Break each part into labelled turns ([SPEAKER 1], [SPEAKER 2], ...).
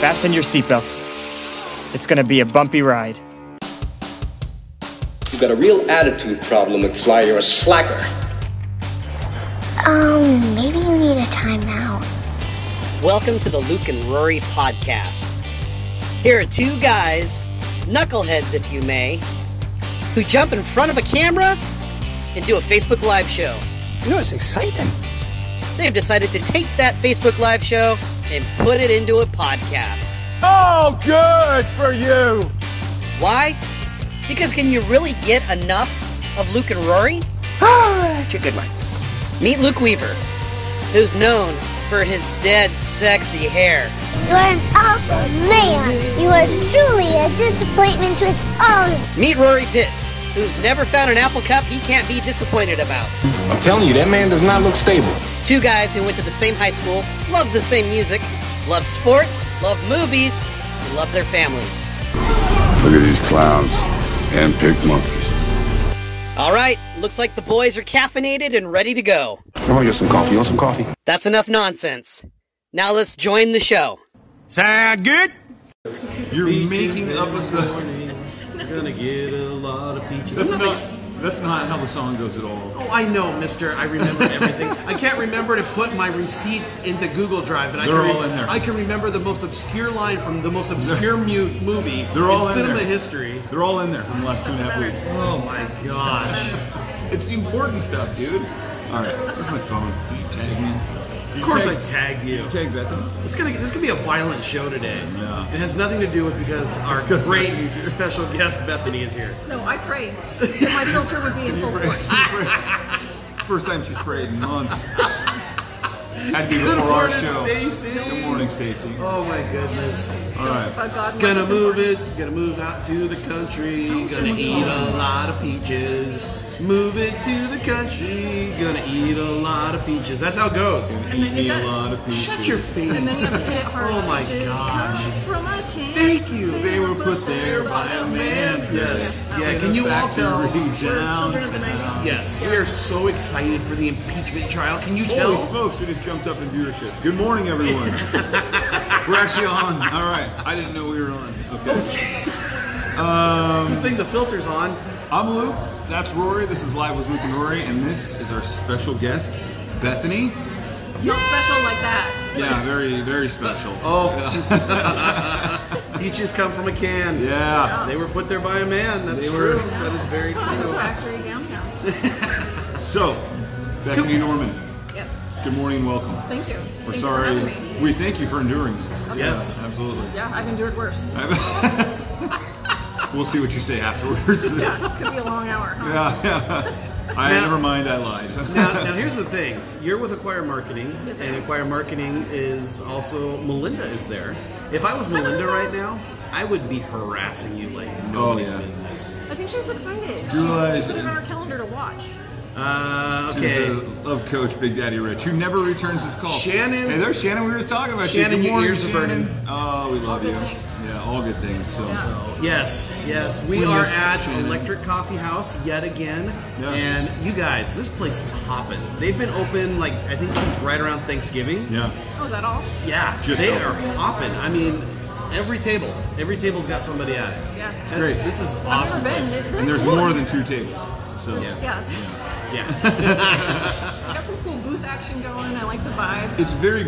[SPEAKER 1] Fasten your seatbelts. It's going to be a bumpy ride.
[SPEAKER 2] You've got a real attitude problem, McFly. You're a slacker.
[SPEAKER 3] Um, maybe we need a timeout.
[SPEAKER 4] Welcome to the Luke and Rory podcast. Here are two guys, knuckleheads if you may, who jump in front of a camera and do a Facebook Live show.
[SPEAKER 5] You know, it's exciting.
[SPEAKER 4] They have decided to take that Facebook Live show and put it into a podcast.
[SPEAKER 6] Oh, good for you!
[SPEAKER 4] Why? Because can you really get enough of Luke and Rory?
[SPEAKER 5] Ah, That's a good one.
[SPEAKER 4] Meet Luke Weaver, who's known for his dead sexy hair.
[SPEAKER 3] You're an awful man. You are truly a disappointment to us all.
[SPEAKER 4] Meet Rory Pitts, who's never found an Apple Cup he can't be disappointed about.
[SPEAKER 7] I'm telling you, that man does not look stable.
[SPEAKER 4] Two guys who went to the same high school, love the same music, love sports, love movies, and love their families.
[SPEAKER 8] Look at these clowns, handpicked monkeys.
[SPEAKER 4] All right, looks like the boys are caffeinated and ready to go.
[SPEAKER 7] I want to get some coffee. You want some coffee?
[SPEAKER 4] That's enough nonsense. Now let's join the show.
[SPEAKER 6] Sound good?
[SPEAKER 9] You're making up a song.
[SPEAKER 10] Gonna get a lot of peaches.
[SPEAKER 9] That's not, that's not how the song goes at all.
[SPEAKER 10] Oh, I know, Mister. I remember everything. I can't remember to put my receipts into Google Drive, but
[SPEAKER 9] They're
[SPEAKER 10] I can
[SPEAKER 9] all in there.
[SPEAKER 10] I can remember the most obscure line from the most obscure mu- movie
[SPEAKER 9] They're all in
[SPEAKER 10] in cinema
[SPEAKER 9] there.
[SPEAKER 10] history.
[SPEAKER 9] They're all in there from the last two and a half weeks.
[SPEAKER 10] Oh my gosh!
[SPEAKER 9] It's the important stuff, dude. All right, where's my phone? Did you tag me? Did you
[SPEAKER 10] Of course, I
[SPEAKER 9] tag,
[SPEAKER 10] tagged you.
[SPEAKER 9] Did you tag Bethany?
[SPEAKER 10] It's gonna this could be a violent show today.
[SPEAKER 9] Yeah.
[SPEAKER 10] It has nothing to do with because our
[SPEAKER 9] 'cause
[SPEAKER 10] great
[SPEAKER 9] Bethany's here.
[SPEAKER 10] special guest Bethany is here.
[SPEAKER 11] No, I pray that my filter would be in full force.
[SPEAKER 9] First time she's prayed in months. That'd be
[SPEAKER 10] Good
[SPEAKER 9] before our
[SPEAKER 10] morning,
[SPEAKER 9] show.
[SPEAKER 10] Stacy.
[SPEAKER 9] Good morning, Stacy. All
[SPEAKER 10] Oh my goodness.
[SPEAKER 9] right.
[SPEAKER 11] But God knows
[SPEAKER 10] Gonna
[SPEAKER 11] it's
[SPEAKER 10] move
[SPEAKER 11] important.
[SPEAKER 10] it, gonna move out to the country, gonna eat a lot of peaches. Move it to the country, gonna eat a lot of peaches. That's how it goes.
[SPEAKER 11] And then
[SPEAKER 9] Eat
[SPEAKER 11] it
[SPEAKER 9] a lot
[SPEAKER 11] does.
[SPEAKER 9] of peaches.
[SPEAKER 10] Shut your face.
[SPEAKER 11] And then you have to hit it hard.
[SPEAKER 10] Oh my
[SPEAKER 11] Just
[SPEAKER 10] gosh.
[SPEAKER 11] Come from a king.
[SPEAKER 10] Thank you.
[SPEAKER 9] They were put there by a man.
[SPEAKER 10] Yes.
[SPEAKER 11] Yeah.
[SPEAKER 10] Yeah,
[SPEAKER 9] In
[SPEAKER 10] can
[SPEAKER 9] a
[SPEAKER 10] you all
[SPEAKER 9] factory
[SPEAKER 10] tell?
[SPEAKER 11] Children of the
[SPEAKER 9] downtown.
[SPEAKER 11] 90s.
[SPEAKER 10] Yes, we are so excited for the impeachment trial. Can you tell?
[SPEAKER 9] Holy smokes, it just jumped up in viewership. Good morning, everyone. we're actually on. All right. I didn't know we were on. Okay. Um,
[SPEAKER 10] Good thing the filter's on.
[SPEAKER 9] I'm Luke. That's Rory. This is Live with Luke and Rory. And this is our special guest, Bethany.
[SPEAKER 11] Not special like that.
[SPEAKER 9] Yeah, very, very special.
[SPEAKER 10] Oh. Peaches come from a can.
[SPEAKER 9] Yeah.
[SPEAKER 10] They were put there by a man. That's
[SPEAKER 9] They were-
[SPEAKER 10] true. That is very
[SPEAKER 11] From a
[SPEAKER 10] true.
[SPEAKER 11] factory downtown.
[SPEAKER 9] So, Bethany Norman,
[SPEAKER 11] Yes.
[SPEAKER 9] good morning and welcome.
[SPEAKER 11] Thank you.
[SPEAKER 9] We're
[SPEAKER 11] Thank you for
[SPEAKER 9] sorry.
[SPEAKER 11] having me.
[SPEAKER 9] We thank you for enduring this.
[SPEAKER 10] Yes.
[SPEAKER 9] Yeah, absolutely.
[SPEAKER 11] Yeah, I've endured worse.
[SPEAKER 9] We'll see what you say afterwards.
[SPEAKER 11] Yeah, could be a long hour. Huh?
[SPEAKER 9] I
[SPEAKER 10] Now-
[SPEAKER 9] never mind. I lied.
[SPEAKER 10] now, now here's the thing. You're with Acquire Marketing,
[SPEAKER 11] Yes, I
[SPEAKER 10] and
[SPEAKER 11] am.
[SPEAKER 10] Acquire Marketing is also Melinda is there. If I was Melinda right now, I would be harassing you like nobody's
[SPEAKER 9] Oh, yeah.
[SPEAKER 10] business.
[SPEAKER 11] I think she was excited. She,
[SPEAKER 9] Good.
[SPEAKER 11] she put it on her calendar to watch.
[SPEAKER 10] Uh,
[SPEAKER 9] She's
[SPEAKER 10] okay.
[SPEAKER 9] a love coach, Big Daddy Rich, who never returns his call.
[SPEAKER 10] Shannon-
[SPEAKER 9] Hey, there's Shannon. We were just talking about
[SPEAKER 10] Shannon,
[SPEAKER 9] you. Good
[SPEAKER 10] your
[SPEAKER 9] morning,
[SPEAKER 10] ears are
[SPEAKER 9] Shannon.
[SPEAKER 10] burning.
[SPEAKER 9] Oh, we love
[SPEAKER 11] good
[SPEAKER 9] you.
[SPEAKER 11] things.
[SPEAKER 9] Yeah, all good things. So,
[SPEAKER 10] Yes, yes. We
[SPEAKER 9] We
[SPEAKER 10] are
[SPEAKER 9] miss
[SPEAKER 10] at
[SPEAKER 9] Shannon.
[SPEAKER 10] Electric Coffee House yet again.
[SPEAKER 9] Yeah.
[SPEAKER 10] And you guys, this place is hopping. They've been open like I think since right around Thanksgiving.
[SPEAKER 9] yeah,
[SPEAKER 11] Oh, is that all?
[SPEAKER 10] Yeah,
[SPEAKER 9] Just
[SPEAKER 10] they
[SPEAKER 9] open.
[SPEAKER 10] are hopping. I mean, every table, every table's got somebody at it.
[SPEAKER 11] Yeah.
[SPEAKER 10] And
[SPEAKER 9] great.
[SPEAKER 10] This is
[SPEAKER 11] I've
[SPEAKER 10] awesome.
[SPEAKER 11] never been.
[SPEAKER 10] place.
[SPEAKER 11] It's really
[SPEAKER 9] and there's
[SPEAKER 11] cool.
[SPEAKER 9] more than two tables. So
[SPEAKER 11] Yeah.
[SPEAKER 10] Yeah,
[SPEAKER 11] Got some cool booth action going. I like the vibe.
[SPEAKER 9] it's very,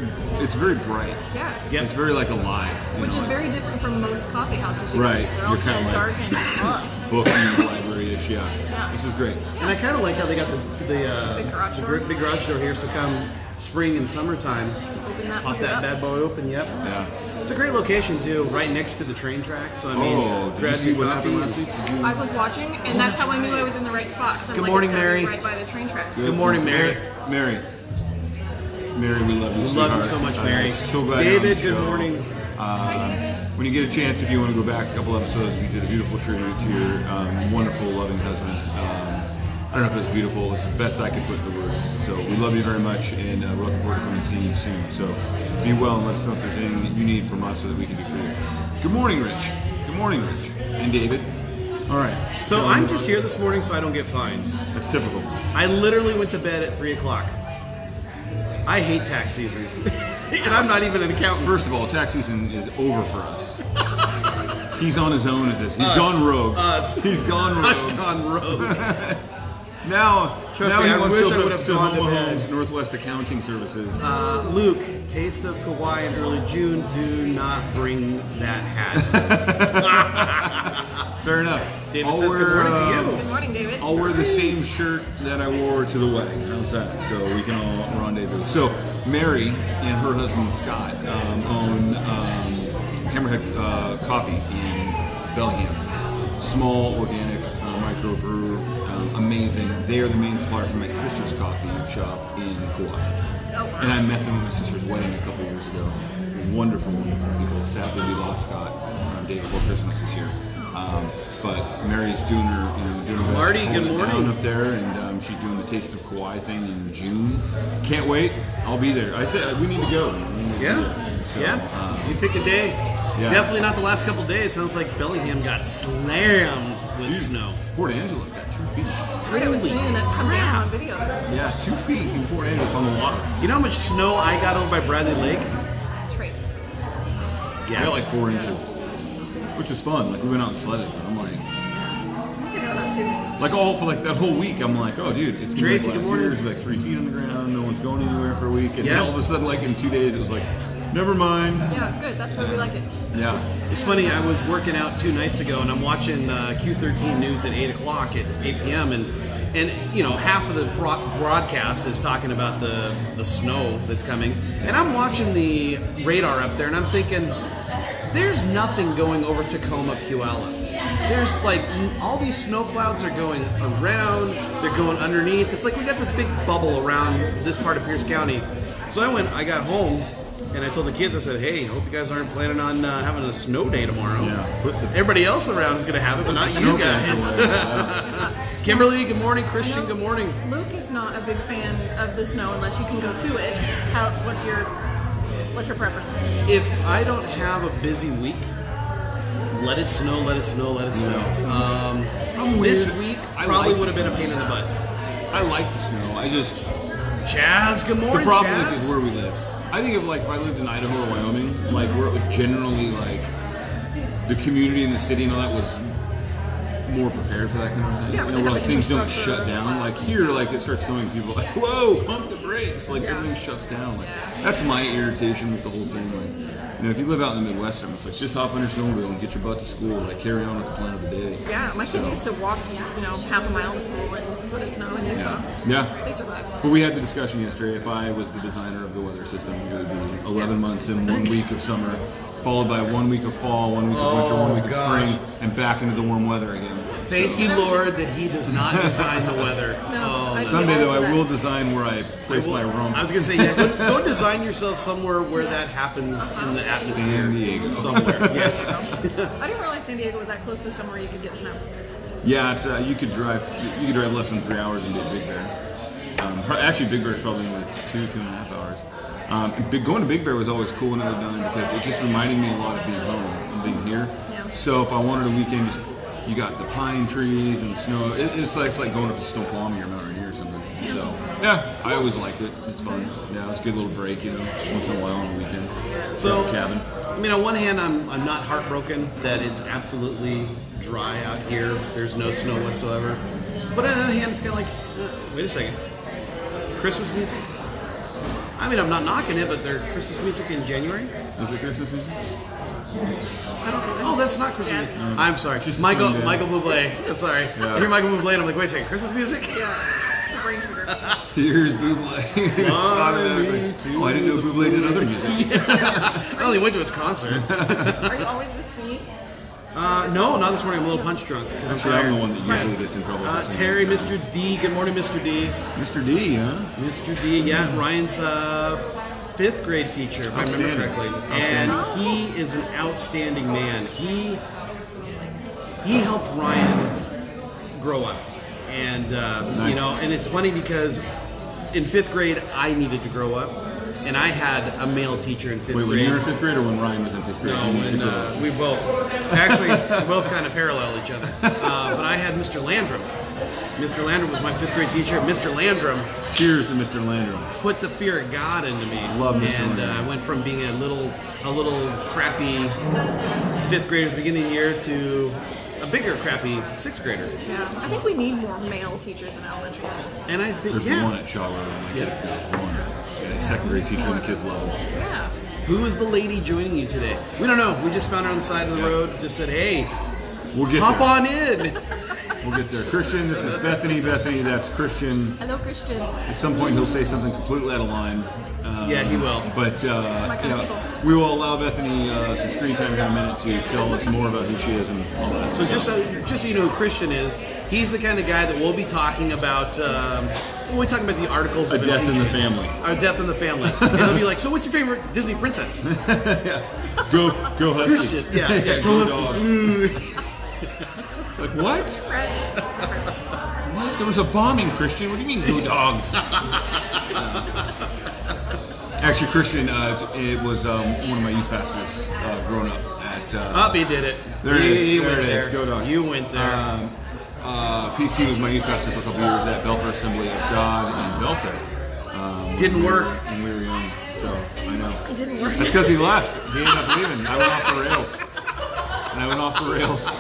[SPEAKER 9] it's very bright.
[SPEAKER 11] Yeah.
[SPEAKER 10] Yep.
[SPEAKER 9] It's very like alive. you
[SPEAKER 11] Which is
[SPEAKER 9] know, like
[SPEAKER 11] very different from most coffee houses. You
[SPEAKER 9] Right.
[SPEAKER 11] Go to. They're all
[SPEAKER 9] You're kinda
[SPEAKER 11] kind of
[SPEAKER 9] like-
[SPEAKER 11] dark and up.
[SPEAKER 9] book and library-ish. Yeah.
[SPEAKER 11] Yeah.
[SPEAKER 9] This is great.
[SPEAKER 10] and I kind of like how they got the the, uh,
[SPEAKER 11] Big garage
[SPEAKER 10] the
[SPEAKER 11] door.
[SPEAKER 10] gr- big garage door here. So come spring and summertime,
[SPEAKER 11] Open that
[SPEAKER 10] pop
[SPEAKER 11] boy
[SPEAKER 10] that
[SPEAKER 11] up.
[SPEAKER 10] bad boy open. Yep.
[SPEAKER 9] Yeah.
[SPEAKER 10] It's a great location too, right next to the train track. So I mean,
[SPEAKER 9] Oh, did you
[SPEAKER 10] grab
[SPEAKER 9] see
[SPEAKER 10] your
[SPEAKER 9] what happened last
[SPEAKER 10] coffee.
[SPEAKER 9] week? Did you-
[SPEAKER 11] I was watching, and that's how I knew I was in the right spot. 'cause I'm
[SPEAKER 10] Good
[SPEAKER 11] like,
[SPEAKER 10] morning,
[SPEAKER 11] it's gotta be
[SPEAKER 10] Mary.
[SPEAKER 11] Right by the train tracks.
[SPEAKER 9] Good.
[SPEAKER 10] morning, Mary.
[SPEAKER 9] Mary. Mary, we love you.
[SPEAKER 10] We love you
[SPEAKER 9] sweetheart.
[SPEAKER 10] so much,
[SPEAKER 9] I'm
[SPEAKER 10] Mary.
[SPEAKER 9] so glad you're on
[SPEAKER 10] David,
[SPEAKER 9] the
[SPEAKER 10] good
[SPEAKER 9] show.
[SPEAKER 10] morning.
[SPEAKER 11] Hi, David.
[SPEAKER 9] When you get a chance, if you want to go back a couple episodes, we did a beautiful tribute to your um, wonderful, loving husband. Um, I don't know if it was beautiful. It's the best I could put the words. So we love you very much, and uh, we're looking forward to coming and seeing you soon. So be well and let us know if there's anything that you need from us so that we can be for you. Good morning, Rich. Good morning, Rich. And David. All right.
[SPEAKER 10] So
[SPEAKER 9] Tell
[SPEAKER 10] I'm
[SPEAKER 9] them-
[SPEAKER 10] just here this morning so I don't get fined.
[SPEAKER 9] That's typical.
[SPEAKER 10] I literally went to bed at three o'clock. I hate tax season.
[SPEAKER 9] and I'm not even an accountant. First of all, tax season is over for us. He's on his own at this. He's
[SPEAKER 10] Us.
[SPEAKER 9] gone rogue.
[SPEAKER 10] Us.
[SPEAKER 9] He's gone rogue.
[SPEAKER 10] I've gone rogue.
[SPEAKER 9] Now,
[SPEAKER 10] Trust
[SPEAKER 9] now
[SPEAKER 10] me,
[SPEAKER 9] he
[SPEAKER 10] I
[SPEAKER 9] wants
[SPEAKER 10] wish I
[SPEAKER 9] to open up
[SPEAKER 10] would've gone to
[SPEAKER 9] Sonoma
[SPEAKER 10] bed.
[SPEAKER 9] Homes Northwest Accounting Services.
[SPEAKER 10] Uh, Luke, taste of Kauai in early June. Do not bring that hat.
[SPEAKER 9] Fair enough.
[SPEAKER 10] David
[SPEAKER 9] I'll
[SPEAKER 10] says
[SPEAKER 9] wear,
[SPEAKER 10] good morning
[SPEAKER 9] uh,
[SPEAKER 10] to you.
[SPEAKER 4] Good morning, David.
[SPEAKER 9] I'll wear the same shirt that I wore to the wedding. How's that? So we can all rendezvous. So Mary and her husband Scott um, own um, Hammerhead uh, Coffee in Bellingham. Small organic uh, microbrewer, um, amazing. They are the main supplier for my sister's coffee shop in Kauai. And I met them at my sister's wedding a couple years ago. Wonderful, wonderful people. Sadly, we lost Scott on day before Christmas this year. Um, but Mary's doing her, you know, doing her best
[SPEAKER 10] Marty,
[SPEAKER 9] to
[SPEAKER 10] good
[SPEAKER 9] hold it
[SPEAKER 10] morning.
[SPEAKER 9] down up there, and um, she's doing the Taste of Kauai thing in June. Can't wait. I'll be there. I said we need to go. We need to
[SPEAKER 10] Yeah,
[SPEAKER 9] do that. So, um,
[SPEAKER 10] yeah. You pick a day.
[SPEAKER 9] yeah.
[SPEAKER 10] Definitely not the last couple days. Sounds like Bellingham got slammed with
[SPEAKER 9] dude,
[SPEAKER 10] snow.
[SPEAKER 9] Port Angelo's got two feet.
[SPEAKER 4] Right, I was seeing it come down on video.
[SPEAKER 9] Yeah, two feet in Port Angelo's on the water.
[SPEAKER 10] You know how much snow I got over by Bradley Lake?
[SPEAKER 4] Trace.
[SPEAKER 9] Yeah, I got like four inches, which was fun. Like we went out and sledded. but I'm like.
[SPEAKER 4] You know that too.
[SPEAKER 9] Like all for like that whole week, I'm like, oh dude, it's gonna be
[SPEAKER 10] Tracy,
[SPEAKER 9] like
[SPEAKER 10] good
[SPEAKER 9] last
[SPEAKER 10] morning.
[SPEAKER 9] year's like three feet on the ground, no one's going anywhere for a week, and
[SPEAKER 10] Yeah.
[SPEAKER 9] then all of a sudden, like in two days, it was like, never mind.
[SPEAKER 4] Yeah, good. That's why we like it.
[SPEAKER 9] Yeah,
[SPEAKER 10] It's funny. I was working out two nights ago, and I'm watching uh, Q13 News at eight o'clock at eight p.m. and and you know half of the pro- broadcast is talking about the the snow that's coming, and I'm watching the radar up there, and I'm thinking, there's nothing going over Tacoma, Puyallup. There's like n- all these snow clouds are going around, they're going underneath. It's like we got this big bubble around this part of Pierce County. So I went, I got home, and I told the kids, I said, hey, I hope you guys aren't planning on uh, having a snow day tomorrow.
[SPEAKER 9] Yeah, put the-
[SPEAKER 10] Everybody else around is going to have it, but not you
[SPEAKER 9] snow
[SPEAKER 10] guys.
[SPEAKER 9] guys away. Yeah.
[SPEAKER 10] Kimberly, good morning.
[SPEAKER 4] I
[SPEAKER 10] Christian,
[SPEAKER 4] know
[SPEAKER 10] good morning.
[SPEAKER 4] Luke is not a big fan of the snow unless you can go to it. How? What's your What's your preference?
[SPEAKER 10] if I don't have a busy week, let it snow, let it snow, let it snow. Um,
[SPEAKER 9] I'm
[SPEAKER 10] this
[SPEAKER 9] weird.
[SPEAKER 10] week
[SPEAKER 9] I
[SPEAKER 10] probably
[SPEAKER 9] like
[SPEAKER 10] would have
[SPEAKER 9] the
[SPEAKER 10] been a pain in the butt.
[SPEAKER 9] I like the snow. I just
[SPEAKER 10] Jazz, good
[SPEAKER 9] the
[SPEAKER 10] morning.
[SPEAKER 9] problem
[SPEAKER 10] Jazz.
[SPEAKER 9] is, is where we live. I think of like if I lived in Idaho or Wyoming, like where it was generally like the community and the city and all that was more prepared for that kind of thing.
[SPEAKER 4] Yeah,
[SPEAKER 9] you
[SPEAKER 4] they
[SPEAKER 9] know,
[SPEAKER 4] have
[SPEAKER 9] where like
[SPEAKER 4] the
[SPEAKER 9] things don't
[SPEAKER 4] infrastructure
[SPEAKER 9] shut
[SPEAKER 4] and all
[SPEAKER 9] down.
[SPEAKER 4] that.
[SPEAKER 9] Like here, like it starts snowing, people are like, whoa, pump the brakes. Like everything shuts down. Like that's my irritation with the whole thing. Like, you know, if you live out in the Midwestern, it's like just hop on your snowmobile and get your butt to school. Like carry on with the plan of the day.
[SPEAKER 4] Yeah, my kids
[SPEAKER 9] So,
[SPEAKER 4] used to walk, you know, half a mile to school in foot of snow in Utah.
[SPEAKER 9] Yeah. Yeah.
[SPEAKER 4] They survived.
[SPEAKER 9] But we had the discussion yesterday. If I was the designer of the weather system, it would be 11 months and one week of summer, followed by one week of fall, one week of winter, one week
[SPEAKER 10] Oh, gosh.
[SPEAKER 9] of spring, and back into the warm weather again.
[SPEAKER 10] Thank you, Lord, that He does not design the weather.
[SPEAKER 4] No,
[SPEAKER 10] Oh,
[SPEAKER 4] I-
[SPEAKER 9] Someday, though, I
[SPEAKER 4] Yeah.
[SPEAKER 9] will design where I place
[SPEAKER 10] I will-
[SPEAKER 9] my room.
[SPEAKER 10] I was gonna say, yeah, go, go design yourself somewhere where that happens in the atmosphere.
[SPEAKER 9] San Diego.
[SPEAKER 10] Somewhere. Yeah.
[SPEAKER 4] I didn't realize San Diego was that close to somewhere you could get snow.
[SPEAKER 9] Yeah, it's, uh, you could drive. You could drive less than three hours into Big Bear. Um, pro- actually, Big Bear's probably only two, two and a half hours. Um, and big, going to Big Bear was always cool when I was done because it just reminded me a lot of being home and being here.
[SPEAKER 4] Yeah.
[SPEAKER 9] So if I wanted a weekend, just you got the pine trees and the snow. It, it's like it's like going up to Snoqualmie or Mount Rainier or something. So yeah, I always liked it. It's fun. Yeah, it's a good little break, you know, once in a while on the weekend.
[SPEAKER 10] So,
[SPEAKER 9] Grab a cabin.
[SPEAKER 10] I mean, on one hand, I'm, I'm not heartbroken that it's absolutely dry out here. There's no snow whatsoever. But on the other hand, it's kind of like, uh, wait a second, Christmas music. I mean, I'm not knocking it, but their Christmas music in January.
[SPEAKER 9] Is it Christmas season?
[SPEAKER 10] Oh, that's not Christmas. music. I'm sorry,
[SPEAKER 9] It's just a
[SPEAKER 10] Michael
[SPEAKER 9] swing band.
[SPEAKER 10] Michael Bublé. I'm sorry. I hear Michael Bublé, and I'm like, wait a second, Christmas music.
[SPEAKER 4] Yeah, it's a brain trigger.
[SPEAKER 9] Here's Buble. It's automatically- Oh, I didn't know Buble did other music.
[SPEAKER 10] I only went to his concert.
[SPEAKER 4] Are you always this singing?
[SPEAKER 10] Uh, no, not this morning. I'm a little punch drunk because I'm
[SPEAKER 9] Actually, I'm the one
[SPEAKER 10] tired.
[SPEAKER 9] that usually gets in trouble.
[SPEAKER 10] Uh,
[SPEAKER 9] for singing.
[SPEAKER 10] Terry, Mr. D. Good morning, Mr. D.
[SPEAKER 9] Mr. D, huh?
[SPEAKER 10] Mr. D, yeah, Ryan's uh, fifth grade teacher, if I remember
[SPEAKER 9] Outstanding.
[SPEAKER 10] correctly, and
[SPEAKER 9] Outstanding.
[SPEAKER 10] he is an outstanding man. He he helped Ryan grow up, and uh, you
[SPEAKER 9] Nice.
[SPEAKER 10] know, and it's funny because in fifth grade I needed to grow up, and I had a male teacher in fifth
[SPEAKER 9] Wait, when
[SPEAKER 10] grade.
[SPEAKER 9] you were in fifth grade or when Ryan was in fifth grade?
[SPEAKER 10] No,
[SPEAKER 9] You
[SPEAKER 10] when
[SPEAKER 9] were-
[SPEAKER 10] uh, we both actually we both kind of parallel each other. Uh, but I had Mr. Landrum, Mr. Landrum was my fifth grade teacher. Mr. Landrum.
[SPEAKER 9] Cheers to Mr. Landrum.
[SPEAKER 10] Put the fear of God into me.
[SPEAKER 9] Love Mr.
[SPEAKER 10] And uh,
[SPEAKER 9] Landrum.
[SPEAKER 10] I went from being a little, a little crappy fifth grader at the beginning of the year to a bigger crappy sixth grader.
[SPEAKER 8] Yeah. I think we need more male teachers in elementary school.
[SPEAKER 10] And I think
[SPEAKER 9] There's
[SPEAKER 10] yeah.
[SPEAKER 9] one at Shaw Road, and my kids got one. Yeah, secondary teacher, and the kids love them.
[SPEAKER 8] Yeah.
[SPEAKER 10] Who is the lady joining you today? We don't know. We just found her on the side of the road. Just said, hey,
[SPEAKER 9] We'll get
[SPEAKER 10] hop
[SPEAKER 9] there.
[SPEAKER 10] on in.
[SPEAKER 9] We'll get there. Christian, this is Bethany. Bethany, that's Christian.
[SPEAKER 8] Hello, Christian.
[SPEAKER 9] At some point, he'll say something completely out of line. Um,
[SPEAKER 10] Yeah, he will.
[SPEAKER 9] But uh,
[SPEAKER 8] my kind
[SPEAKER 9] you
[SPEAKER 8] of
[SPEAKER 9] know,
[SPEAKER 8] people.
[SPEAKER 9] we will allow Bethany uh, some screen time here in a minute to tell us more about who she is and all that.
[SPEAKER 10] So just so, just so you know who Christian is, he's the kind of guy that we'll be talking about. Um, we'll be talking about the articles.
[SPEAKER 9] A
[SPEAKER 10] of
[SPEAKER 9] death in the
[SPEAKER 10] invasion.
[SPEAKER 9] family.
[SPEAKER 10] Our death in the family. and he'll be like, so what's your favorite Disney princess?
[SPEAKER 9] Go, go Huskies.
[SPEAKER 10] Christian. Yeah, yeah,
[SPEAKER 9] go
[SPEAKER 10] go
[SPEAKER 9] dogs.
[SPEAKER 10] Huskies.
[SPEAKER 9] Like, what?
[SPEAKER 8] Fred.
[SPEAKER 9] What? There was a bombing, Christian. What do you mean, go dogs? Actually, Christian, uh, it was um, one of my youth pastors uh, growing up at. Uh,
[SPEAKER 10] Up, he did it.
[SPEAKER 9] There it
[SPEAKER 10] You-
[SPEAKER 9] is.
[SPEAKER 10] you
[SPEAKER 9] There it
[SPEAKER 10] went
[SPEAKER 9] is. Go dogs.
[SPEAKER 10] You went there.
[SPEAKER 9] Um, uh, PC was my youth pastor for a couple years at Belfair Assembly of God in Belfair. Um,
[SPEAKER 10] Didn't
[SPEAKER 9] when we were-
[SPEAKER 10] work.
[SPEAKER 9] When we were young, so I know.
[SPEAKER 8] It didn't work.
[SPEAKER 9] That's because he left. He ended up leaving. I went off the rails. And I went off the rails.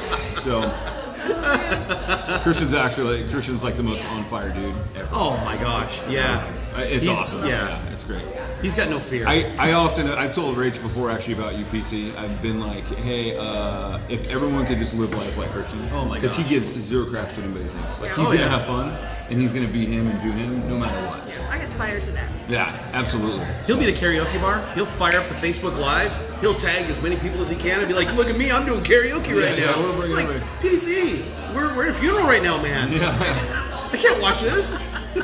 [SPEAKER 9] So Christian's actually Christian's like the most on fire dude ever.
[SPEAKER 10] oh my gosh. Yeah.
[SPEAKER 9] I- Uh, It's
[SPEAKER 10] He's-
[SPEAKER 9] awesome.
[SPEAKER 10] yeah.
[SPEAKER 9] it's great.
[SPEAKER 10] He's got no fear.
[SPEAKER 9] I, I often I've told Rach before actually about UPC. I've been like, hey, uh, if everyone could just live life like Hershey,
[SPEAKER 10] Oh my
[SPEAKER 9] because he
[SPEAKER 10] gosh.
[SPEAKER 9] gives zero crap to anybody else. Like
[SPEAKER 8] Yeah.
[SPEAKER 9] he's
[SPEAKER 10] Oh,
[SPEAKER 9] gonna
[SPEAKER 10] yeah.
[SPEAKER 9] have fun and he's gonna be him and do him no matter what.
[SPEAKER 8] Yeah, I aspire to that.
[SPEAKER 9] Yeah, absolutely.
[SPEAKER 10] He'll be at a karaoke bar. He'll fire up the Facebook Live. He'll tag as many people as he can and be like, "Look at me! I'm doing karaoke right
[SPEAKER 9] yeah,
[SPEAKER 10] now."
[SPEAKER 9] we'll bring it
[SPEAKER 10] like
[SPEAKER 9] over.
[SPEAKER 10] PC, we're, we're at a funeral right now, man. I can't watch this.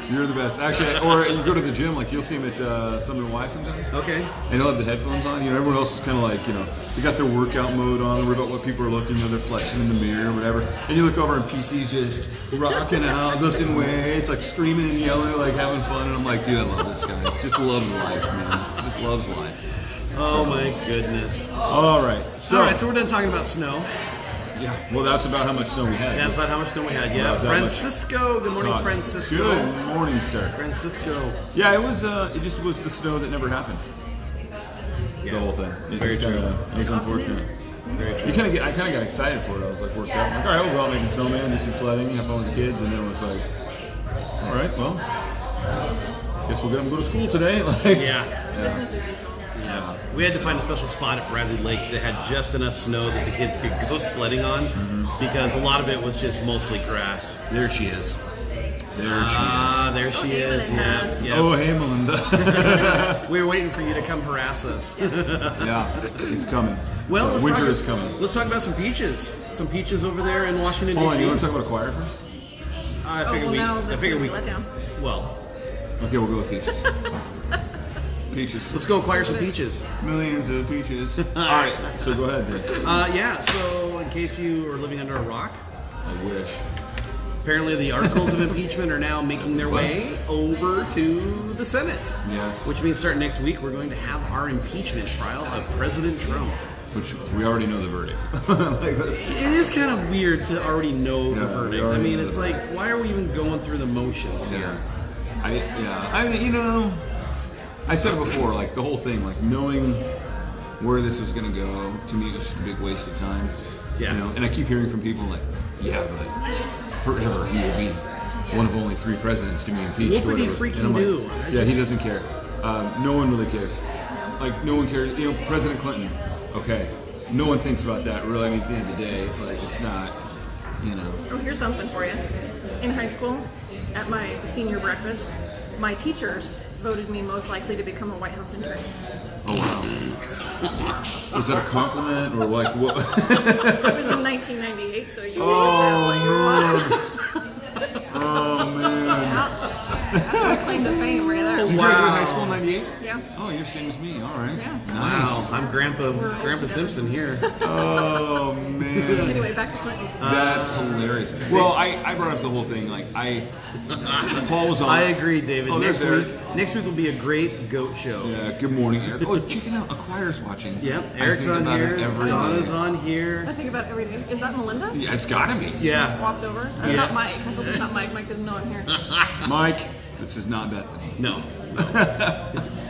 [SPEAKER 9] You're the best, actually. Or you go to the gym, like you'll see him at uh, Summit Y sometimes.
[SPEAKER 10] Okay.
[SPEAKER 9] And he'll have the headphones on. You know, everyone else is kind of like, you know, they got their workout mode on. They're worried about what people are looking. You know, they're flexing in the mirror, or whatever. And you look over, and PC's just rocking out, lifting weights, like screaming and yelling, like having fun. And I'm like, dude, I love this guy. Just loves life, man. Just loves life.
[SPEAKER 10] Oh my goodness.
[SPEAKER 9] All right. So,
[SPEAKER 10] All right, so we're done talking about snow.
[SPEAKER 9] yeah. Well, that's about how much snow we had.
[SPEAKER 10] That's about how much snow we had.
[SPEAKER 9] Wow,
[SPEAKER 10] Yeah,
[SPEAKER 9] that much.
[SPEAKER 10] Francisco. Good morning,
[SPEAKER 9] God.
[SPEAKER 10] Francisco.
[SPEAKER 9] Good morning, sir.
[SPEAKER 10] Francisco.
[SPEAKER 9] Yeah, it was. Uh, it just was the snow that never happened.
[SPEAKER 10] Yeah.
[SPEAKER 9] The whole thing. It
[SPEAKER 10] Very
[SPEAKER 9] just
[SPEAKER 10] true.
[SPEAKER 9] kinda- it was unfortunate.
[SPEAKER 10] Very
[SPEAKER 9] You kind of get, I kind of got excited for it. I was like worked out. I'm like, all right, well, we'll all make a snowman, do some sledding, have fun with the kids, and then it was like, all right, well, guess we'll get them to go to school today. Like,
[SPEAKER 10] Yeah.
[SPEAKER 8] Business as usual.
[SPEAKER 9] yeah.
[SPEAKER 10] We had to find a special spot at Bradley Lake that had just enough snow that the kids could go sledding on, because a lot of it was just mostly grass.
[SPEAKER 9] Mm-hmm. There she is. There she
[SPEAKER 10] Ah, there she
[SPEAKER 8] Okay,
[SPEAKER 10] is.
[SPEAKER 8] Melinda.
[SPEAKER 10] Yeah. yeah.
[SPEAKER 9] Oh, hey, Melinda.
[SPEAKER 10] We were waiting for you to come harass us.
[SPEAKER 9] yeah, it's coming.
[SPEAKER 10] Well,
[SPEAKER 9] Uh,
[SPEAKER 10] let's
[SPEAKER 9] winter
[SPEAKER 10] talk,
[SPEAKER 9] is coming.
[SPEAKER 10] Let's talk about some peaches. Some peaches over there in Washington
[SPEAKER 9] Hold on,
[SPEAKER 10] D.C.
[SPEAKER 9] you want to talk about a choir first?
[SPEAKER 10] I
[SPEAKER 8] Oh,
[SPEAKER 10] figured
[SPEAKER 8] well,
[SPEAKER 10] we.
[SPEAKER 8] no,
[SPEAKER 10] I
[SPEAKER 8] that's
[SPEAKER 10] figured
[SPEAKER 8] gonna
[SPEAKER 10] we.
[SPEAKER 8] be let down.
[SPEAKER 10] Well,
[SPEAKER 9] Okay, we'll go with peaches. peaches.
[SPEAKER 10] let's go acquire some peaches.
[SPEAKER 9] Millions of peaches. all right, so go ahead. Then.
[SPEAKER 10] Uh, yeah. So, in case you are living under a rock,
[SPEAKER 9] I wish.
[SPEAKER 10] apparently the articles of impeachment are now making their way over to the Senate.
[SPEAKER 9] Yes.
[SPEAKER 10] Which means starting next week, we're going to have our impeachment trial of President Trump.
[SPEAKER 9] Which we already know the verdict. like that's-
[SPEAKER 10] It is kind of weird to already know
[SPEAKER 9] Yeah,
[SPEAKER 10] the
[SPEAKER 9] we
[SPEAKER 10] verdict. I
[SPEAKER 9] already
[SPEAKER 10] mean,
[SPEAKER 9] know
[SPEAKER 10] it's
[SPEAKER 9] the
[SPEAKER 10] like, why are we even going through the motions here?
[SPEAKER 9] I yeah. I mean, you know, I said before, like the whole thing, like knowing where this was gonna go, to me, it was just a big waste of time.
[SPEAKER 10] Yeah.
[SPEAKER 9] You know, and I keep hearing from people like, yeah, but forever he will be one of only three presidents to be impeached. or
[SPEAKER 10] Whoopity
[SPEAKER 9] whatever.
[SPEAKER 10] freaking
[SPEAKER 9] And I'm like,
[SPEAKER 10] do. I
[SPEAKER 9] Yeah, he
[SPEAKER 10] just-
[SPEAKER 9] doesn't care. Um, no one really cares. Like no one cares. You know, President Clinton. Okay. No one thinks about that really. I mean, at the end of the day, like it's not. You know.
[SPEAKER 8] Oh, here's something for you. In high school, at my senior breakfast, my teachers voted me most likely to become a White House intern.
[SPEAKER 9] Oh wow. Was that a compliment or like what?
[SPEAKER 8] It was in 1998, so you take that way.
[SPEAKER 9] Oh man. Oh man.
[SPEAKER 8] Yeah. That's what
[SPEAKER 4] claim to fame right there.
[SPEAKER 9] You graduated high school in '98.
[SPEAKER 4] Yeah.
[SPEAKER 9] Oh, you're same as me. All right.
[SPEAKER 4] Yeah.
[SPEAKER 10] Wow,
[SPEAKER 9] Nice.
[SPEAKER 10] I'm Grandpa Grandpa Simpson here.
[SPEAKER 9] Oh man.
[SPEAKER 4] Anyway, back to Clinton.
[SPEAKER 9] That's hilarious.
[SPEAKER 10] Uh,
[SPEAKER 9] Well, I, I brought up the whole thing. Like I, Paul was on.
[SPEAKER 10] I agree, David.
[SPEAKER 9] Oh,
[SPEAKER 10] next
[SPEAKER 9] there's Eric.
[SPEAKER 10] week, next week will be a great goat show.
[SPEAKER 9] Yeah. Good morning, Eric. Oh, checking out. A choir's watching.
[SPEAKER 10] Yep,
[SPEAKER 9] I
[SPEAKER 10] Eric's
[SPEAKER 9] think
[SPEAKER 10] on
[SPEAKER 9] about
[SPEAKER 10] here.
[SPEAKER 9] it every
[SPEAKER 10] Donna's
[SPEAKER 9] day.
[SPEAKER 10] on here.
[SPEAKER 4] I think about it every day. Is that Melinda?
[SPEAKER 9] Yeah, it's gotta be.
[SPEAKER 10] Yeah.
[SPEAKER 4] Swapped over. That's
[SPEAKER 10] Yeah.
[SPEAKER 4] not Mike. I hope it's not Mike. Mike doesn't know I'm here.
[SPEAKER 9] Mike, this is not Bethany.
[SPEAKER 10] No, no.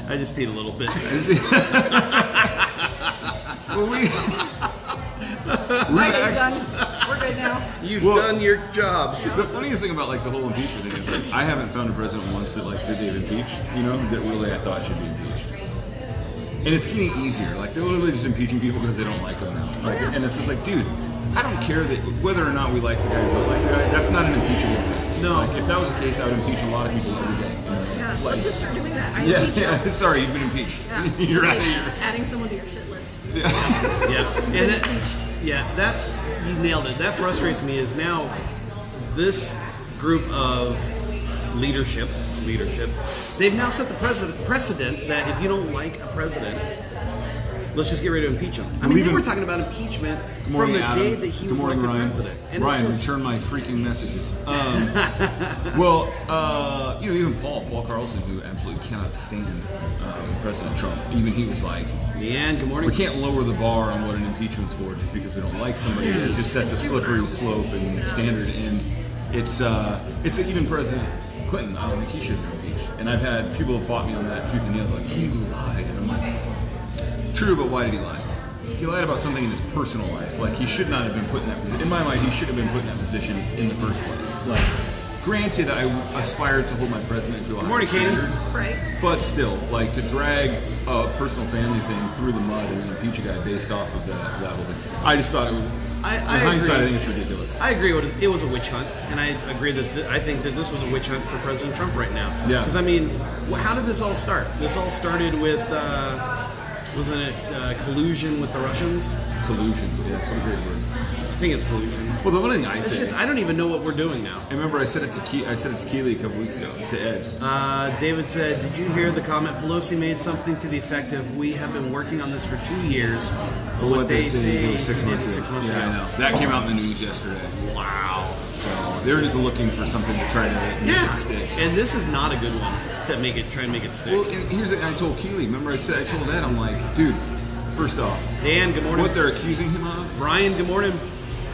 [SPEAKER 10] I just peed a little bit.
[SPEAKER 9] Is it? well, we.
[SPEAKER 4] Mike
[SPEAKER 9] actually-
[SPEAKER 4] is done. We're good now.
[SPEAKER 10] You've
[SPEAKER 9] Well-
[SPEAKER 10] done your job.
[SPEAKER 9] The funniest thing about like the whole impeachment thing is like I haven't found a president once that like did they impeach, you know, that really I thought should be impeached. And it's getting easier. Like they're literally just impeaching people because they don't like them now. Like, and it's just like, dude, I don't care that whether or not we like the guy or don't like the guy. That's not an impeachable offense.
[SPEAKER 10] No.
[SPEAKER 9] Like if that was the case, I would impeach a lot of people every day.
[SPEAKER 4] Yeah.
[SPEAKER 9] Like-
[SPEAKER 4] Let's just start doing that. I
[SPEAKER 9] yeah,
[SPEAKER 4] impeach you.
[SPEAKER 9] yeah. Sorry, you've been impeached.
[SPEAKER 4] Yeah.
[SPEAKER 9] You're
[SPEAKER 4] It's
[SPEAKER 9] out
[SPEAKER 4] like
[SPEAKER 9] of here.
[SPEAKER 4] Adding someone to your shit list.
[SPEAKER 10] Yeah, and
[SPEAKER 4] Impeached.
[SPEAKER 10] that, yeah, that you nailed it. That frustrates me is now this group of leadership, leadership, they've now set the precedent, precedent that if you don't like a president, let's just get ready to impeach him. I mean,
[SPEAKER 9] Believe
[SPEAKER 10] they
[SPEAKER 9] in-
[SPEAKER 10] were talking about impeachment
[SPEAKER 9] Good morning,
[SPEAKER 10] from the
[SPEAKER 9] Adam.
[SPEAKER 10] day that he
[SPEAKER 9] Good
[SPEAKER 10] was
[SPEAKER 9] morning,
[SPEAKER 10] elected
[SPEAKER 9] Ryan.
[SPEAKER 10] president. And
[SPEAKER 9] Ryan,
[SPEAKER 10] it's just,
[SPEAKER 9] return my freaking messages. Um, well, uh, you know, even Paul, Paul Carlson, who absolutely cannot stand um, President Trump, even he was like,
[SPEAKER 10] Leanne, good morning.
[SPEAKER 9] we can't lower the bar on what an impeachment's for just because we don't like somebody. It just sets a slippery slope and standard, and it's uh, it's even President Clinton. I don't think he should have been impeached. And I've had people have fought me on that tooth and nail. Like he lied, and I'm like, true, but why did he lie? He lied about something in his personal life. Like he should not have been put in that. position. In my mind, he should have been put in that position in the first place. Like, granted, I aspired to hold my president to a high
[SPEAKER 10] morning, Katie.
[SPEAKER 9] standard.
[SPEAKER 4] Right.
[SPEAKER 9] But still, like to drag a personal family thing through the mud and impeach a guy based off of that, that whole thing. I just thought it was.
[SPEAKER 10] I-
[SPEAKER 9] in
[SPEAKER 10] I
[SPEAKER 9] hindsight,
[SPEAKER 10] agree.
[SPEAKER 9] I think it's ridiculous.
[SPEAKER 10] I agree. It was, it was a witch hunt, and I agree that th- I think that this was a witch hunt for President Trump right now.
[SPEAKER 9] Yeah.
[SPEAKER 10] Because I mean, wh- how did this all start? This all started with uh, wasn't it uh, collusion with the Russians?
[SPEAKER 9] Collusion. Yes, what a great word.
[SPEAKER 10] I think it's collusion.
[SPEAKER 9] Well, the one thing I
[SPEAKER 10] It's
[SPEAKER 9] said.
[SPEAKER 10] just I don't even know what we're doing now.
[SPEAKER 9] I remember I said it to Ke- I said it to Keely a couple weeks ago to Ed.
[SPEAKER 10] Uh, David said, "Did you hear the comment? Pelosi made something to the effect of, "We have been working on this for two years, but what, they, say
[SPEAKER 9] was six
[SPEAKER 10] they did
[SPEAKER 9] months ago.
[SPEAKER 10] six months
[SPEAKER 9] yeah,
[SPEAKER 10] ago."
[SPEAKER 9] I know. That came out in the news yesterday. Wow. So they're just looking for something to try to make
[SPEAKER 10] Yeah.
[SPEAKER 9] it stick.
[SPEAKER 10] And this is not a good one to make it try and make it stick.
[SPEAKER 9] Well, and here's the I told Keely. Remember, I said I told Ed. I'm like, dude. First off,
[SPEAKER 10] Dan, good morning.
[SPEAKER 9] what they're accusing him of
[SPEAKER 10] Brian, good morning.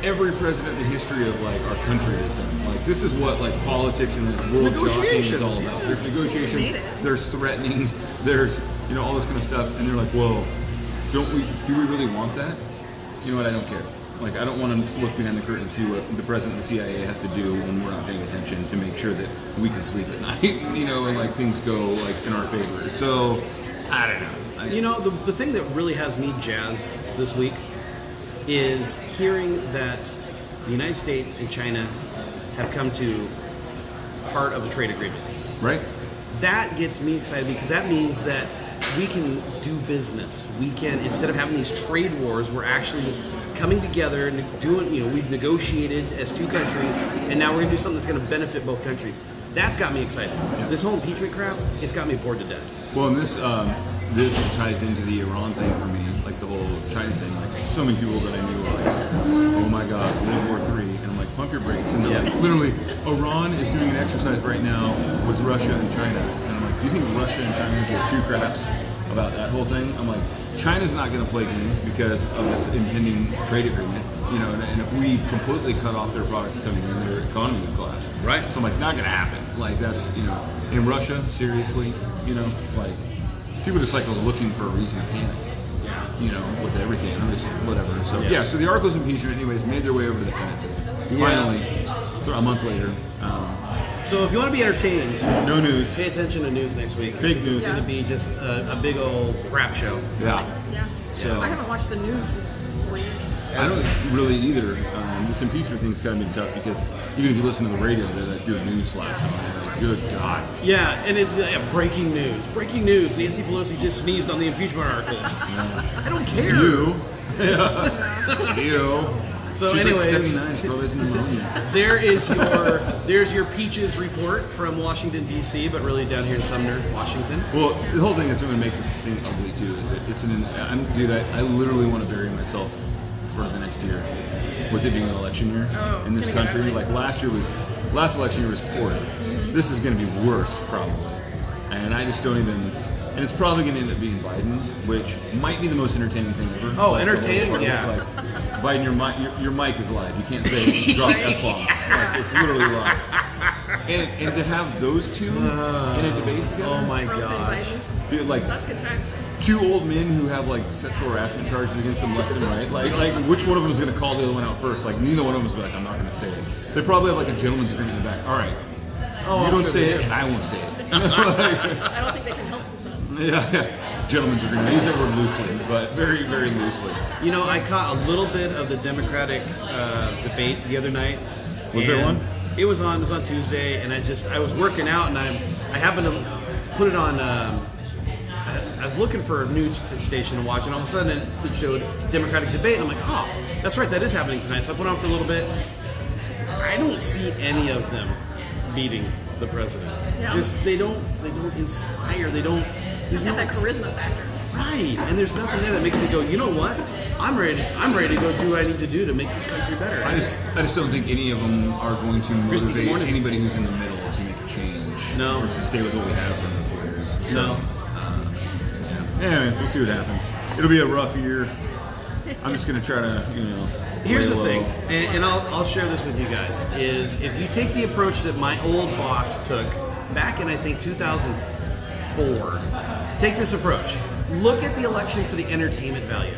[SPEAKER 9] every president in the history of like our country has done. Like this is what like politics and like, world jockeying is all about. There's
[SPEAKER 10] negotiations, yes.
[SPEAKER 4] Made
[SPEAKER 9] negotiations.
[SPEAKER 4] it.
[SPEAKER 9] There's threatening. There's you know all this kind of stuff, and they're like, whoa, don't we? Do we really want that? You know what? I don't care. Like I don't want to look behind the curtain and see what the president of the CIA has to do when we're not paying attention to make sure that we can sleep at night. You know, and like things go like in our favor. So I don't know. I,
[SPEAKER 10] You know, the, the thing that really has me jazzed this week is hearing that the United States and China have come to part of a trade agreement.
[SPEAKER 9] right?
[SPEAKER 10] That gets me excited because that means that we can do business. We can, instead of having these trade wars, we're actually coming together and doing, you know, we've negotiated as two countries and now we're going to do something that's going to benefit both countries. That's got me excited. This whole impeachment crap, it's got me bored to death.
[SPEAKER 9] Well, and this um, this ties into the Iran thing for me, like the whole China thing. Like so many people that I knew were like, "Oh my God, World War Three," and I'm like, "Pump your brakes!" And they're
[SPEAKER 10] Yeah.
[SPEAKER 9] like, literally, Iran is doing an exercise right now with Russia and China, and I'm like, "Do you think Russia and China give two craps about that whole thing?" I'm like, "China's not going to play games because of this impending trade agreement." You know, and, and if we completely cut off their products coming in, their economy would collapse.
[SPEAKER 10] Right.
[SPEAKER 9] So I'm like, not gonna happen. Like that's you know, in Russia, seriously, you know, like people just like are looking for a reason to panic. Yeah. You know, with everything, I'm just whatever. So yeah. So the articles of impeachment, anyways, made their way over to the Senate. today.
[SPEAKER 10] Yeah.
[SPEAKER 9] Finally, th- a month later, um,
[SPEAKER 10] So if you want to be entertained,
[SPEAKER 9] no news.
[SPEAKER 10] Pay attention to news next week.
[SPEAKER 9] Fake
[SPEAKER 10] because
[SPEAKER 9] news.
[SPEAKER 10] It's going to be just a, a big old crap show.
[SPEAKER 9] Yeah.
[SPEAKER 4] Yeah.
[SPEAKER 9] So-
[SPEAKER 4] I haven't watched the news this week.
[SPEAKER 9] I don't really either. Um, this impeachment thing's kind of been tough because even if you listen to the radio, they're like, "Good news flash on." Like, Good God.
[SPEAKER 10] Yeah, and it's uh, breaking news. Breaking news. Nancy Pelosi just sneezed on the impeachment articles. I don't care.
[SPEAKER 9] You. you.
[SPEAKER 10] So,
[SPEAKER 9] She's
[SPEAKER 10] anyways,
[SPEAKER 9] like 79, she probably has pneumonia.
[SPEAKER 10] there is your there's your peaches report from Washington D.C., but really down here in Sumner, Washington.
[SPEAKER 9] Well, the whole thing that's going to make this thing ugly too is that it's an. I'm, dude, I, I literally want to bury myself for the next year with it being an election year
[SPEAKER 12] Oh,
[SPEAKER 9] in
[SPEAKER 12] it's
[SPEAKER 9] this
[SPEAKER 12] gonna be
[SPEAKER 9] country.
[SPEAKER 12] ugly. Mm-hmm.
[SPEAKER 9] Like last year was, last election year was poor. This is going to be worse probably, and I just don't even. And it's probably going to end up being Biden, which might be the most entertaining thing ever.
[SPEAKER 10] Oh,
[SPEAKER 9] Like,
[SPEAKER 10] entertaining,
[SPEAKER 9] like,
[SPEAKER 10] yeah.
[SPEAKER 9] like, Biden, your mic, your, your mic is live. You can't say drop f bombs. Like, it's literally live. And, and to have those two in a debate together.
[SPEAKER 10] Oh my
[SPEAKER 12] Trump
[SPEAKER 10] gosh.
[SPEAKER 12] and
[SPEAKER 9] Dude, like
[SPEAKER 12] Biden. That's good times.
[SPEAKER 9] two old men who have like sexual harassment charges against them left and right. Like, like which one of them is going to call the other one out first? Like, neither one of them is like, I'm not going to say it. They probably have like a gentleman's agreement in the back. All right,
[SPEAKER 10] Oh,
[SPEAKER 9] you
[SPEAKER 10] I'm
[SPEAKER 9] don't
[SPEAKER 10] sure
[SPEAKER 9] say
[SPEAKER 10] they
[SPEAKER 9] it,
[SPEAKER 10] do.
[SPEAKER 9] and I won't say it.
[SPEAKER 12] I don't think they can help themselves.
[SPEAKER 9] yeah, yeah. Gentleman's agreement. Use that word loosely, but very, very loosely.
[SPEAKER 10] You know, I caught a little bit of the Democratic uh, debate the other night.
[SPEAKER 9] Was there
[SPEAKER 10] and
[SPEAKER 9] one?
[SPEAKER 10] It was on. It was on Tuesday, and I just I was working out, and I I happened to put it on. Um, I- I was looking for a news t- station to watch, and all of a sudden it- it showed Democratic debate, and I'm like, oh, that's right, that is happening tonight. So I put it on for a little bit. I don't see any of them beating the president.
[SPEAKER 12] Yeah.
[SPEAKER 10] Just they don't they don't inspire. They don't. There's
[SPEAKER 12] Got
[SPEAKER 10] no
[SPEAKER 12] that charisma factor.
[SPEAKER 10] Right, and there's nothing there that makes me go. You know what? I'm ready. I'm ready to go do what I need to do to make this country better.
[SPEAKER 9] I just, I just don't think any of them are going to
[SPEAKER 10] Christy, good
[SPEAKER 9] motivate
[SPEAKER 10] morning.
[SPEAKER 9] anybody who's in the middle to make a change.
[SPEAKER 10] No.
[SPEAKER 9] Or to stay with what we have for another four years. So,
[SPEAKER 10] no.
[SPEAKER 9] Anyway, we'll see what happens. It'll be a rough year. I'm just gonna try to, you know.
[SPEAKER 10] Here's
[SPEAKER 9] lay
[SPEAKER 10] the
[SPEAKER 9] low.
[SPEAKER 10] thing, and, and I'll, I'll share this with you guys: is if you take the approach that my old boss took back in I think 2004, take this approach. Look at the election for the entertainment value.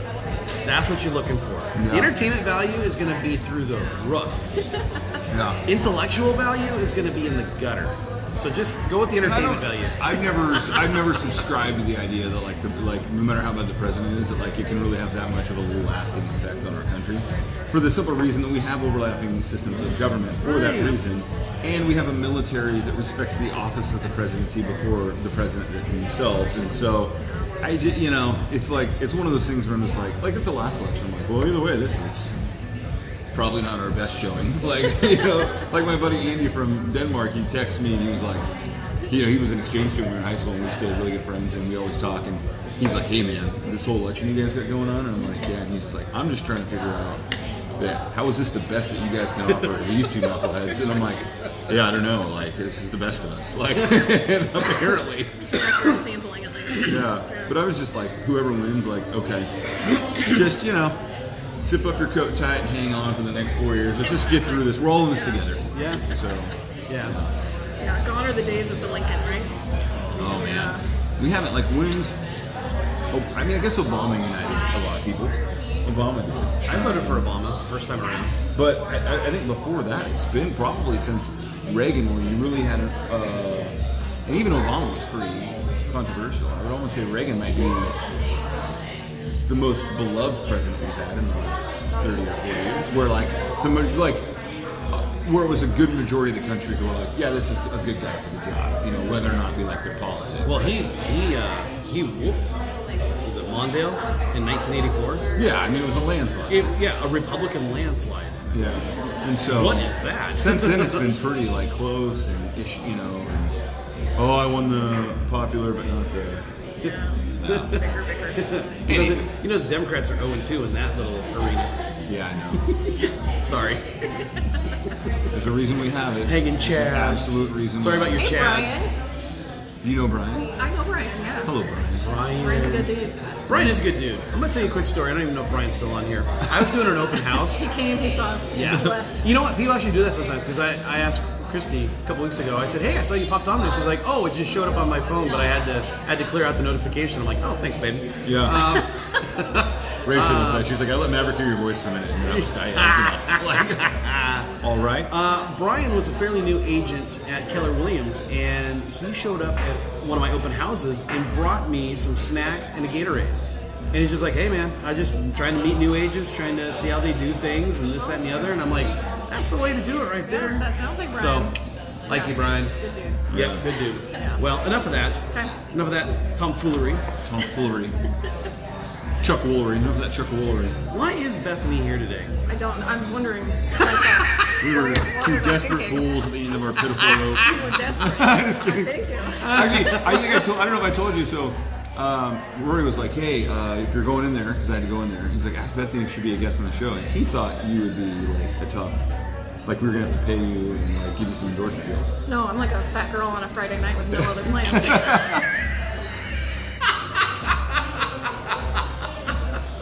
[SPEAKER 10] That's what you're looking for. The
[SPEAKER 9] Yeah.
[SPEAKER 10] entertainment value is going to be through the roof.
[SPEAKER 9] Yeah.
[SPEAKER 10] Intellectual value is going to be in the gutter. So just go with the
[SPEAKER 9] I
[SPEAKER 10] entertainment
[SPEAKER 9] don't-
[SPEAKER 10] value.
[SPEAKER 9] I've never, I've never subscribed to the idea that like, the, like no matter how bad the president is, that like it can really have that much of a lasting effect on our country, for the simple reason that we have overlapping systems of government for that reason, and we have a military that respects the office of the presidency before the president did themselves, and so. I ju- you know, it's like it's one of those things where I'm just like, like at the last election, I'm like, well, either way, this is probably not our best showing. Like you know, like my buddy Andy from Denmark, he texted me and he was like, you know, he was an exchange student in high school and we stayed really good friends and we always talk. And he's like, hey man, this whole election you guys got going on, and I'm like, yeah. And he's like, I'm just trying to figure out that how is this the best that you guys can offer these two knuckleheads? And I'm like, yeah, I don't know. Like this is the best of us. Like apparently.
[SPEAKER 12] Record sampling at least.
[SPEAKER 9] Yeah, but I was just like, whoever wins, like, okay, just you know, zip up your coat tight and hang on for the next four years. Let's just get through this. We're all in this together.
[SPEAKER 10] Yeah.
[SPEAKER 9] So,
[SPEAKER 10] Yeah.
[SPEAKER 12] Yeah, gone are the days of the Lincoln, right?
[SPEAKER 9] oh man, we haven't like wins. Oh, I mean, I guess Obama united a lot of people. Obama did,
[SPEAKER 10] I voted for Obama the first time around.
[SPEAKER 9] but I, I- I think before that, it's been probably since Reagan when you really had, uh, and even Obama was pretty controversial. I would almost say Reagan might be the most beloved president we've had in the last 30 or 40 years, where like the ma- like uh, where it was a good majority of the country who were like, yeah, this is a good guy for the job, you know, whether or not we like their politics.
[SPEAKER 10] Well, he he uh, he whooped. Was it Mondale in 1984?
[SPEAKER 9] yeah, I mean, it was a landslide.
[SPEAKER 10] It, yeah, a Republican landslide.
[SPEAKER 9] yeah, and so
[SPEAKER 10] What is that?
[SPEAKER 9] since then it's been pretty like close and ish, you know. And, oh, I won the popular, but not the.
[SPEAKER 12] Bicker, bicker.
[SPEAKER 10] you, know, the, you know the Democrats are 0 2 in that little arena.
[SPEAKER 9] Yeah, I know.
[SPEAKER 10] Sorry,
[SPEAKER 9] There's a reason we have it.
[SPEAKER 10] hanging chads.
[SPEAKER 9] Absolute reason.
[SPEAKER 10] Sorry about your
[SPEAKER 12] Hey,
[SPEAKER 10] chads.
[SPEAKER 12] Brian.
[SPEAKER 9] You know Brian.
[SPEAKER 12] I know Brian, yeah.
[SPEAKER 9] Hello, Brian.
[SPEAKER 12] Brian's a good dude.
[SPEAKER 10] Brian is a good dude. I'm gonna tell you a quick story. I don't even know if Brian's still on here. I was doing an open house.
[SPEAKER 12] He came, he saw, he left.
[SPEAKER 10] You know what? People actually do that sometimes because I, I asked Christy a couple weeks ago. I said, "Hey, I saw you popped on there." She's like, "Oh, it just showed up on my phone, but I had to had to clear out the notification." I'm like, "Oh, thanks, babe."
[SPEAKER 9] Yeah.
[SPEAKER 10] Um,
[SPEAKER 9] Rachel
[SPEAKER 10] uh,
[SPEAKER 9] was like, she's like, I let Maverick hear your voice for a minute, and then I was, I, I was enough. Like, all right.
[SPEAKER 10] Uh, Brian was a fairly new agent at Keller Williams, and he showed up at one of my open houses and brought me some snacks and a Gatorade. And he's just like, "Hey, man, I just am trying to meet new agents, trying to see how they do things, and this, that, and the other." And I'm like, "That's the way to do it, right there."
[SPEAKER 12] That sounds like
[SPEAKER 10] So,
[SPEAKER 12] Brian.
[SPEAKER 10] like you, Brian.
[SPEAKER 12] Good dude.
[SPEAKER 10] Yep, good dude. Well, enough of that.
[SPEAKER 12] Okay.
[SPEAKER 10] Enough of that tomfoolery.
[SPEAKER 9] Tomfoolery. Chuck Woolery. Enough of that Chuck Woolery.
[SPEAKER 7] Why is Bethany here today?
[SPEAKER 10] I don't. I'm wondering.
[SPEAKER 9] We were two
[SPEAKER 10] was I
[SPEAKER 9] desperate
[SPEAKER 10] thinking?
[SPEAKER 9] fools at the end of our pitiful rope.
[SPEAKER 10] You were desperate.
[SPEAKER 9] Just kidding.
[SPEAKER 10] Thank you.
[SPEAKER 9] Actually, I think I told. I don't know if I told you. So um, Rory was like, "Hey, uh, if you're going in there, because I had to go in there, he's like, ask Bethany if she'd be a guest on the show." And he thought you would be like a tough, like we were gonna have to pay you and like give you some endorsement deals.
[SPEAKER 10] No, I'm like a fat girl on a Friday night with no other plans.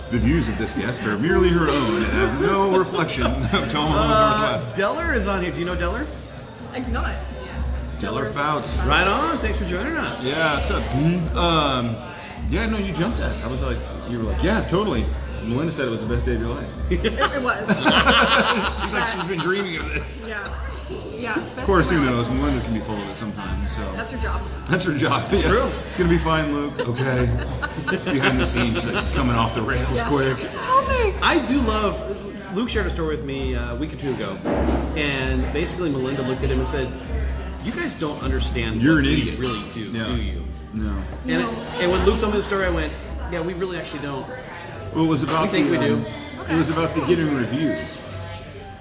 [SPEAKER 9] The views of this guest are merely her own and have no reflection of Tomaho's request.
[SPEAKER 7] Deller is on here. Do you know Deller?
[SPEAKER 10] I do not.
[SPEAKER 9] Deller Fouts.
[SPEAKER 7] Right on. Thanks for joining us.
[SPEAKER 9] Yeah, what's up, dude? Um, yeah, no, you jumped at. it. I was like, you were like, yeah, totally. Melinda said it was the best day of your life.
[SPEAKER 10] It was.
[SPEAKER 9] She's like, she's been dreaming of this.
[SPEAKER 10] Yeah. Yeah. Best
[SPEAKER 9] Of course,
[SPEAKER 10] of my
[SPEAKER 9] who
[SPEAKER 10] life.
[SPEAKER 9] knows? Melinda can be full of it sometimes. So
[SPEAKER 10] That's her job.
[SPEAKER 9] That's her job. It's
[SPEAKER 7] true.
[SPEAKER 9] It's gonna be fine, Luke. Okay. Behind the scenes, she's like, it's coming off the rails
[SPEAKER 10] Yes.
[SPEAKER 9] quick.
[SPEAKER 7] I do love. Luke shared a story with me uh, a week or two ago, and basically Melinda looked at him and said, "You guys don't understand.
[SPEAKER 9] You're
[SPEAKER 7] what
[SPEAKER 9] an
[SPEAKER 7] we
[SPEAKER 9] idiot.
[SPEAKER 7] Really do?
[SPEAKER 9] Yeah.
[SPEAKER 7] Do you?"
[SPEAKER 9] No.
[SPEAKER 7] And, and when Luke told me the story, I went, "Yeah, we really actually don't."
[SPEAKER 9] Well, it was about
[SPEAKER 7] We think
[SPEAKER 9] the,
[SPEAKER 7] we do.
[SPEAKER 9] um, It was about the getting reviews.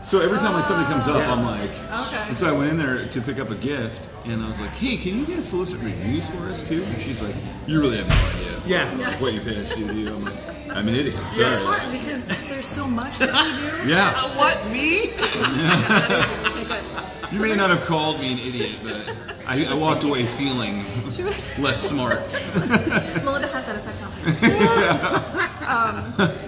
[SPEAKER 9] So every time like something comes up,
[SPEAKER 7] Yeah.
[SPEAKER 9] I'm like,
[SPEAKER 10] Okay.
[SPEAKER 9] and so I went in there to pick up a gift, and I was like, hey, can you guys solicit reviews for us too? And she's like, you really have no idea.
[SPEAKER 7] Yeah.
[SPEAKER 9] I'm like, what you past due to you? I'm like, I'm an idiot. Sorry.
[SPEAKER 10] It's hard because there's so much that we do. Uh,
[SPEAKER 9] Yeah.
[SPEAKER 7] What me?
[SPEAKER 10] That is really good.
[SPEAKER 9] You may not have called me an idiot, but I, I walked away feeling
[SPEAKER 10] She was-
[SPEAKER 9] less smart.
[SPEAKER 10] Melinda has that effect on me.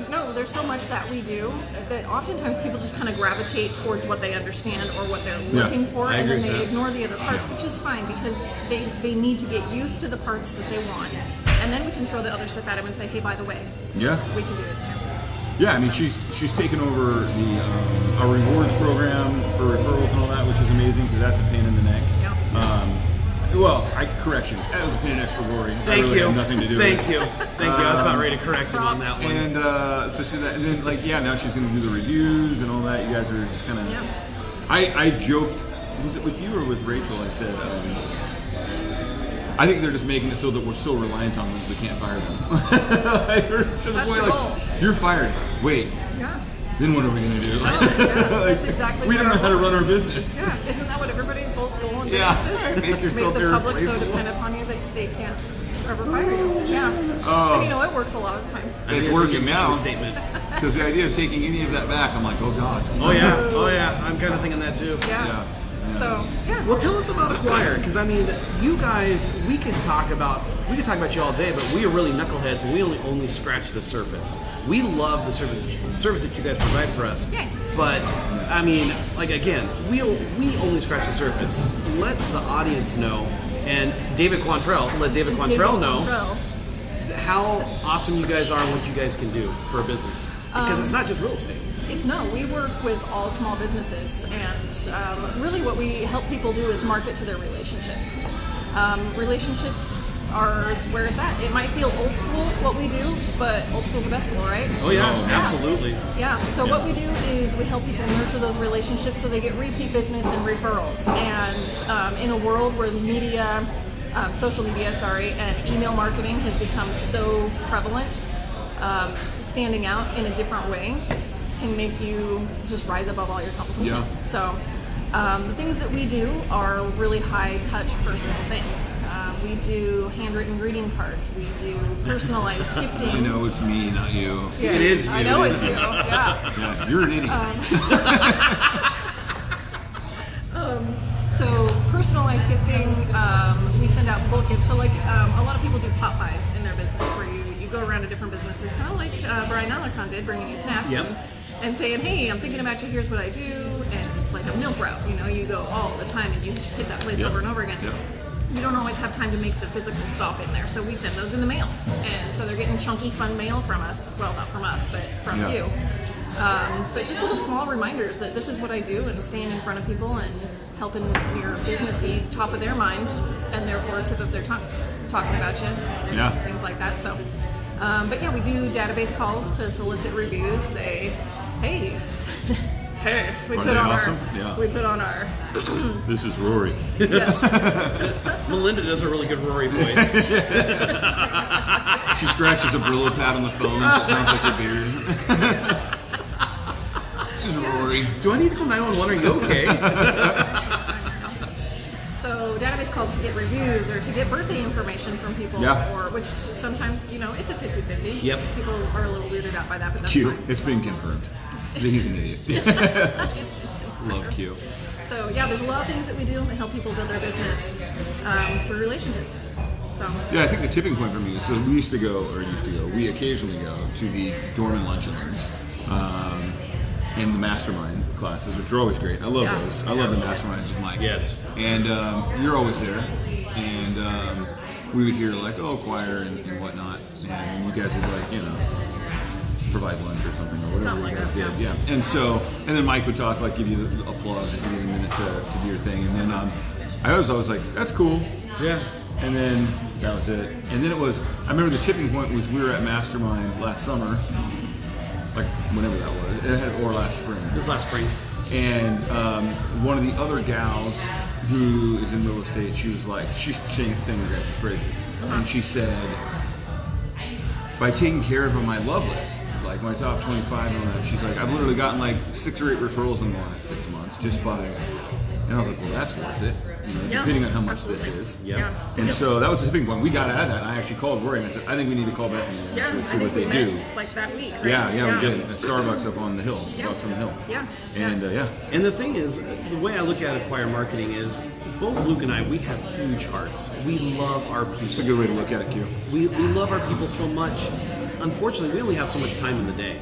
[SPEAKER 10] um, no, there's so much that we do that oftentimes people just kind of gravitate towards what they understand or what they're
[SPEAKER 9] Yeah,
[SPEAKER 10] looking for,
[SPEAKER 9] I
[SPEAKER 10] and
[SPEAKER 9] agree with
[SPEAKER 10] then they
[SPEAKER 9] that.
[SPEAKER 10] ignore the other parts, which is fine because they, they need to get used to the parts that they want. And then we can throw the other stuff at them and say, hey, by the way,
[SPEAKER 9] Yeah.
[SPEAKER 10] we can do this too.
[SPEAKER 9] Yeah, I mean she's she's taken over the um, our rewards program for referrals and all that, which is amazing because that's a pain in the neck.
[SPEAKER 10] Yeah.
[SPEAKER 9] Um, well, I correction, that was a pain in the neck for Lori. I
[SPEAKER 7] Thank
[SPEAKER 9] really
[SPEAKER 7] you.
[SPEAKER 9] Had nothing to do.
[SPEAKER 7] Thank
[SPEAKER 9] with it. Um,
[SPEAKER 7] you. Thank you. I was about ready to correct him on that one.
[SPEAKER 9] And uh, so she that, and then like yeah, now she's gonna do the reviews and all that. You guys are just kind of.
[SPEAKER 10] Yeah.
[SPEAKER 9] I I joked. Was it with you or with Rachel? I said. Um, I think they're just making it so that we're so reliant on them we can't fire them. Like, we're just to the
[SPEAKER 10] That's
[SPEAKER 9] point
[SPEAKER 10] the
[SPEAKER 9] like
[SPEAKER 10] goal.
[SPEAKER 9] you're fired. Wait,
[SPEAKER 10] Yeah.
[SPEAKER 9] then what are we gonna do?
[SPEAKER 10] that's exactly
[SPEAKER 9] we
[SPEAKER 10] what
[SPEAKER 9] don't know
[SPEAKER 10] our
[SPEAKER 9] how to
[SPEAKER 10] goal
[SPEAKER 9] run
[SPEAKER 10] is.
[SPEAKER 9] our business.
[SPEAKER 10] Yeah, isn't that what everybody's both goal and
[SPEAKER 9] Yeah.
[SPEAKER 10] business is?
[SPEAKER 9] Make yourself
[SPEAKER 10] the public so
[SPEAKER 9] irreplaceable.
[SPEAKER 10] dependent upon you that they can't ever fire you. Yeah. and you know, it works a lot of the time.
[SPEAKER 9] And
[SPEAKER 7] That's
[SPEAKER 9] oh. it's
[SPEAKER 7] a
[SPEAKER 9] working
[SPEAKER 7] mutual
[SPEAKER 9] now
[SPEAKER 7] Statement.
[SPEAKER 9] because the idea of taking any of that back, I'm like, oh god.
[SPEAKER 7] Oh yeah. Oh yeah. I'm kind of thinking that too.
[SPEAKER 10] Yeah.
[SPEAKER 9] Yeah.
[SPEAKER 10] So, yeah.
[SPEAKER 7] Well, tell us about Acquire, because I mean, you guys, we could talk about we could talk about you all day, but we are really knuckleheads, and we only only scratch the surface. We love the service service that you guys provide for us,
[SPEAKER 10] Yay.
[SPEAKER 7] but I mean, like again, we o- we only scratch the surface. Let the audience know, and David Quantrell, let David Quantrell know
[SPEAKER 10] Quantrell.
[SPEAKER 7] how awesome you guys are and what you guys can do for a business, because it's not just real estate.
[SPEAKER 10] Um, It's no, we work with all small businesses, and um, really what we help people do is market to their relationships. Um, relationships are where it's at. It might feel old school what we do, but old school's the best school, right?
[SPEAKER 7] Oh yeah, absolutely.
[SPEAKER 10] Yeah. So what we do is we help people nurture those relationships so they get repeat business and referrals. And um, in a world where media, um, social media, sorry, and email marketing has become so prevalent, um, standing out in a different way can make you just rise above all your competition.
[SPEAKER 9] Yeah.
[SPEAKER 10] So. Um, the things that we do are really high touch personal things. Uh, we do handwritten greeting cards. We do personalized gifting.
[SPEAKER 9] I know it's me, not you.
[SPEAKER 10] Yeah.
[SPEAKER 7] It is
[SPEAKER 10] I
[SPEAKER 7] you.
[SPEAKER 10] know
[SPEAKER 7] It
[SPEAKER 10] it's you. Yeah.
[SPEAKER 9] Yeah, you're an idiot.
[SPEAKER 7] Um,
[SPEAKER 10] So personalized gifting, um, we send out bulk gifts. So like um, a lot of people do pop buys in their business, where you, you go around to different businesses, kind of like uh, Brian Alacon did, bringing you snacks
[SPEAKER 7] Yep.
[SPEAKER 10] and, and saying, hey, I'm thinking about you. Here's what I do, and it's like a milk route. You know, you go all the time, and you just hit that place over and over again. You don't always have time to make the physical stop in there, so we send those in the mail, and so they're getting chunky, fun mail from us. Well, not from us, but from
[SPEAKER 9] Yeah.
[SPEAKER 10] you. Um, but just little small reminders that this is what I do and staying in front of people and helping your business be top of their mind and therefore tip of their tongue, talking about you and
[SPEAKER 9] Yeah.
[SPEAKER 10] things like that. So, um, but yeah, we do database calls to solicit reviews, say, hey, her. We
[SPEAKER 9] Aren't
[SPEAKER 10] put
[SPEAKER 9] they
[SPEAKER 10] on
[SPEAKER 9] awesome?
[SPEAKER 10] our.
[SPEAKER 9] Yeah.
[SPEAKER 10] We put on our.
[SPEAKER 9] This is Rory.
[SPEAKER 7] Melinda does a really good Rory voice.
[SPEAKER 9] She scratches a Brillo pad on the phone. So it sounds like her beard. this is Rory.
[SPEAKER 7] Do I need to call 911? Are you okay?
[SPEAKER 10] So database calls to get reviews or to get birthday information from people,
[SPEAKER 9] Yeah.
[SPEAKER 10] or which sometimes you know it's a 50-50.
[SPEAKER 7] Yep.
[SPEAKER 10] People are a little weirded out by that, but that's
[SPEAKER 9] Q.
[SPEAKER 10] fine.
[SPEAKER 9] It's been confirmed. that He's an idiot.
[SPEAKER 10] It's- it's-
[SPEAKER 9] Love Q.
[SPEAKER 10] So yeah, there's a lot of things that we do to help people build their business um, through relationships. So
[SPEAKER 9] Yeah, I think the tipping point for me is so we used to go, or used to go, we occasionally go to the Dorman Lunch and Learns um, and the mastermind classes, which are always great. I love
[SPEAKER 10] Yeah.
[SPEAKER 9] those. I love the masterminds with Mike.
[SPEAKER 7] Yes.
[SPEAKER 9] And um, you're always there. And um, we would hear, like, oh, choir and, and whatnot. And you guys would, like, you know, provide lunch or something or whatever
[SPEAKER 10] Something like
[SPEAKER 9] you guys
[SPEAKER 10] that,
[SPEAKER 9] did. Yeah. And so, and then Mike would talk, like give you a plug, give you a minute to, to do your thing. And then um, I was always like, that's cool.
[SPEAKER 7] Yeah.
[SPEAKER 9] And then that was it. And then it was, I remember the tipping point was we were at Mastermind last summer, like whenever that was, it had, or last spring.
[SPEAKER 7] It was last spring.
[SPEAKER 9] And um, one of the other gals who is in real estate, she was like, she's saying, saying great phrases. And she said, by taking care of my love list, like my top 25 on that, she's like, I've literally gotten like six or eight referrals in the last six months just by, and I was like, well, that's worth it, you know,
[SPEAKER 10] Yeah,
[SPEAKER 9] depending on how much
[SPEAKER 10] absolutely.
[SPEAKER 9] this is.
[SPEAKER 7] Yeah.
[SPEAKER 10] yeah.
[SPEAKER 9] And so that was the tipping point. We got out of that, and I actually called Rory and I said, I think we need to call Bethany and
[SPEAKER 10] Yeah,
[SPEAKER 9] actually
[SPEAKER 10] I
[SPEAKER 9] see
[SPEAKER 10] think
[SPEAKER 9] what
[SPEAKER 10] we
[SPEAKER 9] they
[SPEAKER 10] met,
[SPEAKER 9] do.
[SPEAKER 10] Like that week. right?
[SPEAKER 9] Yeah, yeah, we did. At Starbucks up on the hill,
[SPEAKER 10] Yeah.
[SPEAKER 9] up from the hill.
[SPEAKER 10] Yeah, yeah.
[SPEAKER 9] And uh, yeah,
[SPEAKER 7] And the thing is, the way I look at acquire marketing is both Luke and I, we have huge hearts. We love our people.
[SPEAKER 9] it's a good way to look at it, Q.
[SPEAKER 7] we, we love our people so much. Unfortunately, we only have so much time in the day.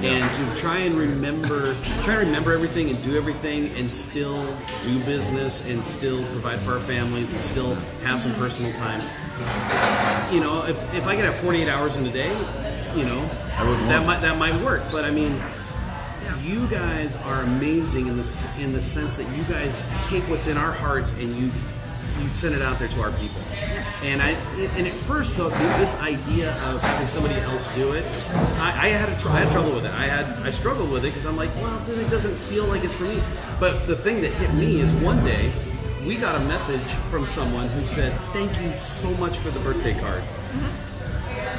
[SPEAKER 7] And to try and remember, try and remember everything and do everything, and still do business, and still provide for our families, and still have some personal time. You know, if, if I could have 48 hours in a day, you know,
[SPEAKER 9] I wouldn't
[SPEAKER 7] that
[SPEAKER 9] want
[SPEAKER 7] might that might work. But I mean, you guys are amazing in the s- in the sense that you guys take what's in our hearts and you you send it out there to our people. And I and at first though th- this idea of having somebody else do it, I, I had a tr- I had trouble with it. I had I struggled with it because I'm like, well, then it doesn't feel like it's for me. But the thing that hit me is one day we got a message from someone who said, "Thank you so much for the birthday card."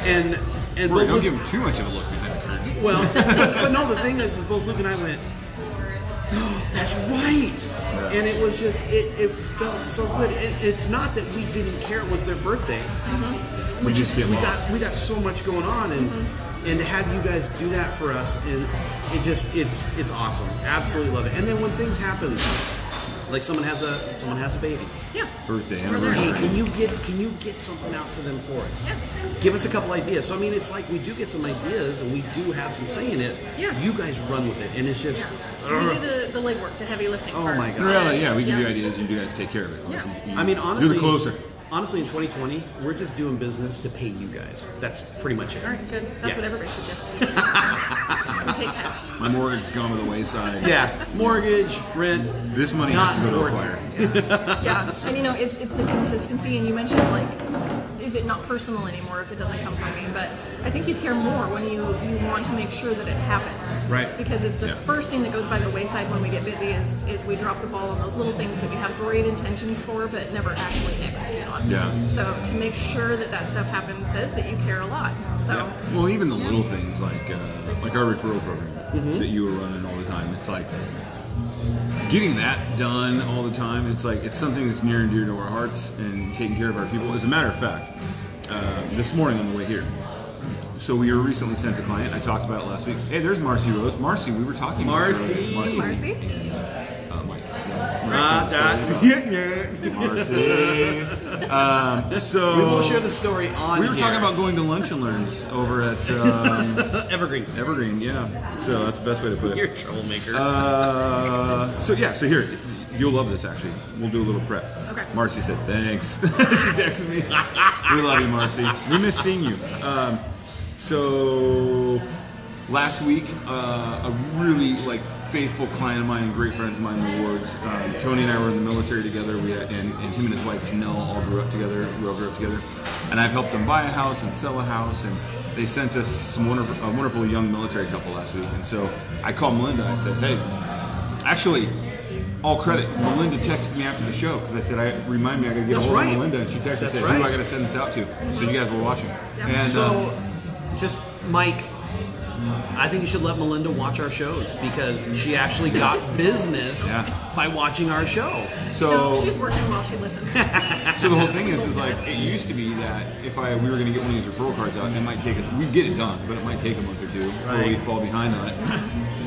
[SPEAKER 7] And and both
[SPEAKER 9] Rory, don't
[SPEAKER 7] Luke-
[SPEAKER 9] give him too much of a look behind the curtain.
[SPEAKER 7] well, but, but no, the thing is, is both Luke and I went, "Oh, that's right. And it was just, it, it felt so good. And it's not that we didn't care it was their birthday.
[SPEAKER 9] We just get
[SPEAKER 7] We
[SPEAKER 9] lost.
[SPEAKER 7] got, we got so much going on and, and to have you guys do that for us. And it just, it's, it's awesome. Absolutely love it. And then when things happen, like someone has a, someone has a baby.
[SPEAKER 10] Yeah.
[SPEAKER 9] Birthday,
[SPEAKER 10] We're there.
[SPEAKER 9] anniversary.
[SPEAKER 7] Hey, can you get can you get something out to them for us?
[SPEAKER 10] Yeah.
[SPEAKER 7] Give us a couple ideas. So I mean, it's like we do get some ideas and we do have some say in it.
[SPEAKER 10] Yeah.
[SPEAKER 7] You guys run with it, and it's just.
[SPEAKER 10] Yeah. We do the, the legwork, the heavy lifting.
[SPEAKER 7] Oh
[SPEAKER 10] part.
[SPEAKER 7] my God.
[SPEAKER 9] Really, yeah, we give you
[SPEAKER 10] Yeah.
[SPEAKER 9] ideas and you guys take care of it.
[SPEAKER 10] Yeah.
[SPEAKER 7] I mean, honestly,
[SPEAKER 9] You're the closer.
[SPEAKER 7] Honestly, in 2020, we're just doing business to pay you guys. That's pretty much it.
[SPEAKER 10] All right, good. That's
[SPEAKER 7] Yeah.
[SPEAKER 10] what everybody should do. We take cash.
[SPEAKER 9] My mortgage has gone to the wayside.
[SPEAKER 7] Yeah, mortgage, rent.
[SPEAKER 9] This money
[SPEAKER 7] Not
[SPEAKER 9] has to go to
[SPEAKER 7] important.
[SPEAKER 9] Acquire.
[SPEAKER 10] Yeah, and you know, it's it's the consistency. And you mentioned like, is it not personal anymore if it doesn't come from me? But I think you care more when you you want to make sure that it happens.
[SPEAKER 7] Right.
[SPEAKER 10] Because it's the
[SPEAKER 9] Yeah.
[SPEAKER 10] first thing that goes by the wayside when we get busy is is we drop the ball on those little things that we have great intentions for but never actually execute on.
[SPEAKER 9] Yeah.
[SPEAKER 10] So to make sure that that stuff happens says that you care a lot. So.
[SPEAKER 9] Well, even the little things like uh, like our referral program
[SPEAKER 7] Mm-hmm.
[SPEAKER 9] that you were running all the time. It's like getting that done all the time. It's like it's something that's near and dear to our hearts and taking care of our people. As a matter of fact, uh, this morning on the way here. So we were recently sent a client. I talked about it last week. Hey, there's Marcy Rose. Marcy, we were talking. about her
[SPEAKER 7] Marcy.
[SPEAKER 9] earlier.
[SPEAKER 10] Marcy?
[SPEAKER 9] And, uh, Mike.
[SPEAKER 7] Ah, that.
[SPEAKER 9] Marcy. um, so
[SPEAKER 7] we will share the story on.
[SPEAKER 9] we were
[SPEAKER 7] here.
[SPEAKER 9] talking about going to lunch and learns over at um,
[SPEAKER 7] evergreen.
[SPEAKER 9] Evergreen, yeah. So that's the best way to put
[SPEAKER 7] You're
[SPEAKER 9] it.
[SPEAKER 7] a troublemaker.
[SPEAKER 9] Uh, so yeah, so here, you'll love this actually. We'll do a little prep.
[SPEAKER 10] Okay.
[SPEAKER 9] Marcy said thanks. she texted me. we love you, Marcy. We miss seeing you. Um, so last week, uh, a really like faithful client of mine and great friends of mine, the Wards. Um, Tony and I were in the military together. We and, and him and his wife Janelle all grew up together. We all grew up together, and I've helped them buy a house and sell a house. And they sent us some wonderful, a wonderful young military couple last week. And so I called Melinda. I said, Hey, Actually, all credit. Melinda texted me after the show because I said, "I remind me I got to get a
[SPEAKER 7] That's
[SPEAKER 9] hold
[SPEAKER 7] right.
[SPEAKER 9] of Melinda," and she texted
[SPEAKER 7] That's
[SPEAKER 9] me, said,
[SPEAKER 7] right.
[SPEAKER 9] "Who do I got to send this out to?" So you guys were watching. And,
[SPEAKER 7] so,
[SPEAKER 9] um,
[SPEAKER 7] just Mike, I think you should let Melinda watch our shows because she actually got business
[SPEAKER 9] Yeah.
[SPEAKER 7] by watching our show.
[SPEAKER 9] So-
[SPEAKER 10] no, she's working while she listens.
[SPEAKER 9] so the whole thing is, is like it used to be that if I we were going to get one of these referral cards out, and it might take us, we'd get it done, but it might take a month or two, or
[SPEAKER 7] Right.
[SPEAKER 9] we'd fall behind on it.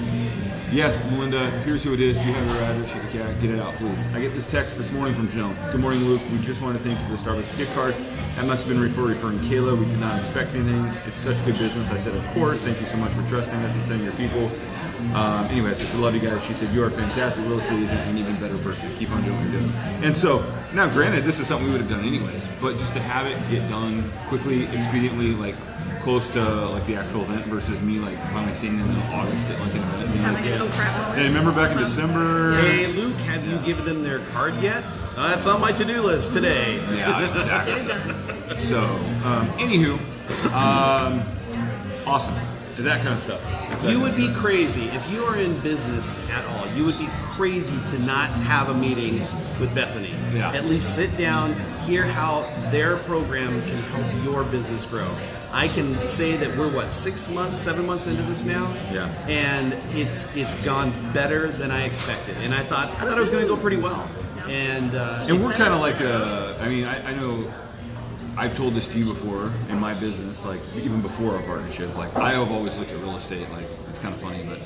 [SPEAKER 9] yes, Melinda, here's who it is. Do you have her address? She's like, yeah, get it out, please. I get this text this morning from Joan. Good morning, Luke. We just want to thank you for the Starbucks gift card. That must have been refer referring Kayla. We did not expect anything. It's such good business. I said, of course. Thank you so much for trusting us and sending your people. Um, anyways, I said, love you guys. She said, you are a fantastic real estate agent and even better person. Keep on doing what you're doing. And so, now granted, this is something we would have done anyways, but just to have it get done quickly, expediently, like close to like the actual event versus me like finally seeing them in August at like an event. being
[SPEAKER 10] Having
[SPEAKER 9] like,
[SPEAKER 10] an oh crap moment.
[SPEAKER 9] Hey, remember back in December?
[SPEAKER 7] Hey, Luke, have you given them their card yet? Uh, it's on my to-do list today.
[SPEAKER 9] Yeah,
[SPEAKER 10] Get it
[SPEAKER 9] exactly.
[SPEAKER 10] done.
[SPEAKER 9] So, um, anywho, um, awesome. That kind of stuff. That
[SPEAKER 7] You
[SPEAKER 9] kind
[SPEAKER 7] would
[SPEAKER 9] of
[SPEAKER 7] be
[SPEAKER 9] stuff.
[SPEAKER 7] crazy if you are in business at all. You would be crazy to not have a meeting with Bethany.
[SPEAKER 9] Yeah.
[SPEAKER 7] At least sit down, hear how their program can help your business grow. I can say that we're what six months, seven months into this now.
[SPEAKER 9] Yeah.
[SPEAKER 7] And it's it's gone better than I expected, and I thought I thought it was going to go pretty well. And uh,
[SPEAKER 9] And we're
[SPEAKER 7] it's-
[SPEAKER 9] kind of like a. I mean, I, I know. I've told this to you before in my business, like even before our partnership. Like I have always looked at real estate. Like it's kind of funny, but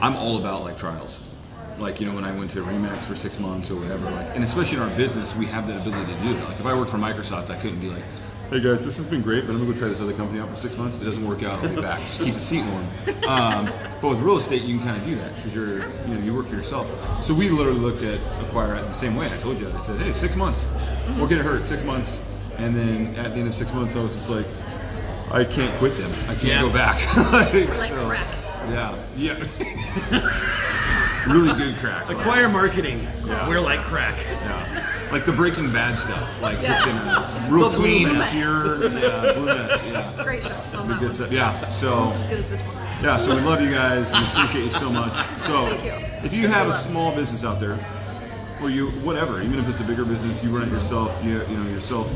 [SPEAKER 9] I'm all about like trials. Like you know, when I went to Remax for six months or whatever. Like, and especially in our business, we have that ability to do that. Like if I worked for Microsoft, I couldn't be like, "Hey guys, this has been great, but I'm gonna go try this other company out for six months. If it doesn't work out, I'll be back. Just keep the seat warm." Um, but with real estate, you can kind of do that because you're you know you work for yourself. So we literally looked at acquire it the same way. I told you, I said, "Hey, six months, we'll get it hurt. Six months." And then at the end of six months, I was just like, "I can't quit them. I can't
[SPEAKER 7] Yeah.
[SPEAKER 9] go back." like,
[SPEAKER 10] Like
[SPEAKER 9] so-
[SPEAKER 10] crack.
[SPEAKER 9] Yeah, yeah. really good crack. like-
[SPEAKER 7] acquire marketing.
[SPEAKER 9] Yeah.
[SPEAKER 7] We're like crack.
[SPEAKER 9] yeah. Like the Breaking Bad stuff, like
[SPEAKER 10] Yeah.
[SPEAKER 9] it's in a real
[SPEAKER 7] Blue
[SPEAKER 9] clean,
[SPEAKER 7] Met.
[SPEAKER 9] pure, yeah, blue Met, yeah,
[SPEAKER 10] Great show. Love
[SPEAKER 9] the
[SPEAKER 10] that
[SPEAKER 9] good
[SPEAKER 10] one.
[SPEAKER 9] stuff. Yeah, so
[SPEAKER 10] Almost as good as this one.
[SPEAKER 9] yeah, so we love you guys. We appreciate you so much. So
[SPEAKER 10] Thank you.
[SPEAKER 9] if you have a small business out there, or you whatever, even if it's a bigger business, you run it yourself, you you know yourself,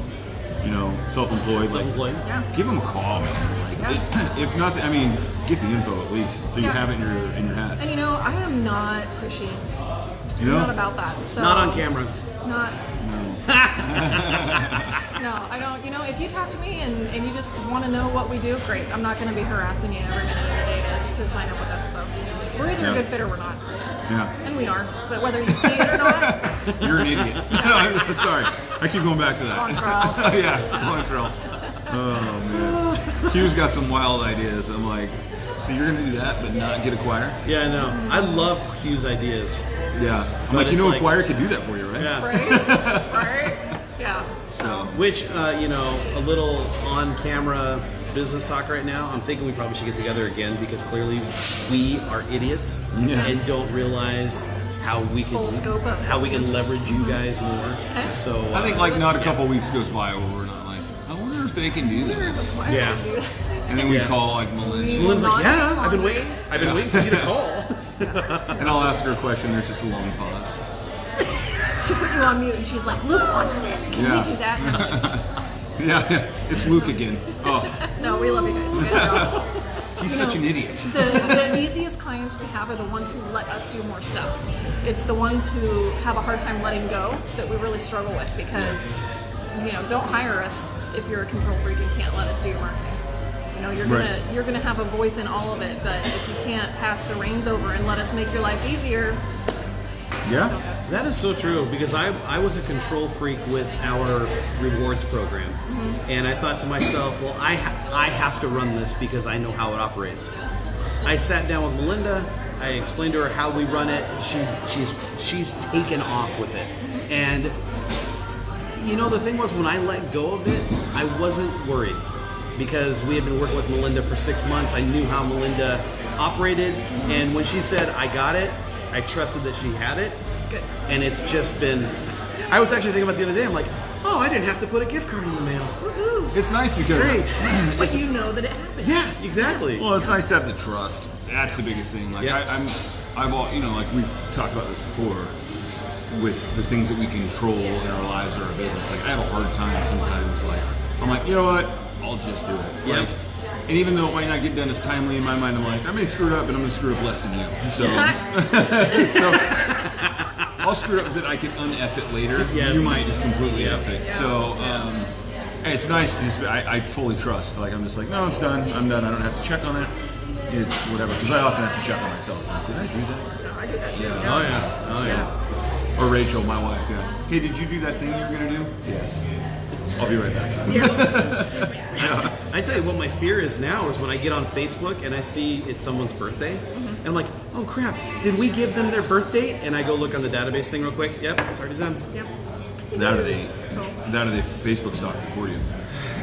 [SPEAKER 9] you know, self-employed, like
[SPEAKER 7] Self-employed.
[SPEAKER 9] give them a call, man. Like it, if not, I mean, get the info at least so you
[SPEAKER 10] Yeah.
[SPEAKER 9] have it in your in your hat.
[SPEAKER 10] And you know, I am not pushy.
[SPEAKER 9] You know?
[SPEAKER 10] I'm not about that. So
[SPEAKER 7] Not on camera.
[SPEAKER 10] Not. No. I don't. You know, if you talk to me and, and you just want to know what we do, great. I'm not going to be harassing you every minute of the day to, to sign up with us. So we're either
[SPEAKER 9] Yeah.
[SPEAKER 10] a good fit or we're not,
[SPEAKER 9] yeah.
[SPEAKER 10] and we are. But whether you see it or not,
[SPEAKER 9] You're an idiot. No, I'm sorry. I keep going back to that.
[SPEAKER 10] Montrell.
[SPEAKER 9] yeah, Montrell. Oh man, Q's got some wild ideas. I'm like, so you're gonna do that, but not get a choir?
[SPEAKER 7] Yeah, I know. I love Hugh's ideas.
[SPEAKER 9] Yeah.
[SPEAKER 7] But
[SPEAKER 9] I'm like, you
[SPEAKER 7] it's
[SPEAKER 9] know, a
[SPEAKER 7] like-
[SPEAKER 9] choir could do that for you, right?
[SPEAKER 7] Yeah.
[SPEAKER 10] right? Right? Yeah.
[SPEAKER 9] So
[SPEAKER 7] Which, uh, you know, a little on camera business talk right now. I'm thinking we probably should get together again because clearly we are idiots
[SPEAKER 9] Yeah.
[SPEAKER 7] and don't realize how we can
[SPEAKER 10] Full scope of- Mm-hmm.
[SPEAKER 7] how we can leverage you guys more.
[SPEAKER 10] Okay.
[SPEAKER 7] So
[SPEAKER 9] I think
[SPEAKER 7] uh,
[SPEAKER 9] like not a couple weeks goes by where we're not like, I wonder if they can do this.
[SPEAKER 10] Why would
[SPEAKER 7] Yeah.
[SPEAKER 10] I do that?
[SPEAKER 9] And then we
[SPEAKER 7] Yeah.
[SPEAKER 9] call like Melinda,
[SPEAKER 7] Lynn's like,
[SPEAKER 10] Laundry,
[SPEAKER 7] yeah, I've been
[SPEAKER 10] laundry.
[SPEAKER 7] waiting. I've been waiting for you to call.
[SPEAKER 9] and I'll ask her a question. There's just a long pause.
[SPEAKER 10] She put you on mute, and she's like, "Luke wants this. Can
[SPEAKER 9] Yeah.
[SPEAKER 10] we do that?"
[SPEAKER 9] Yeah, yeah. it's Luke again. Oh,
[SPEAKER 10] No, we love you guys. You guys are awesome.
[SPEAKER 9] he's
[SPEAKER 10] You
[SPEAKER 9] such
[SPEAKER 10] know,
[SPEAKER 9] an idiot.
[SPEAKER 10] the, the easiest clients we have are the ones who let us do more stuff. It's the ones who have a hard time letting go that we really struggle with because, you know, don't hire us if you're a control freak and can't let us do your marketing. You know, you're gonna
[SPEAKER 9] Right.
[SPEAKER 10] you're gonna have a voice in all of it, but if you can't pass the reins over and let us make your life easier,
[SPEAKER 9] Yeah.
[SPEAKER 7] That is so true because I, I was a control freak with our rewards program. And I thought to myself, well, I, ha- I have to run this because I know how it operates. I sat down with Melinda. I explained to her how we run it. She, she's, she's taken off with it. And you know, the thing was when I let go of it, I wasn't worried because we had been working with Melinda for six months. I knew how Melinda operated, and when she said I got it, I trusted that she had it,
[SPEAKER 10] Good.
[SPEAKER 7] and it's just been. I was actually thinking about the other day. I'm like, oh, I didn't have to put a gift card in the mail.
[SPEAKER 10] woohoo!
[SPEAKER 9] It's nice because
[SPEAKER 7] Great.
[SPEAKER 10] But you know that it happens.
[SPEAKER 7] yeah, exactly.
[SPEAKER 9] Well, it's nice to have the trust. That's the biggest thing. Like
[SPEAKER 7] Yeah.
[SPEAKER 9] I, I'm, I've all you know, like we've talked about this before, with the things that we control in our lives or our business. Like I have a hard time sometimes. Like I'm like, you know what? I'll just do it.
[SPEAKER 7] Yep.
[SPEAKER 9] Like, and even though it might not get done as timely in my mind, I'm like, I may screw it up, but I'm gonna screw up less than you. So, so I'll screw it up that I can unf it later.
[SPEAKER 7] Yes.
[SPEAKER 9] You might just completely f it. So um, and it's nice. 'cause I, I fully trust. Like I'm just like, no, it's done. I'm done. I don't have to check on it. It's whatever. Because I often have to check on myself. Like, Did I do that?
[SPEAKER 7] I do that too.
[SPEAKER 9] Yeah. Oh yeah. Oh yeah. Or Rachel, my wife. Yeah. Hey, did you do that thing you were gonna do? Yes. I'll be right back.
[SPEAKER 7] I tell you what, my fear is now is when I get on Facebook and I see it's someone's birthday,
[SPEAKER 10] Mm-hmm.
[SPEAKER 7] and I'm like, oh crap, did we give them their birth date? And I go look on the database thing real quick. Yep, it's already done.
[SPEAKER 10] Yep.
[SPEAKER 9] That or they, that or they Facebook stalk for you.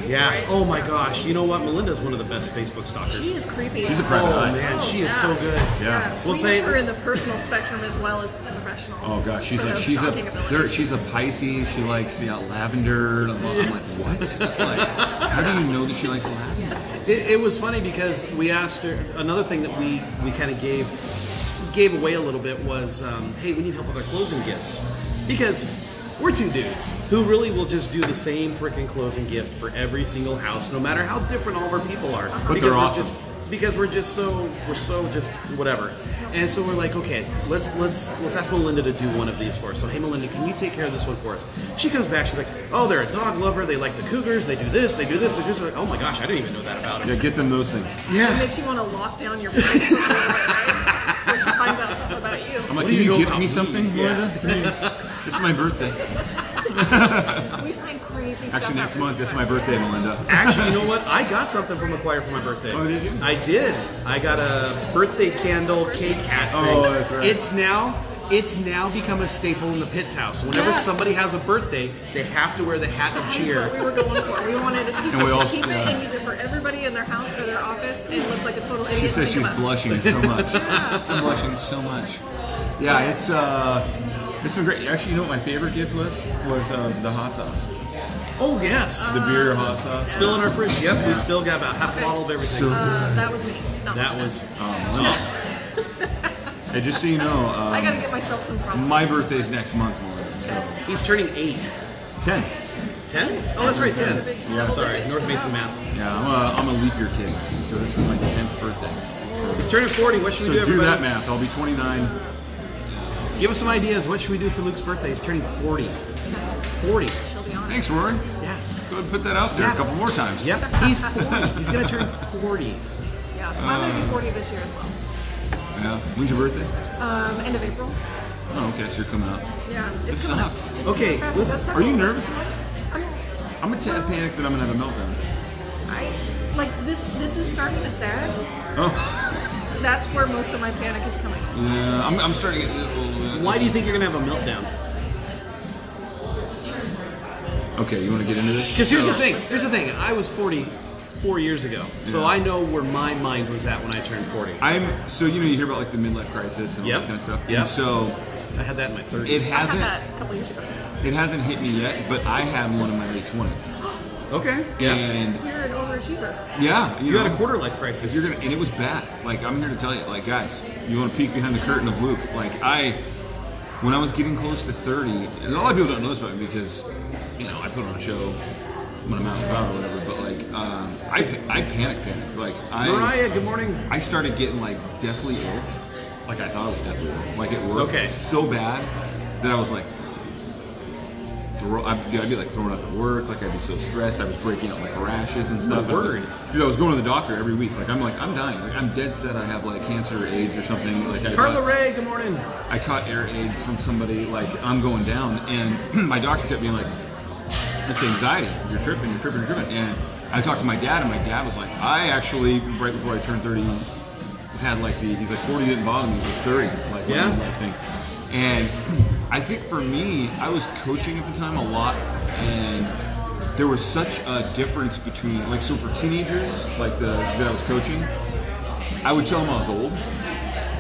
[SPEAKER 7] Yeah. Oh my gosh. You know what? Melinda's one of the best Facebook stalkers.
[SPEAKER 10] She is creepy.
[SPEAKER 9] She's a
[SPEAKER 7] Oh
[SPEAKER 9] private eye.
[SPEAKER 7] man,
[SPEAKER 10] Oh,
[SPEAKER 7] she is
[SPEAKER 10] yeah.
[SPEAKER 7] so good.
[SPEAKER 9] Yeah.
[SPEAKER 10] we
[SPEAKER 7] We'll
[SPEAKER 10] use
[SPEAKER 7] say-
[SPEAKER 10] her in the personal spectrum as well as the professional.
[SPEAKER 9] Oh gosh, she's
[SPEAKER 10] for
[SPEAKER 9] a
[SPEAKER 10] those
[SPEAKER 9] she's a
[SPEAKER 10] stalking abilities.
[SPEAKER 9] there, she's a Pisces. She likes yeah, lavender. I'm like, what? Like, how do you know that she likes lavender?
[SPEAKER 7] It, it was funny because we asked her another thing that we we kind of gave gave away a little bit was um, hey we need help with our closing gifts because we're two dudes who really will just do the same freaking closing gift for every single house no matter how different all of our people are
[SPEAKER 9] But
[SPEAKER 7] because
[SPEAKER 9] they're
[SPEAKER 7] we're
[SPEAKER 9] awesome.
[SPEAKER 7] just, because we're just so we're so just whatever and so we're like okay let's let's let's ask Melinda to do one of these for us so hey Melinda can you take care of this one for us she comes back she's like oh they're a dog lover they like the cougars they do this they do this they do this oh my gosh I didn't even know that about them
[SPEAKER 9] Yeah, get them those things.
[SPEAKER 10] It makes you want to lock down your place right? Before she finds out something about you.
[SPEAKER 9] I'm
[SPEAKER 7] What
[SPEAKER 9] like, can
[SPEAKER 7] do you
[SPEAKER 9] you
[SPEAKER 7] know
[SPEAKER 9] gift
[SPEAKER 7] about
[SPEAKER 9] me
[SPEAKER 7] me?"
[SPEAKER 9] something, Melinda? Can you just- It's my birthday.
[SPEAKER 10] we find crazy stuff.
[SPEAKER 9] Actually,
[SPEAKER 10] out
[SPEAKER 9] next
[SPEAKER 10] there
[SPEAKER 9] month it's my
[SPEAKER 10] sometimes.
[SPEAKER 9] birthday, Melinda.
[SPEAKER 7] Actually, you know what? I got something from Acquire for my birthday.
[SPEAKER 9] Oh, did you?
[SPEAKER 7] I did. I got a birthday candle cake hat thing.
[SPEAKER 9] Oh, that's right.
[SPEAKER 7] It's now it's now become a staple in the Pitt's house. Whenever
[SPEAKER 10] Yes.
[SPEAKER 7] somebody has a birthday, they have to wear the hat of
[SPEAKER 10] That's what we
[SPEAKER 7] cheer.
[SPEAKER 10] were going for. We wanted to keep,
[SPEAKER 9] And we
[SPEAKER 10] it,
[SPEAKER 9] all-
[SPEAKER 10] keep
[SPEAKER 9] yeah.
[SPEAKER 10] it and use it for everybody in their house or their office and look like a total idiot.
[SPEAKER 9] She
[SPEAKER 10] and
[SPEAKER 9] says
[SPEAKER 10] think
[SPEAKER 9] she's
[SPEAKER 10] of us.
[SPEAKER 9] blushing so much. I'm blushing so much. Yeah, it's uh, it's been great. Actually, you know what my favorite gift was? Was uh, the hot sauce,
[SPEAKER 7] Oh yes.
[SPEAKER 9] the beer hot sauce.
[SPEAKER 7] still in our fridge. Yep, we still got about half a bottle of everything.
[SPEAKER 9] So-
[SPEAKER 10] Uh, that was me. Not
[SPEAKER 7] that
[SPEAKER 10] Melinda.
[SPEAKER 7] was
[SPEAKER 9] Um, Melinda. hey, just so you know,
[SPEAKER 10] I
[SPEAKER 9] um,
[SPEAKER 10] gotta get myself some props.
[SPEAKER 9] my birthday's next month, Melinda. So
[SPEAKER 7] he's turning eight.
[SPEAKER 9] ten.
[SPEAKER 7] Ten? Oh that's right, ten.
[SPEAKER 9] Yeah.
[SPEAKER 7] Sorry, North Mason math.
[SPEAKER 9] Yeah, I'm a, I'm a leap year kid, so this is my tenth birthday.
[SPEAKER 7] He's turning forty. What should
[SPEAKER 9] So
[SPEAKER 7] we do
[SPEAKER 9] do
[SPEAKER 7] everybody?
[SPEAKER 9] that math. I'll be 29.
[SPEAKER 7] Give us some ideas. What should we do for Luke's birthday? He's turning forty. Forty.
[SPEAKER 10] She'll be on. it.
[SPEAKER 9] Thanks, Rory.
[SPEAKER 7] Yeah.
[SPEAKER 9] Go ahead and put that out there
[SPEAKER 7] Yeah.
[SPEAKER 9] a couple more times.
[SPEAKER 7] Yep, he's 40. He's going to turn 40.
[SPEAKER 10] Yeah, I'm
[SPEAKER 9] Um,
[SPEAKER 10] gonna be 40 this year as well.
[SPEAKER 9] Yeah. When's your birthday?
[SPEAKER 10] Um, end of April.
[SPEAKER 9] Oh, okay. So you're coming up.
[SPEAKER 10] Yeah, it's
[SPEAKER 9] It
[SPEAKER 10] coming up.
[SPEAKER 9] sucks.
[SPEAKER 10] It's
[SPEAKER 7] Okay,
[SPEAKER 10] coming fast.
[SPEAKER 7] listen,
[SPEAKER 10] That's
[SPEAKER 9] Are you
[SPEAKER 10] September.
[SPEAKER 9] nervous?
[SPEAKER 10] I'm-
[SPEAKER 9] I'm a tad panicked that I'm gonna have a meltdown.
[SPEAKER 10] I like this. This is starting to sad.
[SPEAKER 9] Oh.
[SPEAKER 10] That's where most of my panic is coming. from.
[SPEAKER 9] Yeah. I'm, I'm starting to get this a little bit.
[SPEAKER 7] Why do you think you're going to have a meltdown?
[SPEAKER 9] Okay. You want to get into this?
[SPEAKER 7] Because here's the thing. Here's the thing. I was 44 years ago, so
[SPEAKER 9] Yeah.
[SPEAKER 7] I know where my mind was at when I turned 40.
[SPEAKER 9] I'm so you know you hear about like the midlife crisis and all
[SPEAKER 7] Yep.
[SPEAKER 9] that kind of stuff.
[SPEAKER 7] Yep.
[SPEAKER 9] And so
[SPEAKER 7] I had that in my 30s.
[SPEAKER 9] it
[SPEAKER 10] I had
[SPEAKER 9] hasn't
[SPEAKER 10] that a couple years ago.
[SPEAKER 9] it hasn't hit me yet, but I have one in my late 20s.
[SPEAKER 7] okay.
[SPEAKER 9] And
[SPEAKER 10] You're an overachiever.
[SPEAKER 9] yeah,
[SPEAKER 7] You,
[SPEAKER 9] know,
[SPEAKER 7] had a quarter life crisis.
[SPEAKER 9] You're gonna, and it was bad. Like I'm here to tell you, like guys, you want to peek behind the curtain of Luke. Like I, when I was getting close to 30, and a lot of people don't know this about me because, you know, I put on a show when I'm out and about or whatever. But like, um, I pa- I panic panic. Like I
[SPEAKER 7] Mariah, good morning.
[SPEAKER 9] I started getting like deathly ill. Like I thought I was deathly ill. Like it worked
[SPEAKER 7] Okay.
[SPEAKER 9] so bad that I was like, throw, I'd, I'd be like throwing up at work. Like I'd be so stressed. I was breaking out like rashes and stuff. I was-
[SPEAKER 7] word.
[SPEAKER 9] dude, I was going to the doctor every week. Like I'm like I'm dying. Like I'm dead set. I have like cancer, or AIDS, or something. Like I
[SPEAKER 7] Carla
[SPEAKER 9] got-
[SPEAKER 7] Ray, good morning.
[SPEAKER 9] I caught air aids from somebody, like, I'm going down. And my doctor kept being like, it's anxiety. You're tripping, you're tripping, you're tripping. And I talked to my dad, and my dad was like, I actually, right before I turned 30, had like the, he's like, 40 didn't bother me, it was 30. Like,
[SPEAKER 7] Yeah.
[SPEAKER 9] I think. And I think for me, I was coaching at the time a lot, and there was such a difference between, like, so for teenagers, like the that I was coaching, I would tell them I was old,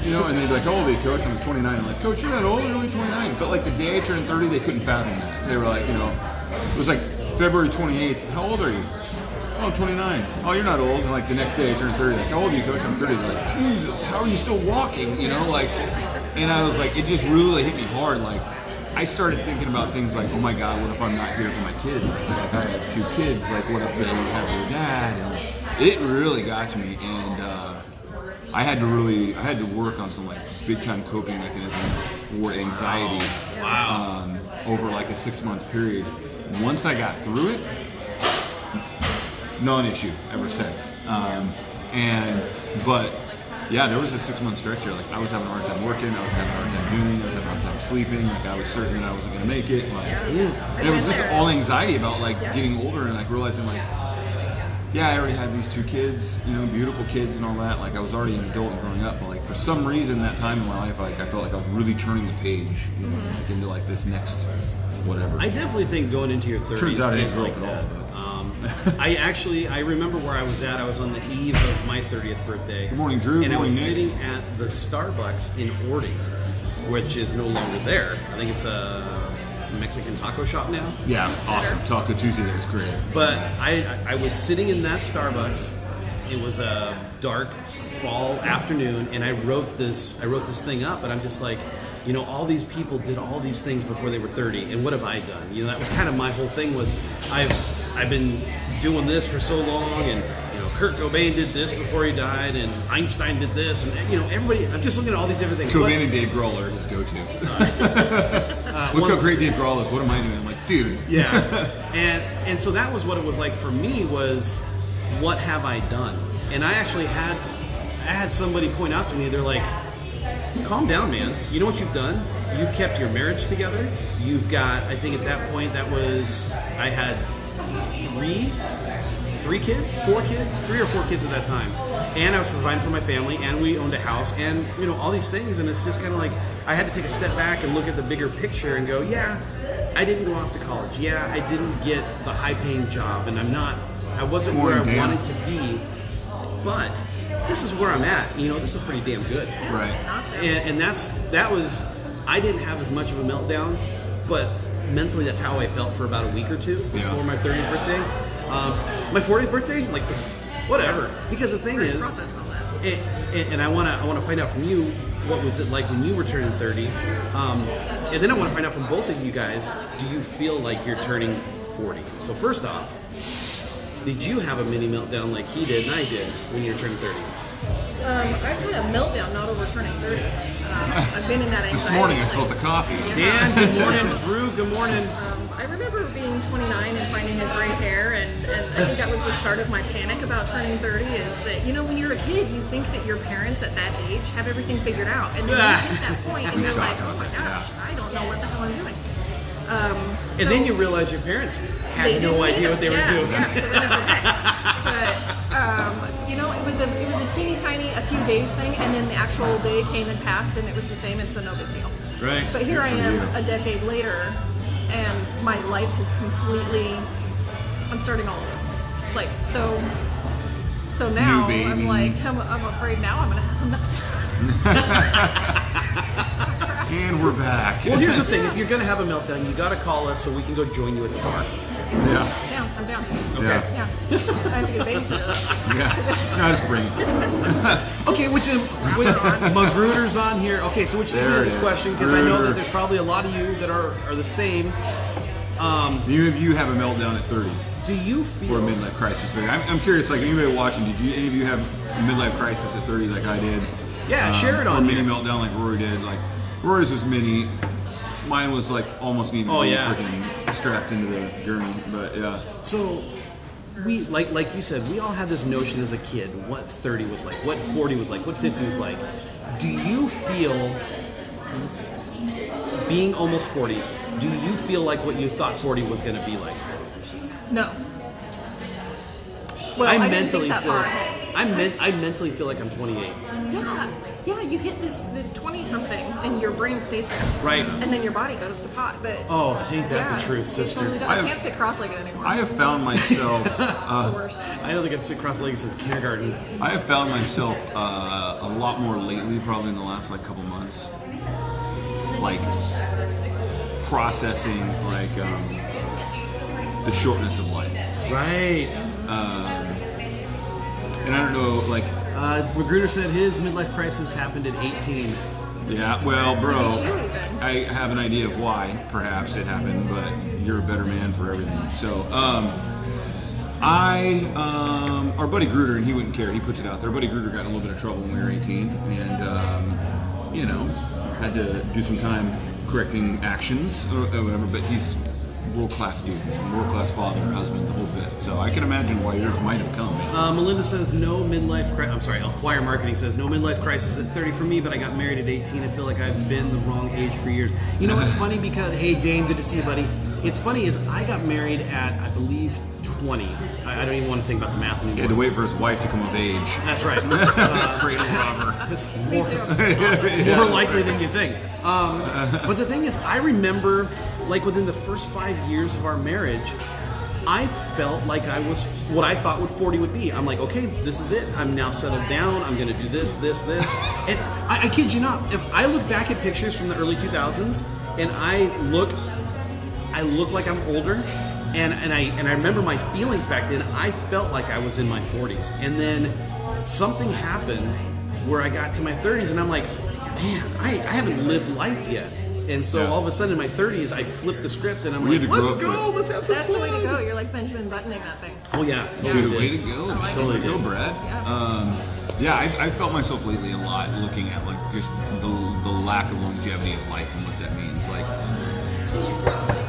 [SPEAKER 9] you know, and they'd be like, "Oh, they coach, I'm 29." I'm like, "Coach, you're not old. You're only 29." But like the day I turned 30, they couldn't fathom that. They were like, you know, it was like February 28th. How old are you? oh, I'm 29. Oh, you're not old. And like the next day, I turned 30. Like, how old are you, coach? I'm 30. They're like, Jesus, how are you still walking? You know, like, and I was like, it just really hit me hard. Like, I started thinking about things like, oh my God, what if I'm not here for my kids? Like, I have two kids. Like, what if they don't have their dad? And it really got to me. And uh, I had to really, I had to work on some like big time coping mechanisms for anxiety.
[SPEAKER 7] Wow.
[SPEAKER 9] Um, over like a six month period. Once I got through it, non-issue ever since. Um, and but yeah, there was a six-month stretch here. Like I was having a hard time working, I was having a hard time doing, I was having a hard time sleeping. Like I was certain that I wasn't gonna make it. Like, and it was just all anxiety about like getting older and like realizing like, yeah, I already had these two kids, you know, beautiful kids and all that. Like I was already an adult and growing up, but like for some reason that time in my life, like I felt like I was really turning the page you know, like, into like this next whatever.
[SPEAKER 7] Mm-hmm. I definitely think going into your 30s
[SPEAKER 9] Turns out it
[SPEAKER 7] it's
[SPEAKER 9] ain't
[SPEAKER 7] like
[SPEAKER 9] broke at
[SPEAKER 7] that.
[SPEAKER 9] all,
[SPEAKER 7] Um, I actually I remember where I was at. I was on the eve of my 30th birthday. Good
[SPEAKER 9] morning, Drew.
[SPEAKER 7] And I
[SPEAKER 9] Morning,
[SPEAKER 7] was
[SPEAKER 9] Nick.
[SPEAKER 7] sitting at the Starbucks in Ording, which is no longer there. I think it's a Mexican taco shop now.
[SPEAKER 9] yeah, awesome. Taco Tuesday there was great.
[SPEAKER 7] But I, I was sitting in that Starbucks. It was a dark fall afternoon, and I wrote this. I wrote this thing up, and I'm just like, you know, all these people did all these things before they were 30, and what have I done? You know, that was kind of my whole thing. Was I've I've been doing this for so long, and you know, Kurt Cobain did this before he died, and Einstein did this, and you know, everybody. I'm just looking at all these different things.
[SPEAKER 9] Cobain
[SPEAKER 7] What-
[SPEAKER 9] and Dave Grohl are his go-tos. Look how great Dave Grohl is. What am I doing? I'm like, dude.
[SPEAKER 7] yeah and and so that was what it was like for me was what have i done and i actually had i had somebody point out to me they're like calm down man you know what you've done you've kept your marriage together you've got i think at that point that was i had three three kids four kids three or four kids at that time and i was providing for my family and we owned a house and you know all these things and it's just kind of like i had to take a step back and look at the bigger picture and go yeah i didn't go off to college yeah i didn't get the high paying job and i'm not i wasn't where i
[SPEAKER 9] Morning, Dan.
[SPEAKER 7] wanted to be but this is where i'm at you know this is pretty damn good
[SPEAKER 9] Right.
[SPEAKER 7] and, and that's that was I didn't have as much of a meltdown, but mentally that's how I felt for about a week or two before
[SPEAKER 9] Yeah.
[SPEAKER 7] my 30th birthday. Um, my 40th birthday, like pff, whatever, because the thing is,
[SPEAKER 10] Um,
[SPEAKER 7] it, and- and I want to I want to find out from you what was it like when you were turning 30, um, and then I want to find out from both of you guys, do you feel like you're turning 40? So first off. Did you have a mini meltdown like he did and I did when you were turning 30?
[SPEAKER 10] Um, I've had a meltdown not overturning 30. Um, I've been in that anxiety.
[SPEAKER 9] This morning I spilled the
[SPEAKER 10] place.
[SPEAKER 9] coffee.
[SPEAKER 7] Dan, good morning. Drew, good morning.
[SPEAKER 10] Um, I remember being 29 and finding the gray hair, and, and I think that was the start of my panic about turning 30. Is that you know when you're a kid, you think that your parents at that age have everything figured out, and then
[SPEAKER 7] Ah.
[SPEAKER 10] you hit that point, and you're like, oh my gosh, I don't know what the hell I'm doing. Um,
[SPEAKER 7] And then you realize your parents
[SPEAKER 10] They
[SPEAKER 7] had
[SPEAKER 10] didn't
[SPEAKER 7] no idea
[SPEAKER 10] either.
[SPEAKER 7] what they
[SPEAKER 10] Yeah,
[SPEAKER 7] were doing.
[SPEAKER 10] Yeah, so then it's okay. but um, you know, it was a it was a teeny tiny a few days thing, and then the actual day came and passed, and it was the same, and so no big deal.
[SPEAKER 9] Right.
[SPEAKER 10] But here I am, a decade later, and my life is completely. I'm starting all over. Like so. So
[SPEAKER 9] New
[SPEAKER 10] now
[SPEAKER 9] baby.
[SPEAKER 10] I'm like I'm, I'm afraid now I'm gonna have a meltdown.
[SPEAKER 9] And we're back.
[SPEAKER 7] Well, here's the thing: if you're gonna have a meltdown, you gotta call us so we can go join you at the bar.
[SPEAKER 9] yeah.
[SPEAKER 10] down. I'm down.
[SPEAKER 9] Yeah.
[SPEAKER 10] Yeah. I have to get a babysitter.
[SPEAKER 9] Yeah. No, just bring it.
[SPEAKER 7] Okay, which is which, Magruder's on here. Okay, so which is
[SPEAKER 9] There it
[SPEAKER 7] this
[SPEAKER 9] is.
[SPEAKER 7] question because I know
[SPEAKER 9] Magruder.
[SPEAKER 7] that there's probably a lot of you that are are the same.
[SPEAKER 9] Any of you have a meltdown at 30
[SPEAKER 7] Do you
[SPEAKER 9] or a
[SPEAKER 7] feel?
[SPEAKER 9] midlife crisis? Like, I'm, I'm curious, like anybody watching, did you any of you have a midlife crisis at 30 like I did?
[SPEAKER 7] Yeah,
[SPEAKER 9] Um,
[SPEAKER 7] share it
[SPEAKER 9] Or
[SPEAKER 7] on
[SPEAKER 9] mini
[SPEAKER 7] here.
[SPEAKER 9] meltdown like Rory did. Like Rory's was mini. Mine was like almost needed to
[SPEAKER 7] Oh,
[SPEAKER 9] be
[SPEAKER 7] yeah.
[SPEAKER 9] freaking strapped into the gurney. But yeah.
[SPEAKER 7] So, we like like you said, we all had this notion as a kid what 30 was like, what 40 was like, what 50 was like. Do you feel being almost 40? Do you feel like what you thought 40 was gonna be like?
[SPEAKER 10] No. Well, I,
[SPEAKER 7] I,
[SPEAKER 10] didn't
[SPEAKER 7] mentally
[SPEAKER 10] think that
[SPEAKER 7] feel
[SPEAKER 10] far ahead.
[SPEAKER 7] I men- I mentally feel like I'm 28.
[SPEAKER 10] Yeah, yeah. You hit this this twenty something, and your brain stays there,
[SPEAKER 7] Right.
[SPEAKER 10] and then your body goes to pot. But
[SPEAKER 7] Oh, ain't that
[SPEAKER 10] yeah,
[SPEAKER 7] the truth,
[SPEAKER 10] it's- it's
[SPEAKER 7] sister?
[SPEAKER 10] totally done.
[SPEAKER 9] I-
[SPEAKER 10] I can't sit cross-legged anymore.
[SPEAKER 9] I have uh, found myself
[SPEAKER 10] it's the worst.
[SPEAKER 7] I don't think I've sit cross-legged since kindergarten.
[SPEAKER 9] I have found myself uh, a lot more lately, probably in the last like couple months, like processing like um, the shortness of life.
[SPEAKER 7] Right.
[SPEAKER 9] Um, and I don't know, like,
[SPEAKER 7] Uh, Magruder said his midlife crisis happened at 18.
[SPEAKER 9] yeah, well, bro, I have an idea of why perhaps it happened, but you're a better man for everything. So, um, I, um, our buddy Gruder, and he wouldn't care, he puts it out there. Our buddy Gruder got in a little bit of trouble when we were 18, and, um, you know, had to do some time correcting actions or, or whatever, but he's world class dude, world class father, husband, the whole bit. So I can imagine why yours might have come.
[SPEAKER 7] Uh, Melinda says no midlife. Cri- I'm sorry, Acquire Marketing says no midlife crisis at 30 for me, but I got married at 18. I feel like I've been the wrong age for years. You know what's funny? Because hey, Dane, good to see you, buddy. It's funny is I got married at I believe 20. I, I don't even want to think about the math anymore.
[SPEAKER 9] He had to wait for his wife to come of age.
[SPEAKER 7] That's right. Uh,
[SPEAKER 9] Cradle robber.
[SPEAKER 7] That's
[SPEAKER 9] Me
[SPEAKER 7] more,
[SPEAKER 9] too.
[SPEAKER 7] it's
[SPEAKER 9] Yeah.
[SPEAKER 7] more likely than you think. Um, but the thing is, I remember, like within the first five years of our marriage, I felt like I was what I thought what 40 would be. I'm like, okay, this is it. I'm now settled down. I'm going to do this, this, this. And I, I kid you not, if I look back at pictures from the early 2000s and I look I look like I'm older, and and I and I remember my feelings back then. I felt like I was in my 40s, and then something happened where I got to my 30s, and I'm like, man, I, I haven't lived life yet. And so all of a sudden in my 30s, I flipped the script, and I'm
[SPEAKER 9] We
[SPEAKER 7] like,
[SPEAKER 9] had to grow
[SPEAKER 7] let's
[SPEAKER 9] up
[SPEAKER 7] go,
[SPEAKER 9] with-
[SPEAKER 7] let's have some
[SPEAKER 10] That's the
[SPEAKER 7] fun.
[SPEAKER 10] way to go. You're like Benjamin buttoning that thing.
[SPEAKER 7] Oh yeah, totally.
[SPEAKER 9] Dude, way to
[SPEAKER 7] did.
[SPEAKER 9] go,
[SPEAKER 10] I like
[SPEAKER 9] totally
[SPEAKER 7] it.
[SPEAKER 9] go, Brad. Um, yeah, I, I felt myself lately a lot looking at like just the, the lack of longevity of life and what that means. Like,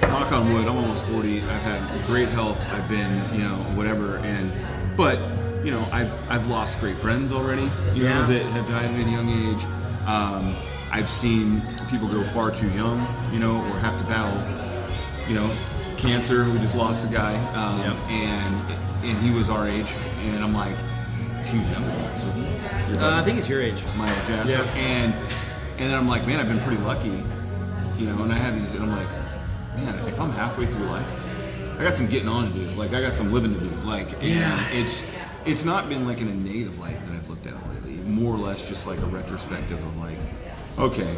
[SPEAKER 9] knock on wood, I'm almost 40. I've had great health. I've been, you know, whatever. And but you know, I've I've lost great friends already. You
[SPEAKER 7] Yeah.
[SPEAKER 9] know, that have died at a young age. Um, I've seen people go far too young. You know, or have to battle you know, cancer. We just lost a guy, um, and and he was our age, and I'm like, she was younger than us, wasn't she?
[SPEAKER 7] Uh, I think it's your age.
[SPEAKER 9] My age, yeah. So-
[SPEAKER 7] Yeah.
[SPEAKER 9] and and then I'm like, man, I've been pretty lucky, you know. And I have these, and I'm like, man, if I'm halfway through life, I got some getting on to do. Like I got some living to do. Like and
[SPEAKER 7] Yeah.
[SPEAKER 9] it's it's not been like in a negative light that I've looked at lately. More or less just like a retrospective of like, okay,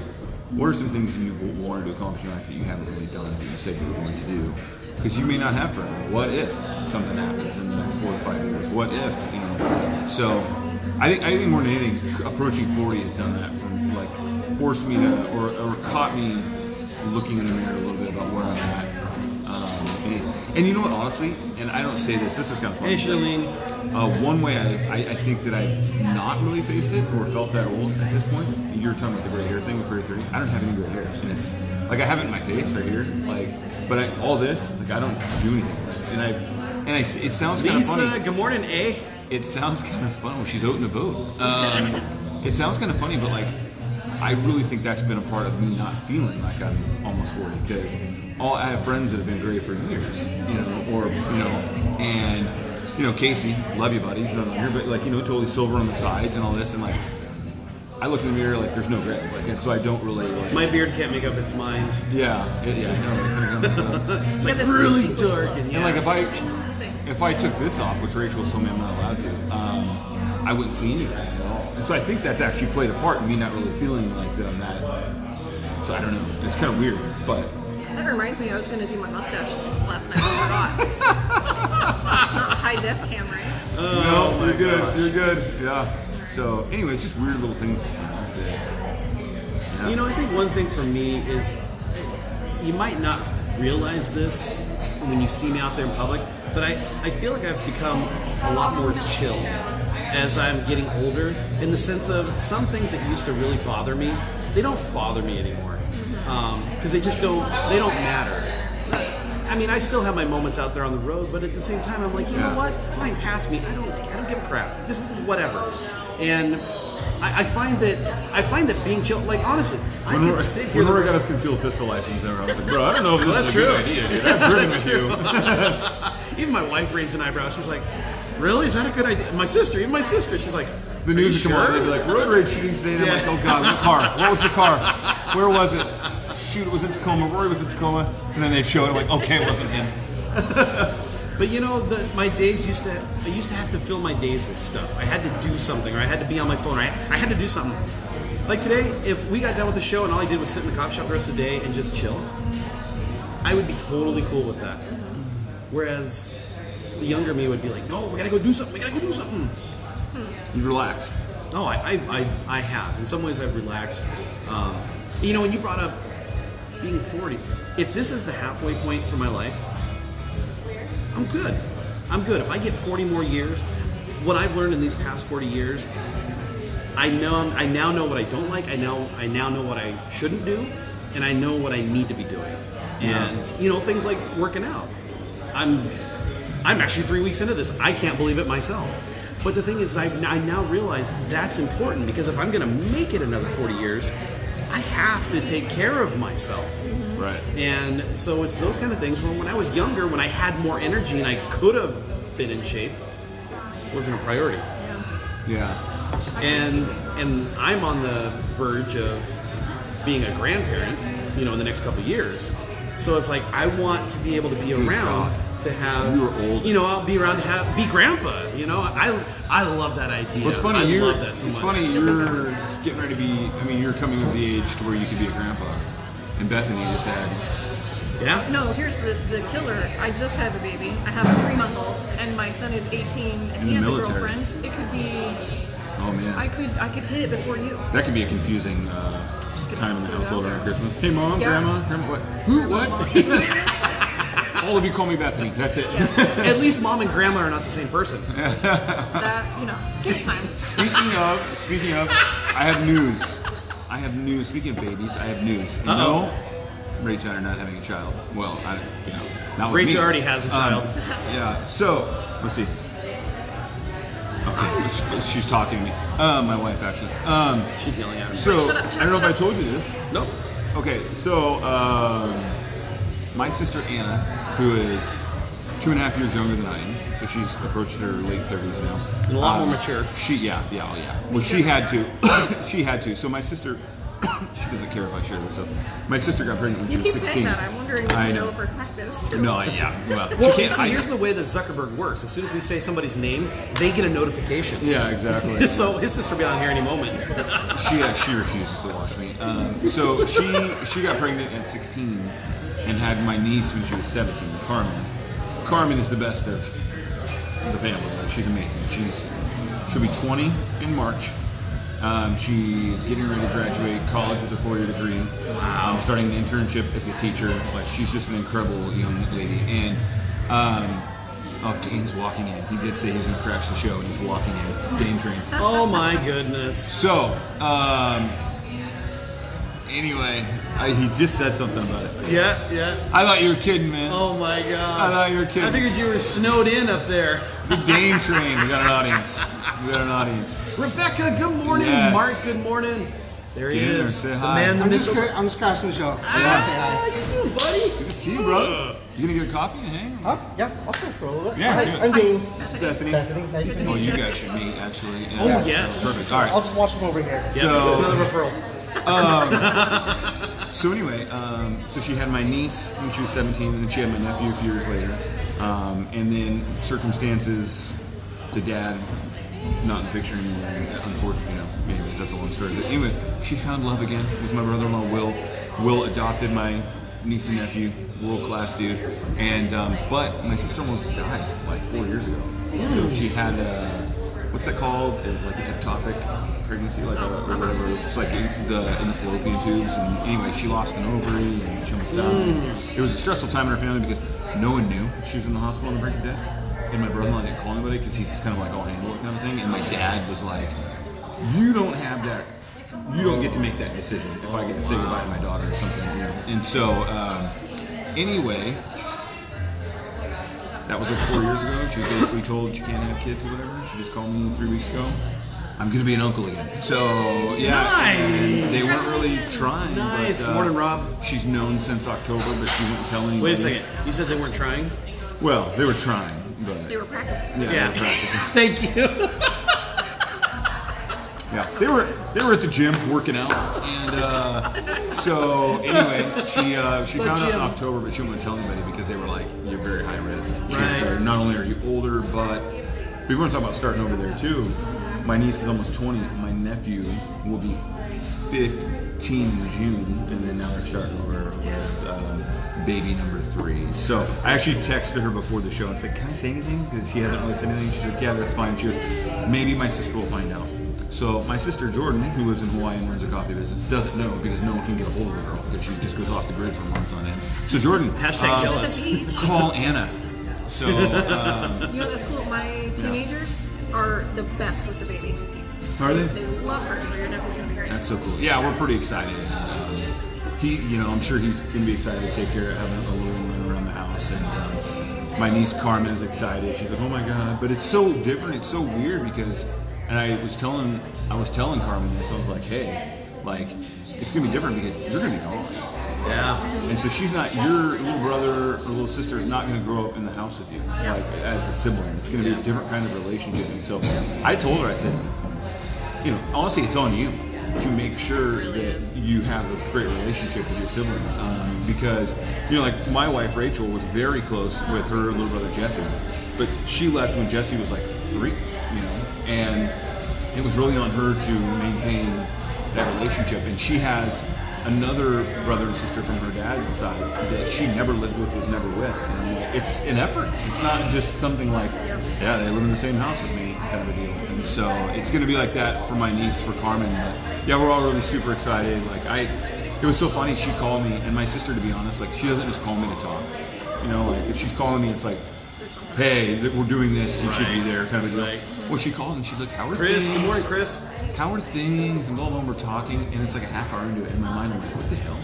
[SPEAKER 9] what are some things that you've wanted to accomplish in life that you haven't really done that you said you were going to do? Because you may not have forever. What if something happens in the next four to five years? What if you know? So I think I think more than anything, approaching forty has done that for me. Like forced me to or, or caught me looking in the mirror a little bit about where I'm at. Um, and, it- and you know what, honestly, and I don't say this, this is kind of funny.
[SPEAKER 7] Hey, Charlene.
[SPEAKER 9] Uh, one way I, I, I think that I've not really faced it or felt that old at this point, you were talking about the gray hair thing with 33. I don't have any gray hair. And it's like I have it in my face right here. Like, but I, all this, like I don't do anything. Like, and I, and I, it sounds kind of funny.
[SPEAKER 7] Lisa, good morning, eh? A.
[SPEAKER 9] It sounds kind of fun. Well, she's out in a boat. Um, it sounds kind of funny, but like, I really think that's been a part of me not feeling like I'm almost 40 because all I have friends that have been great for years, you know, or you know, and you know, Casey, love you, buddy. He's not on here, but like, you know, totally silver on the sides and all this, and like, I look in the mirror like there's no gray, like, and so I don't really like.
[SPEAKER 7] My beard can't make up its mind.
[SPEAKER 9] yeah, it, yeah, no, no, no.
[SPEAKER 7] It's like really dark and yeah.
[SPEAKER 9] And like if I if I took this off, which Rachel's told me I'm not allowed to, um, I wouldn't see any of that at all. And so I think that's actually played a part in me not really feeling like that I'm that. So I don't know. It's kind of weird, but
[SPEAKER 10] That reminds me, I was going to do my mustache last night. I forgot. it's not a high def camera.
[SPEAKER 7] Oh
[SPEAKER 9] no, you're good. You're good. Yeah. So anyway, it's just weird little things. that-
[SPEAKER 7] You know, I think one thing for me is you might not realize this when you see me out there in public, but I, I feel like I've become a lot more chill as I'm getting older in the sense of some things that used to really bother me, they don't bother me anymore because they just don't, they don't matter. I mean, I still have my moments out there on the road, but at the same time, I'm like, you know
[SPEAKER 9] Yeah.
[SPEAKER 7] what? Fine, pass me. I don't, I don't give a crap. Just whatever. And I, I find that, I find that being chill, like honestly, I
[SPEAKER 9] When
[SPEAKER 7] could
[SPEAKER 9] Rory-
[SPEAKER 7] sit here.
[SPEAKER 9] when
[SPEAKER 7] the
[SPEAKER 9] Rory got
[SPEAKER 7] rest-
[SPEAKER 9] his concealed pistol license, there, I was like, bro, I don't know if this
[SPEAKER 7] That's
[SPEAKER 9] is a good
[SPEAKER 7] true.
[SPEAKER 9] idea, dude. I've driven
[SPEAKER 7] That's
[SPEAKER 9] with you.
[SPEAKER 7] Even my wife raised an eyebrow. She's like, "Really? Is that a good idea?" My sister, even my sister, she's like,
[SPEAKER 9] The
[SPEAKER 7] "Are
[SPEAKER 9] news
[SPEAKER 7] you
[SPEAKER 9] would come on,
[SPEAKER 7] sure?"
[SPEAKER 9] they'd be like, road rage shooting today, and
[SPEAKER 7] Yeah.
[SPEAKER 9] I'm like, oh god, what car? What was the car? Where was it? Shoot, it was in Tacoma. Rory was in Tacoma, and then they show it. I'm like, okay, it wasn't him.
[SPEAKER 7] But you know, the, my days used to, I used to have to fill my days with stuff. I had to do something, or I had to be on my phone, or I, I had to do something. Like today, if we got done with the show and all I did was sit in the coffee shop the rest of the day and just chill, I would be totally cool with that. Whereas the younger me would be like, no, Oh, we gotta go do something. We gotta go do something.
[SPEAKER 9] You relaxed.
[SPEAKER 7] No, I, I, I, I have. In some ways, I've relaxed. Um, you know, when you brought up being 40, if this is the halfway point for my life, I'm good. I'm good. If I get 40 more years, what I've learned in these past 40 years, I know I now know what I don't like. I now I now know what I shouldn't do, and I know what I need to be doing. And you know, things like working out. I'm I'm actually three weeks into this. I can't believe it myself. But the thing is, I, I now realize that's important because if I'm going to make it another 40 years, I have to take care of myself.
[SPEAKER 9] Right.
[SPEAKER 7] And so it's those kind of things where when I was younger, when I had more energy and I could have been in shape, it wasn't a priority.
[SPEAKER 9] Yeah.
[SPEAKER 7] And and I'm on the verge of being a grandparent, you know, in the next couple of years. So it's like I want to be able to be around to have
[SPEAKER 9] You are old.
[SPEAKER 7] you know, I'll be around to have be grandpa, you know. I I love that idea.
[SPEAKER 9] Well, it's funny.
[SPEAKER 7] I
[SPEAKER 9] you're,
[SPEAKER 7] love that so
[SPEAKER 9] it's
[SPEAKER 7] much.
[SPEAKER 9] funny. You're getting ready to be. I mean, you're coming of the age to where you could be a grandpa. And Bethany just had.
[SPEAKER 7] Yeah.
[SPEAKER 10] No, here's the, the killer. I just had a baby. I have a three month old, and my son is 18, and
[SPEAKER 9] In
[SPEAKER 10] he
[SPEAKER 9] the
[SPEAKER 10] has
[SPEAKER 9] military.
[SPEAKER 10] a girlfriend. It could be,
[SPEAKER 9] Oh man.
[SPEAKER 10] I could I could hit it before you.
[SPEAKER 9] that could be a confusing uh, time in the household around Christmas. Hey, mom,
[SPEAKER 10] Yeah.
[SPEAKER 9] grandma, grandma, what? Who? What? All of you call me Bethany. That's it.
[SPEAKER 7] At least mom and grandma are not the same person.
[SPEAKER 10] That you know, give it time.
[SPEAKER 9] Speaking of, speaking of, I have news. I have news. Speaking of babies, I have news. And
[SPEAKER 7] Uh-oh.
[SPEAKER 9] No, Rachel and I are not having a child. Well, I, you know, not with
[SPEAKER 7] Rachel
[SPEAKER 9] Oh, me. Um,
[SPEAKER 7] already has a child.
[SPEAKER 9] yeah. So let's see. Okay, it's- she's talking to me. Uh, my wife actually. Um,
[SPEAKER 7] She's yelling at me.
[SPEAKER 9] so
[SPEAKER 10] Shut up, shut
[SPEAKER 9] I don't know
[SPEAKER 10] up,
[SPEAKER 9] if I
[SPEAKER 10] shut up.
[SPEAKER 9] told you this.
[SPEAKER 7] Nope.
[SPEAKER 9] Okay, so um, my sister Anna, who is two and a half years younger than I am, so she's approached her late thirties now. Um,
[SPEAKER 7] And a lot more mature.
[SPEAKER 9] She, yeah, yeah, oh, yeah. Well, she had to. she had to. So my sister, she doesn't care if I share this. So my sister got pregnant when
[SPEAKER 10] You
[SPEAKER 9] she was
[SPEAKER 10] keep
[SPEAKER 9] sixteen.
[SPEAKER 10] saying that. I'm wondering if
[SPEAKER 9] I
[SPEAKER 10] you
[SPEAKER 9] know.
[SPEAKER 10] know for a fact that it's true.
[SPEAKER 9] No, yeah. Well, she
[SPEAKER 7] Well,
[SPEAKER 9] can't
[SPEAKER 7] see,
[SPEAKER 9] hide
[SPEAKER 7] here's
[SPEAKER 9] it.
[SPEAKER 7] the way that Zuckerberg works. As soon as we say somebody's name, they get a notification.
[SPEAKER 9] Yeah, exactly.
[SPEAKER 7] so his sister will be on here any moment.
[SPEAKER 9] she uh, she refuses to watch me. Um, so she she got pregnant at 16 and had my niece when she was 17, Carmen. Carmen is the best of the family. Like, She's amazing. She's she'll be 20 in March. Um, she's getting ready to graduate college with a four-year degree. Um, starting an internship as a teacher. Like she's just an incredible young lady. And um, oh, Dane's walking in. He did say he was gonna crash the show, and he's walking in. Dane train.
[SPEAKER 7] oh my goodness.
[SPEAKER 9] So, um, anyway, I, he just said something about it.
[SPEAKER 7] Yeah, yeah.
[SPEAKER 9] I thought you were kidding, man.
[SPEAKER 7] Oh my gosh.
[SPEAKER 9] I thought you were kidding.
[SPEAKER 7] I figured you were snowed in up there.
[SPEAKER 9] The Dane train. We got an audience. We got an audience.
[SPEAKER 7] Rebecca, good morning.
[SPEAKER 9] Yes.
[SPEAKER 7] Mark, good morning. There he
[SPEAKER 9] Get in there,
[SPEAKER 7] is.
[SPEAKER 9] say
[SPEAKER 7] the
[SPEAKER 9] hi.
[SPEAKER 7] man, the
[SPEAKER 5] I'm just,
[SPEAKER 7] myth-
[SPEAKER 5] cra- I'm just crashing the show.
[SPEAKER 7] Ah, you too, buddy.
[SPEAKER 9] Good to see you, bro. You gonna get a coffee and hang?
[SPEAKER 5] Huh? Yeah, I'll sit for a little bit.
[SPEAKER 9] Yeah,
[SPEAKER 5] Hi,
[SPEAKER 9] do it.
[SPEAKER 5] I'm Dean.
[SPEAKER 9] It's Bethany.
[SPEAKER 5] Bethany, nice to meet
[SPEAKER 9] Oh,
[SPEAKER 5] you.
[SPEAKER 9] you guys should meet actually.
[SPEAKER 7] Oh,
[SPEAKER 9] Yeah,
[SPEAKER 7] yes.
[SPEAKER 9] so Perfect. All
[SPEAKER 5] I'll
[SPEAKER 9] right.
[SPEAKER 5] just watch them over here.
[SPEAKER 7] Yeah,
[SPEAKER 9] So-
[SPEAKER 7] there's another referral.
[SPEAKER 9] So anyway, um, so she had my niece when she was 17, and then she had my nephew a few years later. Um, and then circumstances, the dad not in the picture anymore, unfortunately. You know, anyways, that's a long story. But anyways, she found love again with my brother-in-law Will. Will adopted my niece and nephew, world-class dude. And um, but my sister almost died like four years ago. So she had a what's that called? A- like an ectopic pregnancy, like a, or whatever. It's like in the in the fallopian tubes. And anyway, she lost an ovary and she almost died. It was a stressful time in her family because no one knew she was in the hospital on the brink of death. And my brother-in-law didn't call anybody because he's just kind of like, I'll handle it kind of thing. And my dad was like, you don't have that, you don't get to make that decision if I get to say goodbye to my daughter or something. you know. And so, um, anyway, that was like four years ago. She was basically told she can't have kids or whatever. She just called me three weeks ago. I'm gonna be an uncle again. So yeah,
[SPEAKER 7] Nice.
[SPEAKER 9] they weren't really trying.
[SPEAKER 7] Nice.
[SPEAKER 9] But, uh,
[SPEAKER 7] Good morning, Rob.
[SPEAKER 9] She's known since October, but she wouldn't tell anybody.
[SPEAKER 7] Wait a second. You said they weren't trying?
[SPEAKER 9] Well, they were trying, but
[SPEAKER 10] They were practicing.
[SPEAKER 9] yeah,
[SPEAKER 7] Yeah.
[SPEAKER 9] They were practicing.
[SPEAKER 7] Thank you.
[SPEAKER 9] Yeah, they were they were at the gym working out, and uh, so anyway, she uh, she
[SPEAKER 7] The
[SPEAKER 9] found out in
[SPEAKER 7] gym.
[SPEAKER 9] October, but she didn't want to tell anybody because they were like, "You're very high risk." She was
[SPEAKER 7] Right.
[SPEAKER 9] like, Not only are you older, but we weren't talking about starting over there too. My niece is almost 20. My nephew will be 15 in June, and then now we're starting over with um, baby number three. So I actually texted her before the show and said, "Can I say anything?" Because she hasn't really said anything. She's like, "Yeah, that's fine." She goes, "Maybe my sister will find out." So my sister Jordan, who lives in Hawaii and runs a coffee business, doesn't know because no one can get a hold of her because she just goes off the grid for months on end. So Jordan,
[SPEAKER 7] Hashtag
[SPEAKER 9] um,
[SPEAKER 7] jealous. She's at the beach.
[SPEAKER 9] Call Anna. So um,
[SPEAKER 10] You know that's cool. My teenagers are the best with the baby.
[SPEAKER 9] Are they?
[SPEAKER 10] They love her, so your nephew's gonna be great.
[SPEAKER 9] That's so cool. Yeah, we're pretty excited. Um, he, you know, I'm sure he's gonna be excited to take care of having a little one around the house. And um, my niece Carmen is excited. She's like, "Oh my god!" But it's so different. It's so weird because, and I was telling, I was telling Carmen this. I was like, "Hey, like, it's gonna be different because you're gonna be gone." Yeah. And so she's not your little brother or little sister is not gonna grow up in the house with you, like as a sibling. It's gonna be a different kind of relationship. And so I told her, I said, you know, honestly, it's on you to make sure that you have a great relationship with your sibling. Um, because, you know, like my wife Rachel was very close with her little brother Jesse, but she left when Jesse was like three, you know, and it was really on her to maintain that relationship. And she has another brother and sister from her dad's side that she never lived with, was never with. And I'm like, it's an effort. It's not just something like, yeah, they live in the same house as me kind of a deal. And so it's going to be like that for my niece, for Carmen. But yeah, we're all really super excited. Like I, it was so funny. She called me, and my sister, to be honest, like she doesn't just call me to talk. You know, like if she's calling me, it's like, hey, th- we're doing this. You should be there, kind of a deal. Well, she called and she's like, how are
[SPEAKER 7] Chris,
[SPEAKER 9] things?
[SPEAKER 7] good morning, Chris.
[SPEAKER 9] How are things? And blah blah. and We're talking, and it's like a half hour into it. In my mind, I'm like, what the hell?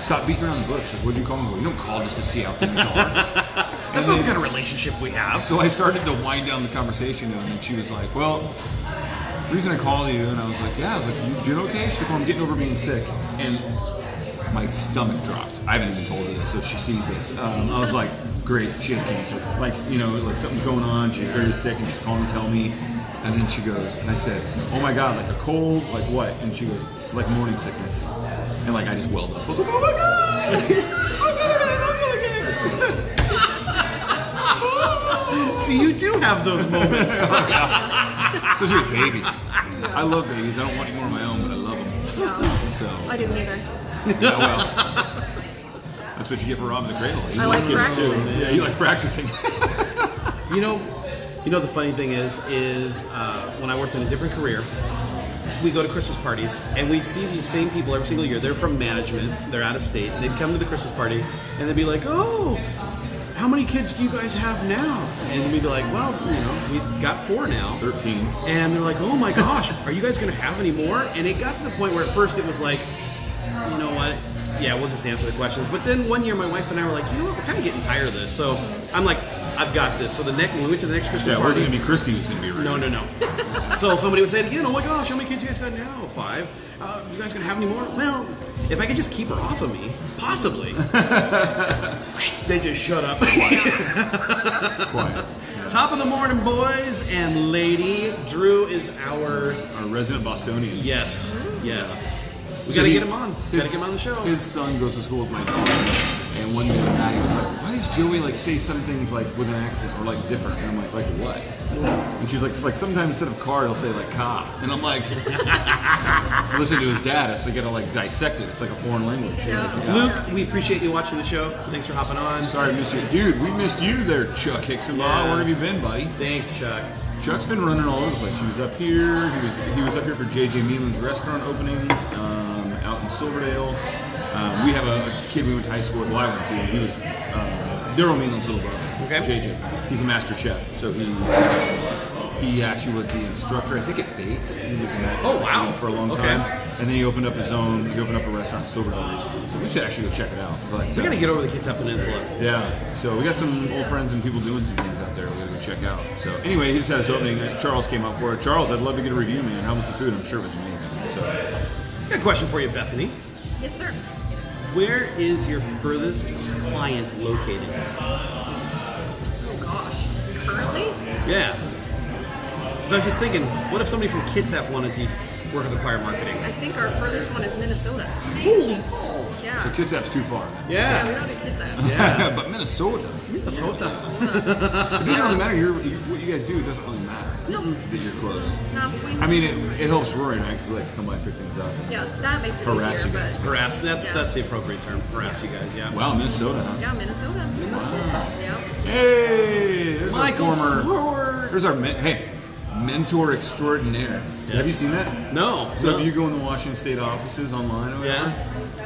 [SPEAKER 9] Stop beating around the bush. Like, what'd you call me for? You don't call just to see how things are.
[SPEAKER 7] That's not the kind of relationship we have.
[SPEAKER 9] So I started to wind down the conversation, and then she was like, "Well, the reason I called you," and I was like, "Yeah." I was like, "You doing okay?" She's like, well, "I'm getting over being sick," and my stomach dropped. I haven't even told her this, so she sees this. Um, I was like, "Great, she has cancer." Like, you know, like something's going on. She's very sick, and she's calling to tell me. And then she goes, and I said, "Oh my god, like a cold, like what?" And she goes, "Like morning sickness," and like I just welled up. I was like, "Oh my god!"
[SPEAKER 7] So you do have those moments.
[SPEAKER 9] Those are babies. I love babies. I don't want any more of my own, but I love them. So,
[SPEAKER 10] I didn't either.
[SPEAKER 9] yeah, well, that's what you get for robbing the cradle. You
[SPEAKER 10] I like
[SPEAKER 9] kids
[SPEAKER 10] practicing.
[SPEAKER 9] Too. Yeah, you like practicing.
[SPEAKER 7] You know, you know the funny thing is, is uh, when I worked in a different career, we go to Christmas parties and we'd see these same people every single year. They're from management, they're out of state. They'd come to the Christmas party and they'd be like, "Oh, how many kids do you guys have now?" And we'd be like, "Well, you know, we've got four now."
[SPEAKER 9] Thirteen.
[SPEAKER 7] And they're like, "Oh my gosh, are you guys going to have any more?" And it got to the point where at first it was like, you know what? Yeah, we'll just answer the questions. But then one year, my wife and I were like, you know what? We're kind of getting tired of this. So I'm like, I've got this. So the next, when we went to the next Christmas
[SPEAKER 9] Yeah, where's
[SPEAKER 7] party,
[SPEAKER 9] it gonna be Christy who's gonna be around?
[SPEAKER 7] no, no, no. so somebody would say it again. Oh my gosh, how many kids you guys got now? Five. Uh, you guys gonna have any more? Well, if I could just keep her off of me, possibly. they just shut up.
[SPEAKER 9] Quiet. Yeah.
[SPEAKER 7] Top of the morning, boys and lady. Drew is our
[SPEAKER 9] Our resident Bostonian.
[SPEAKER 7] yes, yes. We
[SPEAKER 9] So
[SPEAKER 7] gotta
[SPEAKER 9] he-
[SPEAKER 7] get him on.
[SPEAKER 9] his-
[SPEAKER 7] gotta get him on the show.
[SPEAKER 9] His son goes to school with my daughter, and one day Maddie was like, "Why does Joey like say some things like with an accent or like different?" And I'm like, "Like what?" And she's like, "It's like sometimes instead of car, he'll say like cop," and I'm like, "Listen to his dad. It's like gotta like dissect it. It's like a foreign language." you know, like, yeah.
[SPEAKER 7] Luke, we appreciate you watching the show. Thanks for hopping on.
[SPEAKER 9] Sorry, Mister Dude, we missed you there, Chuck Hickson.
[SPEAKER 7] Yeah.
[SPEAKER 9] Where have you been, buddy?
[SPEAKER 7] Thanks, Chuck.
[SPEAKER 9] Chuck's been running all over the place. He was up here. He was he was up here for JJ Meelan's restaurant opening um, out in Silverdale. Um, we have a, a kid we went to high school with. Well, I went to. He was uh, Daryl Meelan's little brother.
[SPEAKER 7] Okay.
[SPEAKER 9] JJ. He's a master chef, so he he actually was the instructor. I think at Bates. He was in that
[SPEAKER 7] Oh, wow.
[SPEAKER 9] for a long
[SPEAKER 7] Okay.
[SPEAKER 9] time. And then he opened up his own. He opened up a restaurant in Silverdale recently. So we should actually go check it out. But,
[SPEAKER 7] We
[SPEAKER 9] uh,
[SPEAKER 7] gotta get over the Kitsap Peninsula.
[SPEAKER 9] yeah, so we got some old friends and people doing some things out there we gotta go check out. So anyway, he just had his opening. Uh, Charles came up for it. Charles, I'd love to get a review, man. How was the food? I'm sure it was amazing. So
[SPEAKER 7] Good question for you, Bethany.
[SPEAKER 10] Yes, sir.
[SPEAKER 7] Where is your furthest client located?
[SPEAKER 10] Oh gosh. Currently,
[SPEAKER 7] Yeah. So I'm just thinking, what if somebody from Kitsap wanted to work with acquire marketing?
[SPEAKER 10] I think our furthest one is Minnesota.
[SPEAKER 7] Holy balls!
[SPEAKER 10] Yeah.
[SPEAKER 9] Kitsap's too far.
[SPEAKER 7] Yeah.
[SPEAKER 10] we don't do kids app.
[SPEAKER 7] Yeah.
[SPEAKER 9] but Minnesota.
[SPEAKER 7] Minnesota.
[SPEAKER 9] It doesn't really matter. You're, you, what you guys do it doesn't really matter
[SPEAKER 10] No.
[SPEAKER 9] that you're close.
[SPEAKER 10] No, we.
[SPEAKER 9] I mean, it, it helps Rory and I because we like to come by and pick things up.
[SPEAKER 10] Yeah, that makes it
[SPEAKER 9] Harass
[SPEAKER 10] easier,
[SPEAKER 9] you guys.
[SPEAKER 10] but.
[SPEAKER 7] Harass. That's
[SPEAKER 10] Yeah.
[SPEAKER 7] that's the appropriate term. Harass you guys. Yeah.
[SPEAKER 9] Wow, Minnesota. huh?
[SPEAKER 10] Yeah, Minnesota. Minnesota. Yeah.
[SPEAKER 9] Hey, there's
[SPEAKER 7] Michael
[SPEAKER 9] our former.
[SPEAKER 7] Ford.
[SPEAKER 9] There's our men, hey, mentor extraordinaire. Have you
[SPEAKER 7] Yes.
[SPEAKER 9] seen that?
[SPEAKER 7] No.
[SPEAKER 9] So
[SPEAKER 7] no.
[SPEAKER 9] if you go in the Washington State offices online or whatever,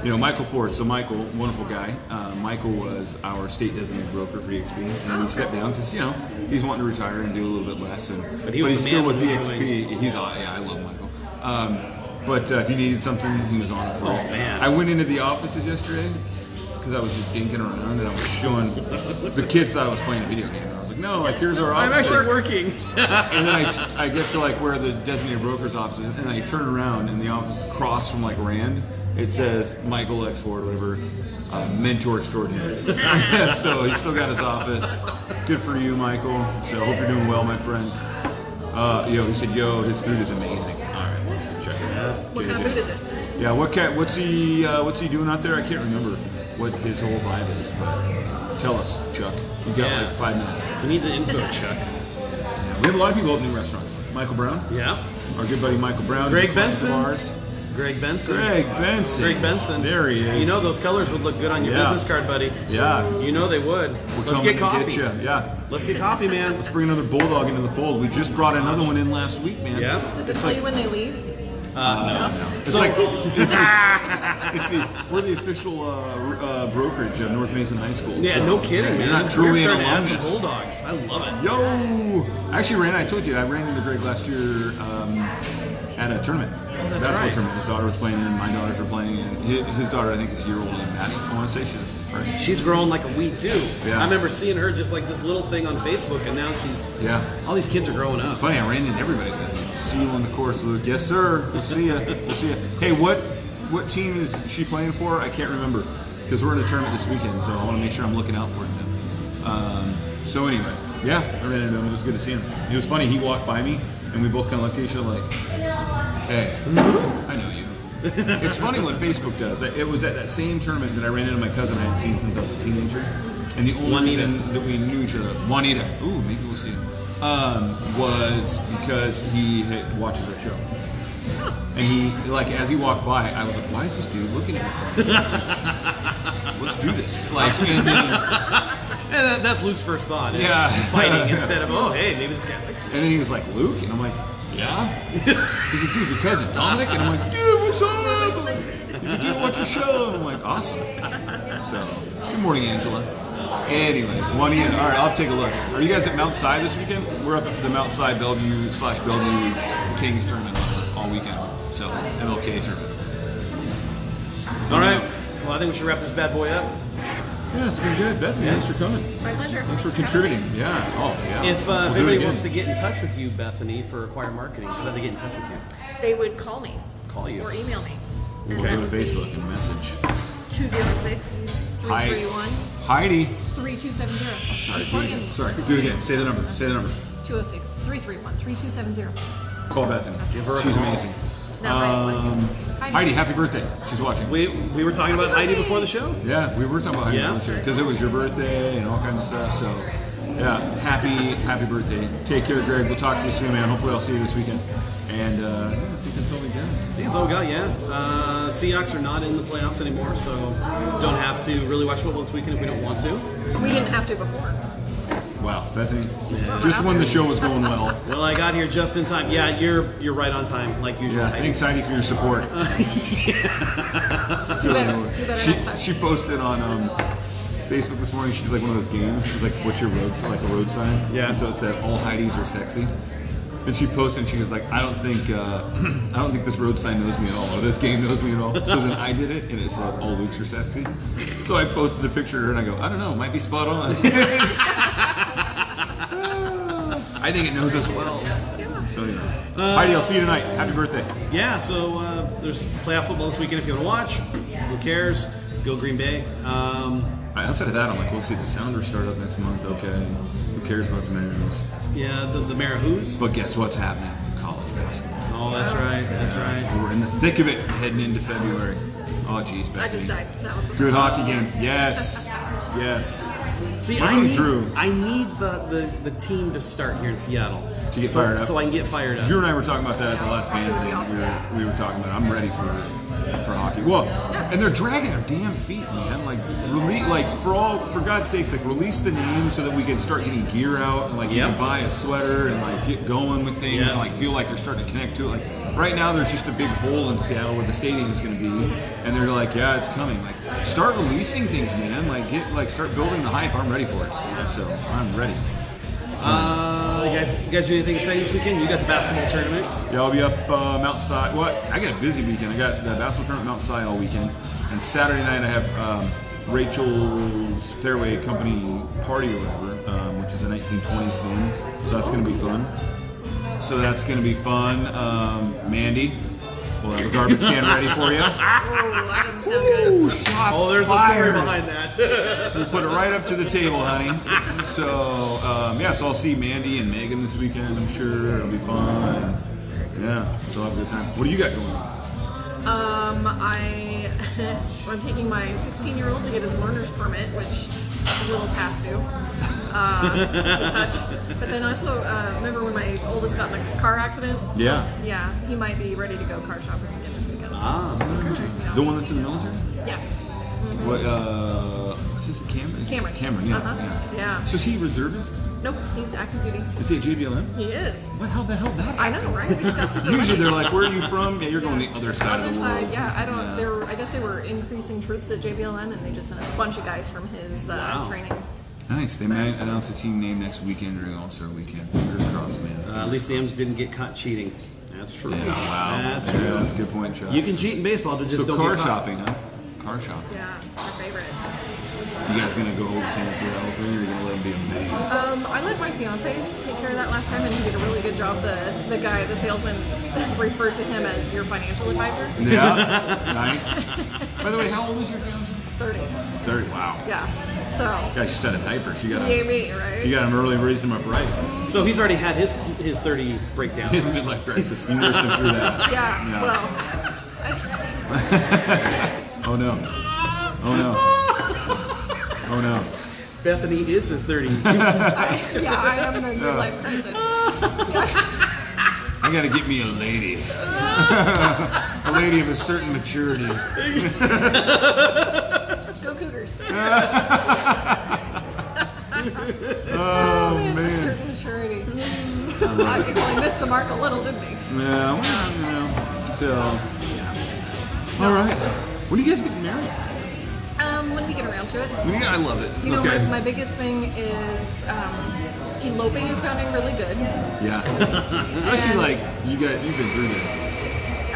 [SPEAKER 9] you know Michael Ford. So Michael, wonderful guy. Uh, Michael was our state designated broker for EXP, and he stepped down because you know he's wanting to retire and do a little bit less. And
[SPEAKER 7] But he was
[SPEAKER 9] he's
[SPEAKER 7] the
[SPEAKER 9] still
[SPEAKER 7] man
[SPEAKER 9] with
[SPEAKER 7] when he
[SPEAKER 9] EXP. He's aw- yeah, I love Michael. Um, but uh, if you needed something, he was on it for
[SPEAKER 7] Oh,
[SPEAKER 9] you.
[SPEAKER 7] man.
[SPEAKER 9] I went into the offices yesterday because I was just dinking around and I was showing the kids that I was playing a video game. And I was like, no, like here's our
[SPEAKER 7] I'm
[SPEAKER 9] office.
[SPEAKER 7] actually working.
[SPEAKER 9] And then I, I get to like where the designated broker's office is, and I turn around, and the office across from like Rand, it says Michael X Ford, whatever, uh, mentor extraordinary. so he's still got his office. Good for you, Michael. So I hope you're doing well, my friend. Uh, yo, he said, yo, his food is amazing. All right, we'll have to check it out.
[SPEAKER 10] What kind of food is it?
[SPEAKER 9] Yeah, what cat? What's he? Uh, what's he doing out there? I can't remember what his whole vibe is, but tell us, Chuck. You got
[SPEAKER 7] Yeah.
[SPEAKER 9] like five minutes.
[SPEAKER 7] We need the info check.
[SPEAKER 9] We have a lot of people opening restaurants. Michael Brown.
[SPEAKER 7] Yeah.
[SPEAKER 9] Our good buddy Michael Brown.
[SPEAKER 7] Greg
[SPEAKER 9] is a client of
[SPEAKER 7] Benson?
[SPEAKER 9] ours.
[SPEAKER 7] Greg Benson.
[SPEAKER 9] Greg Benson.
[SPEAKER 7] Greg Benson.
[SPEAKER 9] There he is.
[SPEAKER 7] You know those colors would look good on your
[SPEAKER 9] Yeah.
[SPEAKER 7] business card, buddy.
[SPEAKER 9] Yeah.
[SPEAKER 7] You know they would.
[SPEAKER 9] We're
[SPEAKER 7] Let's
[SPEAKER 9] coming
[SPEAKER 7] get
[SPEAKER 9] to
[SPEAKER 7] coffee.
[SPEAKER 9] ya. Yeah.
[SPEAKER 7] Let's get coffee, man.
[SPEAKER 9] Let's bring another bulldog into the fold. We just brought another one in last week, man.
[SPEAKER 7] Yeah.
[SPEAKER 10] Does it tell you when they leave?
[SPEAKER 9] It's like it's, the- it's the, we're the official uh, r- uh, brokerage of North Mason High School.
[SPEAKER 7] Yeah,
[SPEAKER 9] so,
[SPEAKER 7] no kidding,
[SPEAKER 9] yeah,
[SPEAKER 7] man.
[SPEAKER 9] You're not truly
[SPEAKER 7] We're starting
[SPEAKER 9] an
[SPEAKER 7] to add some
[SPEAKER 9] alumnus.
[SPEAKER 7] bulldogs. I love it.
[SPEAKER 9] Yo! Actually, Rand, I told you, I ran into Greg last year um, at a tournament.
[SPEAKER 7] Oh, that's
[SPEAKER 9] basketball
[SPEAKER 7] right.
[SPEAKER 9] tournament. His daughter was playing, and my daughters were playing, and his, his daughter, I think, is a year older than Maddie. I want to say she's freshman.
[SPEAKER 7] She's growing like a weed too.
[SPEAKER 9] Yeah.
[SPEAKER 7] I remember seeing her just like this little thing on Facebook, and now she's.
[SPEAKER 9] Yeah.
[SPEAKER 7] All these kids are growing up.
[SPEAKER 9] Funny, I ran into everybody. that day. See you on the course, Luke. Yes, sir. We'll see ya. We'll see ya. Hey, what what team is she playing for? I can't remember because we're in a tournament this weekend, so I want to make sure I'm looking out for him. Um, so anyway, yeah, I ran into him. It was good to see him. It was funny. He walked by me, and we both kind of looked at each other like, "Hey, I know you." it's funny what Facebook does. It was at that same tournament that I ran into my cousin I hadn't seen since I was a teenager, and the only
[SPEAKER 7] Juanita.
[SPEAKER 9] reason that we knew each other, Juanita. Ooh, maybe we'll see him. Um, was because he had, watches our show, and he like as he walked by, I was like, "Why is this dude looking at me?" from?" Let's do this. Like, and then,
[SPEAKER 7] And that, that's Luke's first thought. Is
[SPEAKER 9] Yeah.
[SPEAKER 7] Fighting instead of oh hey maybe this guy likes me.
[SPEAKER 9] and then he was like, "Luke," and I'm like, "Yeah." He's like, "Dude, your cousin Dominic," and I'm like, "Dude, what's up?" He's like, "Dude, watch your show," and I'm like, "Awesome." So, good morning, Angela. Anyways, one in. All right, I'll take a look. Are you guys at Mount Si this weekend? We're up at the Mount Si Bellevue slash Bellevue Kings tournament all weekend. So MLK tournament.
[SPEAKER 7] All right. Well, I think we should wrap this bad boy up.
[SPEAKER 9] Yeah, it's been good, Bethany. Thanks for coming.
[SPEAKER 10] My pleasure.
[SPEAKER 9] Thanks for contributing. Yeah. Oh, yeah.
[SPEAKER 7] If, uh, if
[SPEAKER 9] We'll do it
[SPEAKER 7] anybody
[SPEAKER 9] again.
[SPEAKER 7] wants to get in touch with you, Bethany, for Acquire Marketing, how do they get in touch with you?
[SPEAKER 10] They would call me
[SPEAKER 7] Call you.
[SPEAKER 10] or email me. And
[SPEAKER 9] We'll
[SPEAKER 10] that
[SPEAKER 9] go
[SPEAKER 10] would
[SPEAKER 9] to
[SPEAKER 10] be
[SPEAKER 9] Facebook and message.
[SPEAKER 10] 206
[SPEAKER 9] Hi,
[SPEAKER 10] 331
[SPEAKER 9] Heidi.
[SPEAKER 10] 3270.
[SPEAKER 9] Sorry, do it again. Sorry, do it again. Say the number. Say the number.
[SPEAKER 10] 206 331 3270.
[SPEAKER 9] Call Bethany.
[SPEAKER 10] Give
[SPEAKER 7] her a
[SPEAKER 9] She's
[SPEAKER 7] call.
[SPEAKER 9] amazing.
[SPEAKER 10] Now,
[SPEAKER 9] Um, Heidi, happy birthday. She's watching.
[SPEAKER 7] We, we were talking about Heidi before the show.
[SPEAKER 9] Yeah, we were talking about Heidi
[SPEAKER 7] Yeah?
[SPEAKER 9] because it was your birthday and all kinds of stuff. So, yeah, happy happy birthday. Take care, Greg. We'll talk to you soon, man. Hopefully, I'll see you this weekend. And uh, yeah, I think that's all we got.
[SPEAKER 7] These all got, yeah. Uh, Seahawks are not in the playoffs anymore, so don't have to really watch football this weekend if we don't want to.
[SPEAKER 10] we didn't have to before.
[SPEAKER 9] Wow, Bethany, just,
[SPEAKER 10] throw it out
[SPEAKER 9] when the
[SPEAKER 10] there.
[SPEAKER 9] show was going well.
[SPEAKER 7] Well, I got here just in time. Yeah, you're you're right on time, like usual.
[SPEAKER 9] Yeah,
[SPEAKER 7] Heidi.
[SPEAKER 9] thanks, Heidi, for your support.
[SPEAKER 10] Do better. Do better
[SPEAKER 9] she,
[SPEAKER 10] next time.
[SPEAKER 9] she posted on um, Facebook this morning. She did like one of those games. She's like, "What's your road like a road sign?"
[SPEAKER 7] Yeah.
[SPEAKER 9] And so it said, "All Heidi's are sexy." And she posted, and she was like, "I don't think uh, I don't think this road sign knows me at all, or this game knows me at all." So then I did it, and it said, "All Luke's are sexy." So I posted the picture, to her, and I go, "I don't know, might be spot on." I think it knows us well. So anyway, Heidi, I'll see you tonight. Happy birthday.
[SPEAKER 7] Yeah, so uh, there's playoff football this weekend if you want to watch. Who cares? Go Green Bay. Um,
[SPEAKER 9] All right, outside of that, I'm like, we'll see the Sounders start up next month. Okay, who cares about the Mariners?
[SPEAKER 7] yeah, the, the Marahoos.
[SPEAKER 9] But guess what's happening? College basketball.
[SPEAKER 7] Oh, that's right. That's right.
[SPEAKER 9] We're in the thick of it heading into February. Oh, geez,
[SPEAKER 10] I just died. That was
[SPEAKER 9] Good hockey game. Yes. Yes.
[SPEAKER 7] See,
[SPEAKER 9] We're
[SPEAKER 7] I
[SPEAKER 9] from
[SPEAKER 7] need,
[SPEAKER 9] Drew.
[SPEAKER 7] I need the, the, the team to start here in Seattle.
[SPEAKER 9] to get
[SPEAKER 7] so,
[SPEAKER 9] fired up.
[SPEAKER 7] So I can get fired up.
[SPEAKER 9] Drew and I were talking about that at the last band thing. We were, we were talking about. I'm ready for for hockey. Well, and they're dragging their damn feet, man. Like release, like for all for God's sakes, like release the name so that we can start getting gear out and like you can
[SPEAKER 7] Yep.
[SPEAKER 9] buy a sweater and like get going with things and like feel like you're starting to connect to it. Like right now, there's just a big hole in Seattle where the stadium is going to be, and they're like, yeah, it's coming. Like start releasing things, man. Like get like start building the hype. I'm ready for it. So I'm ready.
[SPEAKER 7] Uh, you guys, you guys do anything exciting this weekend? You got the basketball tournament.
[SPEAKER 9] Yeah, I'll be up uh, Mount Si. Well, I got a busy weekend. I got the basketball tournament at Mount Si all weekend, and Saturday night I have um, Rachel's Fairway Company party or whatever, um, which is a 1920s theme. So that's gonna be fun. So that's gonna be fun. Um, Mandy, we'll have a garbage can ready for you. Ooh, shots
[SPEAKER 7] Oh, there's a story
[SPEAKER 9] fired.
[SPEAKER 7] behind that.
[SPEAKER 9] We'll put it right up to the table, honey. So um, yeah, so I'll see Mandy and Megan this weekend. I'm sure it'll be fun. Yeah, so I'll have a good time. What do you got going on?
[SPEAKER 10] Um, I I'm taking my 16 year old to get his learner's permit, which is a little past due. Uh, just a touch. But then also, uh, remember when my oldest got in a car accident?
[SPEAKER 9] Yeah, Ah,
[SPEAKER 10] Yeah, he might be ready to go car shopping again this weekend. So,
[SPEAKER 9] the one that's in the military.
[SPEAKER 10] yeah,
[SPEAKER 9] What? Uh, what's his Cameron?
[SPEAKER 10] Cameron.
[SPEAKER 9] Cameron. Yeah.
[SPEAKER 10] Uh-huh. Yeah.
[SPEAKER 9] yeah. So is he a reservist?
[SPEAKER 10] Nope, he's active duty.
[SPEAKER 9] Is he a JBLM?
[SPEAKER 10] He is.
[SPEAKER 9] What? How the hell that?
[SPEAKER 10] I know, right? We just got super
[SPEAKER 9] Usually
[SPEAKER 10] lucky.
[SPEAKER 9] they're like, "Where are you from?" Yeah, you're going the other side
[SPEAKER 10] Other
[SPEAKER 9] of the world.
[SPEAKER 10] side, yeah. I don't.
[SPEAKER 9] Yeah.
[SPEAKER 10] They were. I guess they were increasing troops at JBLN, and they just sent a bunch of guys from his uh,
[SPEAKER 7] Wow.
[SPEAKER 10] training.
[SPEAKER 9] Nice. They might announce a team name next weekend during All Star Weekend. Fingers crossed, man.
[SPEAKER 7] Uh, at least the M's didn't get caught cheating. That's true.
[SPEAKER 9] yeah. Wow.
[SPEAKER 7] That's
[SPEAKER 9] Yeah,
[SPEAKER 7] true.
[SPEAKER 9] That's a good point, Chuck.
[SPEAKER 7] You can cheat in baseball, but just
[SPEAKER 9] so
[SPEAKER 7] don't
[SPEAKER 9] car
[SPEAKER 7] get caught.
[SPEAKER 9] shopping, huh? Car shopping.
[SPEAKER 10] Yeah, my favorite.
[SPEAKER 9] You guys gonna go over to Santa Fe Alpha? You're gonna let him be a man.
[SPEAKER 10] Um, I let my fiance take care of that last time, and he did a really good job. The the guy, the salesman, referred to him as your financial advisor.
[SPEAKER 9] Yeah. nice. By the way, how old is your fiance?
[SPEAKER 10] Thirty.
[SPEAKER 9] Thirty. Wow.
[SPEAKER 10] Yeah. So
[SPEAKER 9] Guys, you set a diaper. You got
[SPEAKER 10] yay
[SPEAKER 9] him.
[SPEAKER 10] me, right?
[SPEAKER 9] You got him early, raised him up right.
[SPEAKER 7] So he's already had his his 30 breakdown.
[SPEAKER 9] His midlife crisis. You nursed him through that.
[SPEAKER 10] Yeah.
[SPEAKER 9] Yeah.
[SPEAKER 10] Well, I,
[SPEAKER 9] Oh no. Oh no. Oh no.
[SPEAKER 7] Bethany is his 30.
[SPEAKER 10] I, yeah, I am in a midlife crisis.
[SPEAKER 9] I gotta get me a lady. a lady of a certain maturity.
[SPEAKER 10] Go Cougars.
[SPEAKER 9] Oh
[SPEAKER 10] We have a
[SPEAKER 9] man.
[SPEAKER 10] certain maturity. I think we missed the mark a little, didn't we?
[SPEAKER 9] Yeah. Well, you know. So. All right. When do you guys get married?
[SPEAKER 10] Um, when we get around to it.
[SPEAKER 9] When you- I love it.
[SPEAKER 10] You know,
[SPEAKER 9] okay.
[SPEAKER 10] my, my biggest thing is um, eloping is sounding really good.
[SPEAKER 9] Yeah. Especially like you got you've been through this.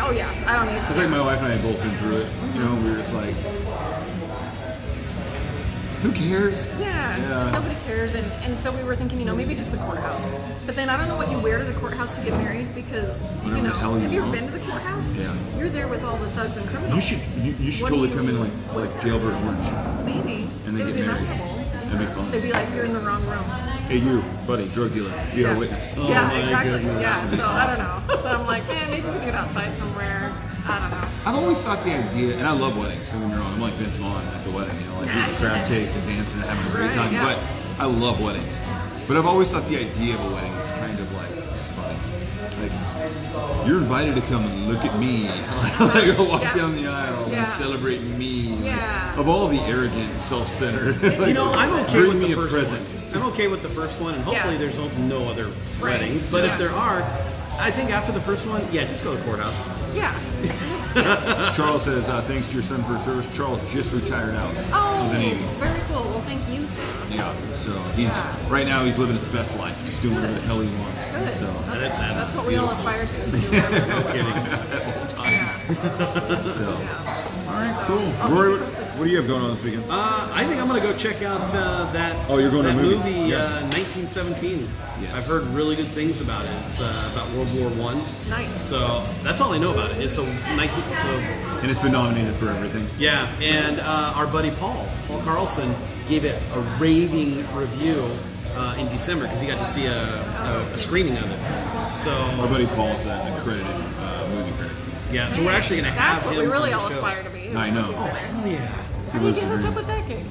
[SPEAKER 10] Oh yeah, I don't need.
[SPEAKER 9] It's like my wife and I have both been through it. You know, we were just like who cares?
[SPEAKER 10] Yeah,
[SPEAKER 9] Yeah.
[SPEAKER 10] nobody cares, and, and so we were thinking, you know, maybe just the courthouse. But then I don't know what you wear to the courthouse to get married because
[SPEAKER 9] Whatever
[SPEAKER 10] you
[SPEAKER 9] the
[SPEAKER 10] know,
[SPEAKER 9] hell you
[SPEAKER 10] have you ever
[SPEAKER 9] want.
[SPEAKER 10] been to the courthouse?
[SPEAKER 9] Yeah.
[SPEAKER 10] You're there with all the thugs and criminals.
[SPEAKER 9] You should you, you should
[SPEAKER 10] What do
[SPEAKER 9] totally
[SPEAKER 10] you-
[SPEAKER 9] come in like like jailbird orange.
[SPEAKER 10] maybe
[SPEAKER 9] and
[SPEAKER 10] it
[SPEAKER 9] then
[SPEAKER 10] would
[SPEAKER 9] get
[SPEAKER 10] be
[SPEAKER 9] married.
[SPEAKER 10] memorable.
[SPEAKER 9] That'd be fun.
[SPEAKER 10] They'd be like, you're in the wrong room.
[SPEAKER 9] Hey you, buddy, drug dealer. You are a witness. Oh
[SPEAKER 10] yeah, exactly. Yeah, so I don't know. So I'm like, man, maybe we could do it outside somewhere. I don't know.
[SPEAKER 9] I've always thought the idea, and I love weddings. Don't get me wrong. I'm like Vince Vaughn at the wedding, you know, like eating crab cakes and dancing and having a great
[SPEAKER 10] Right,
[SPEAKER 9] time.
[SPEAKER 10] yeah.
[SPEAKER 9] But I love weddings. But I've always thought the idea of a wedding is kind of like funny. Like you're invited to come and look at me, like walk
[SPEAKER 10] Yeah.
[SPEAKER 9] down the aisle
[SPEAKER 10] Yeah.
[SPEAKER 9] and celebrate me. Like,
[SPEAKER 10] Yeah.
[SPEAKER 9] Of all the arrogant, self-centered,
[SPEAKER 7] You know, I'm okay
[SPEAKER 9] bring
[SPEAKER 7] with
[SPEAKER 9] me
[SPEAKER 7] the
[SPEAKER 9] a
[SPEAKER 7] first
[SPEAKER 9] present.
[SPEAKER 7] one. I'm okay with the first one, and hopefully
[SPEAKER 10] Yeah.
[SPEAKER 7] there's no other
[SPEAKER 10] Right.
[SPEAKER 7] weddings. But
[SPEAKER 10] Yeah.
[SPEAKER 7] if there are, I think after the first one, yeah, just go to the courthouse.
[SPEAKER 10] Yeah. Just- yeah.
[SPEAKER 9] Charles says, uh, "Thanks to your son for service." Charles just retired out
[SPEAKER 10] Oh,
[SPEAKER 9] of the Navy.
[SPEAKER 10] very cool. Well, thank you, sir.
[SPEAKER 9] Yeah, so he's right now he's living his best life, just doing whatever the hell he wants.
[SPEAKER 10] Good.
[SPEAKER 9] So
[SPEAKER 7] that-
[SPEAKER 10] that's,
[SPEAKER 7] that's
[SPEAKER 10] that's what we all aspire to. is do whatever we want.
[SPEAKER 9] so all right,
[SPEAKER 10] So,
[SPEAKER 9] cool.
[SPEAKER 10] I'll keep
[SPEAKER 9] Rory,
[SPEAKER 10] you
[SPEAKER 9] what,
[SPEAKER 10] posted.
[SPEAKER 9] what do you have going on this weekend?
[SPEAKER 7] Uh, I think I'm gonna go check out uh, that.
[SPEAKER 9] Oh, you're going to
[SPEAKER 7] that
[SPEAKER 9] a movie. Yeah.
[SPEAKER 7] uh, 1917.
[SPEAKER 9] Yes.
[SPEAKER 7] I've heard really good things about it. It's uh, about World War One.
[SPEAKER 10] Nice.
[SPEAKER 7] So that's all I know about it. It's so 19. So
[SPEAKER 9] and it's been nominated for everything.
[SPEAKER 7] Yeah, and uh, our buddy Paul, Paul Carlson, gave it a raving review uh, in December because he got to see a, a, a screening of it.
[SPEAKER 9] Our
[SPEAKER 7] So
[SPEAKER 9] buddy Paul's an accredited uh, movie critic.
[SPEAKER 7] yeah, so we're actually going to have
[SPEAKER 10] That's what
[SPEAKER 7] him
[SPEAKER 10] we really
[SPEAKER 7] on the
[SPEAKER 10] all
[SPEAKER 7] show. Oh,
[SPEAKER 10] aspire to be. It
[SPEAKER 9] I
[SPEAKER 10] was
[SPEAKER 9] know.
[SPEAKER 10] fucking hilarious.
[SPEAKER 9] yeah.
[SPEAKER 10] How do Oh, you get hooked up with that kid?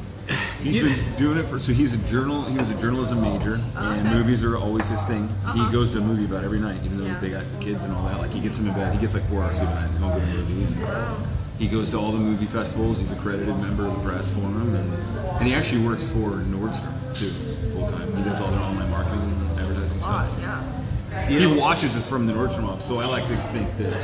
[SPEAKER 9] He's been doing it for so he's a journal. He was a journalism major, and movies are always his thing.
[SPEAKER 10] Uh-huh.
[SPEAKER 9] He goes to a movie about every night, even though they got kids and all that. Like he gets him in bed. He gets like four hours sleep a night. and He'll go to movies. And He goes to all the movie festivals. He's a credited member of the press forum, and, and he actually works for Nordstrom too, full time. He does all their online marketing, and advertising stuff.
[SPEAKER 10] yeah.
[SPEAKER 9] He watches us from the Nordstrom office, so I like to think that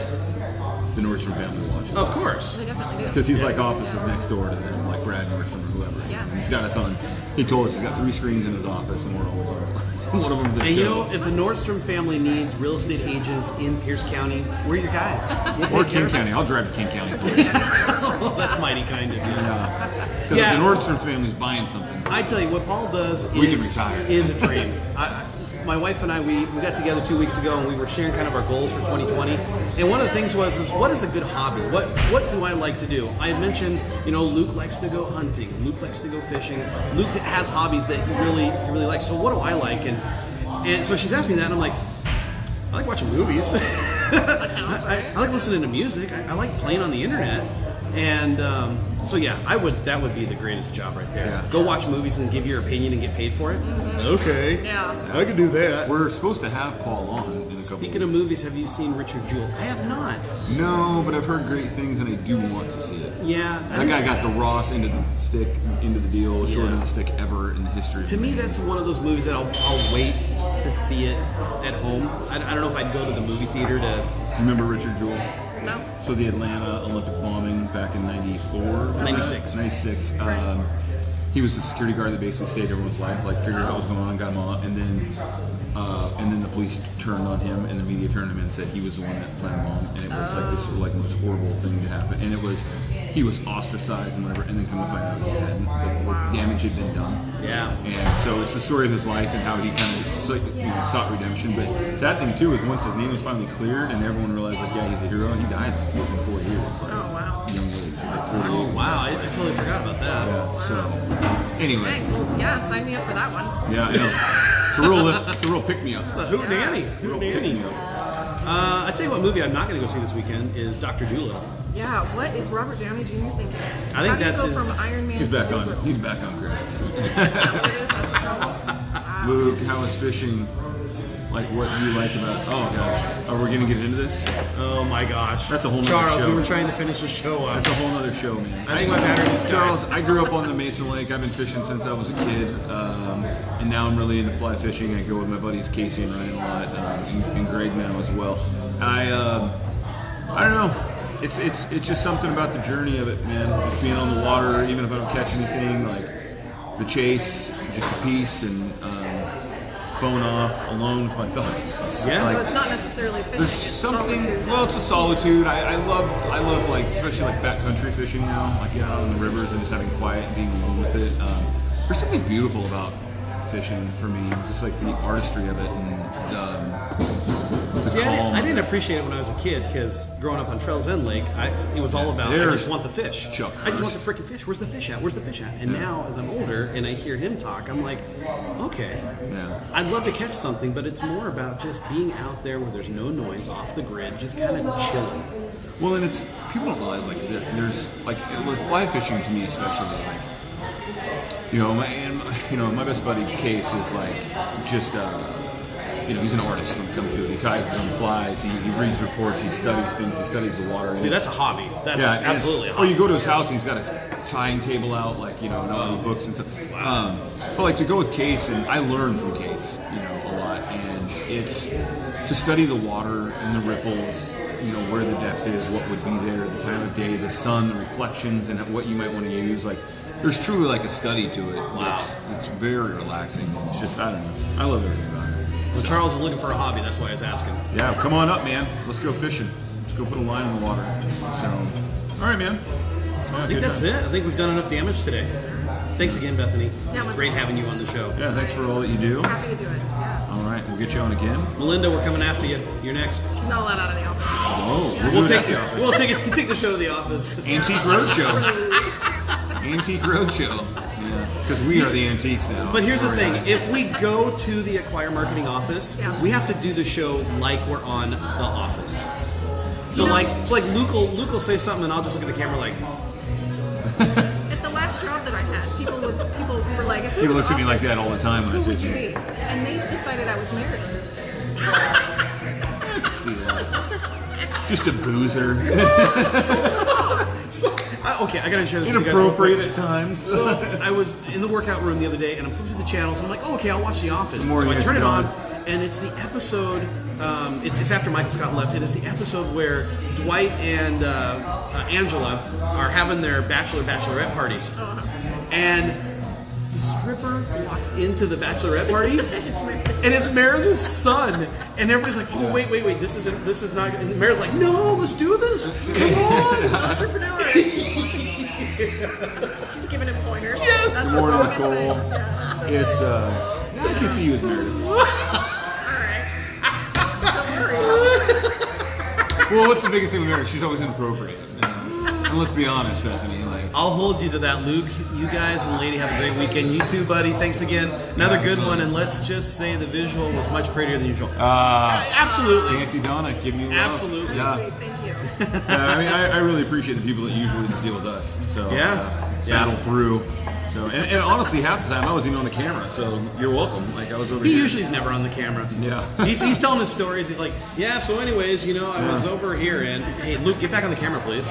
[SPEAKER 9] the Nordstrom family watches.
[SPEAKER 7] Of course. They
[SPEAKER 10] definitely
[SPEAKER 7] do.
[SPEAKER 9] Because he's
[SPEAKER 7] Yeah.
[SPEAKER 9] like offices next door to them, like Brad Nordstrom or whoever.
[SPEAKER 7] Yeah.
[SPEAKER 9] He's got us on. He told us he's got three screens in his office, and we're all one of them. The
[SPEAKER 7] And
[SPEAKER 9] show.
[SPEAKER 7] you know, if the Nordstrom family needs real estate agents in Pierce County, we're your guys. We'll take
[SPEAKER 9] or
[SPEAKER 7] care
[SPEAKER 9] King
[SPEAKER 7] of it.
[SPEAKER 9] County. I'll drive to King County for you.
[SPEAKER 7] That's mighty kind of you.
[SPEAKER 9] Yeah. 'Cause
[SPEAKER 7] Yeah.
[SPEAKER 9] if the Nordstrom family's buying something,
[SPEAKER 7] I tell you, what Paul does
[SPEAKER 9] We can
[SPEAKER 7] is,
[SPEAKER 9] retire.
[SPEAKER 7] is a dream. I, I- my wife and I, we, we got together two weeks ago and we were sharing kind of our goals for 2020. And one of the things was, is what is a good hobby? What what do I like to do? I had mentioned, you know, Luke likes to go hunting. Luke likes to go fishing. Luke has hobbies that he really he really likes. So what do I like? And and so she's asked me that, and I'm like, I like watching movies. I, I, I like listening to music. I, I like playing on the internet, and um, so yeah, I would. That would be the greatest job right there. Go watch movies and give your opinion and get paid for it. Okay.
[SPEAKER 10] Yeah.
[SPEAKER 7] I can do that.
[SPEAKER 9] We're supposed to have Paul on in a couple.
[SPEAKER 7] Speaking of movies, have you seen Richard Jewell? I have not.
[SPEAKER 9] No, but I've heard great things, and I do want to see it.
[SPEAKER 7] Yeah.
[SPEAKER 9] That guy got the Ross end of the stick, end of the deal, short end of
[SPEAKER 7] Yeah.
[SPEAKER 9] the stick ever in the history. of
[SPEAKER 7] To me,
[SPEAKER 9] humanity.
[SPEAKER 7] that's one of those movies that I'll, I'll wait to see it at home. I, I don't know if I'd go to the movie theater to.
[SPEAKER 9] Remember Richard Jewell?
[SPEAKER 10] No.
[SPEAKER 9] So the Atlanta Olympic bombing back in 94?
[SPEAKER 7] 96.
[SPEAKER 9] 96. Um, he was the security guard that basically saved everyone's life, like figured out what was going on, got him all, and then uh, and then the police turned on him, and the media turned him in and said he was the one that planned the bomb, and it was like this like most horrible thing to happen, and it was he was ostracized and whatever, and then come to find out he hadn't, like, what damage had been done.
[SPEAKER 7] Yeah.
[SPEAKER 9] And so it's the story of his life and how he kind of so- you know, sought redemption. But sad thing too is once his name was finally cleared and everyone realized like yeah he's a hero, he died like, within four years. Like, oh wow. Young age. Like, 40
[SPEAKER 7] Oh wow! I, I totally forgot about that.
[SPEAKER 9] Yeah. So anyway,
[SPEAKER 10] Hey, well, yeah, sign me up for that one.
[SPEAKER 9] yeah, I know. It's a real lift. It's a real pick me up.
[SPEAKER 7] The Hoot Nanny. Hoot Nanny. Uh, I tell you what movie I'm not going to go see this weekend is Doctor Doolittle.
[SPEAKER 10] Yeah, what is Robert Downey Jr. thinking?
[SPEAKER 7] I think
[SPEAKER 10] How do
[SPEAKER 7] that's
[SPEAKER 10] you go
[SPEAKER 7] his-
[SPEAKER 10] from Iron Man
[SPEAKER 9] He's
[SPEAKER 10] to
[SPEAKER 9] back on.
[SPEAKER 10] Doolittle?
[SPEAKER 9] He's back on crack.
[SPEAKER 10] That's a problem.
[SPEAKER 9] Luke, how is fishing? Like what do you like about? Oh gosh, are we gonna get into this?
[SPEAKER 7] Oh my gosh.
[SPEAKER 9] That's a whole nother
[SPEAKER 7] Charles,
[SPEAKER 9] show.
[SPEAKER 7] we were trying to finish the show up.
[SPEAKER 9] That's a whole other show, man.
[SPEAKER 7] I think my battery's died.
[SPEAKER 9] Charles, I grew up on the Mason Lake. I've been fishing since I was a kid, um, and now I'm really into fly fishing. I go with my buddies Casey and Ryan a lot, um, and, and Greg now as well. I, um I don't know. It's it's it's just something about the journey of it, man. Just being on the water, even if I don't catch anything, like the chase, just the peace, and um, phone off, alone with my thoughts.
[SPEAKER 7] Yeah.
[SPEAKER 9] Like,
[SPEAKER 10] So it's not necessarily fishing.
[SPEAKER 9] there's
[SPEAKER 10] it's
[SPEAKER 9] something.
[SPEAKER 10] Solitude.
[SPEAKER 9] Well, it's a solitude. I, I love. I love like especially like backcountry fishing now. Like getting out on the rivers and just having quiet and being alone with it. Um, there's something beautiful about fishing for me. Just like the artistry of it and um, the
[SPEAKER 7] See, I
[SPEAKER 9] calm.
[SPEAKER 7] didn't, I
[SPEAKER 9] of
[SPEAKER 7] didn't
[SPEAKER 9] it.
[SPEAKER 7] appreciate it when I was a kid because growing up on Trails End Lake, I, it was all about I
[SPEAKER 9] There's
[SPEAKER 7] just want the fish.
[SPEAKER 9] Chuck
[SPEAKER 7] I just want the
[SPEAKER 9] first.
[SPEAKER 7] freaking fish. Where's the fish at? Where's the fish at? And now, as I'm older and I hear him talk, I'm like, okay,
[SPEAKER 9] Yeah.
[SPEAKER 7] I'd love to catch something, but it's more about just being out there where there's no noise, off the grid, just kind of chilling.
[SPEAKER 9] Well, and it's people don't realize like there, there's like with fly fishing to me especially like you know my and, my- you know my best buddy Case is like just uh, you know he's an artist when it comes to it. He ties his own flies. He, he reads reports. He studies things. He studies the water. and
[SPEAKER 7] See,
[SPEAKER 9] it's-
[SPEAKER 7] that's a hobby. That's
[SPEAKER 9] yeah, and it's-
[SPEAKER 7] absolutely a
[SPEAKER 9] Or
[SPEAKER 7] hobby.
[SPEAKER 9] you go to his house and he's got his timetable out, like you know, and all the books and stuff. Um, but like to go with Case, and I learned from Case, you know, a lot, and it's to study the water and the riffles, you know, where the depth is, what would be there, the time of day, the sun, the reflections, and what you might want to use. Like, there's truly like a study to it.
[SPEAKER 7] Wow.
[SPEAKER 9] It's, it's very relaxing. It's just I don't know. I love everything about it.
[SPEAKER 7] Well, Charles is looking for a hobby. That's why I was asking.
[SPEAKER 9] Yeah, come on up, man. Let's go fishing. Let's go put a line in the water. So, all right, man.
[SPEAKER 7] I think that's it. I think we've done enough damage today. Thanks again, Bethany.
[SPEAKER 10] Yeah,
[SPEAKER 7] It's
[SPEAKER 10] my-
[SPEAKER 7] great having you on the show.
[SPEAKER 9] Yeah, thanks for all that you do.
[SPEAKER 10] Happy to do it. Yeah.
[SPEAKER 9] All right, we'll get you on again.
[SPEAKER 7] Melinda, we're coming after you. You're next.
[SPEAKER 10] She's not allowed out of the office.
[SPEAKER 9] Oh,
[SPEAKER 7] We'll take we'll take it take the show to the office.
[SPEAKER 9] Antique Roadshow. Antique Roadshow. Yeah, because we are the antiques now.
[SPEAKER 7] But here's the
[SPEAKER 9] We're
[SPEAKER 7] thing:
[SPEAKER 9] not-
[SPEAKER 7] if we go to the Acquire Marketing office,
[SPEAKER 10] Yeah.
[SPEAKER 7] we have to do the show like we're on the office. So like, so like Luke will Luke will say something, and I'll just look at the camera like,
[SPEAKER 10] At the last job that I had, people would people were like, if
[SPEAKER 9] People
[SPEAKER 10] were
[SPEAKER 9] look at me like
[SPEAKER 10] office,
[SPEAKER 9] that all the time when I
[SPEAKER 10] Who
[SPEAKER 9] say
[SPEAKER 10] would you
[SPEAKER 9] that.
[SPEAKER 10] be? And they decided I was married.
[SPEAKER 9] See that? Just a boozer.
[SPEAKER 7] So, I- okay, I gotta share this.
[SPEAKER 9] Inappropriate
[SPEAKER 7] with you guys real quick.
[SPEAKER 9] at times.
[SPEAKER 7] So I was in the workout room the other day, and I'm flipping through the channels. And I'm like, oh, okay, I'll watch The Office.
[SPEAKER 9] The more
[SPEAKER 7] so I
[SPEAKER 9] you
[SPEAKER 7] turn it
[SPEAKER 9] guys
[SPEAKER 7] on, and it's the episode. Um, it's, it's after Michael Scott left, and it's the episode where Dwight and uh, uh, Angela are having their bachelor bachelorette parties, and the stripper walks into the bachelorette party, and it's Meredith's son, and everybody's like, oh wait, wait, wait, this is not this is not. And Meredith's like, no, let's do this. Come on,
[SPEAKER 10] Entrepreneur. She's giving him pointers. Yes. That's
[SPEAKER 9] More
[SPEAKER 10] what
[SPEAKER 9] Nicole. It's uh, I can see you as Meredith. Well, what's the biggest thing with Meredith? She's always inappropriate. you know? And let's be honest, Bethany. Like,
[SPEAKER 7] I'll hold you to that, Luke. You guys and lady have a great weekend. You too, buddy. Thanks again. Another good one, and let's just say the visual was much prettier than usual.
[SPEAKER 9] uh,
[SPEAKER 7] Absolutely.
[SPEAKER 9] Auntie Donna, give you love.
[SPEAKER 7] Absolutely.
[SPEAKER 9] Yeah.
[SPEAKER 10] Sweet, thank you.
[SPEAKER 9] Yeah, I mean, I, I really appreciate the people that usually just deal with us. So uh,
[SPEAKER 7] Yeah. Yeah.
[SPEAKER 9] battle through. So and, and honestly, half the time I was even on the camera. So you're welcome. Like I was over
[SPEAKER 7] He
[SPEAKER 9] here.
[SPEAKER 7] usually is never on the camera.
[SPEAKER 9] Yeah.
[SPEAKER 7] He's, he's telling his stories. He's like, yeah, so, anyways, you know, I was over here, and hey, Luke, get back on the camera, please.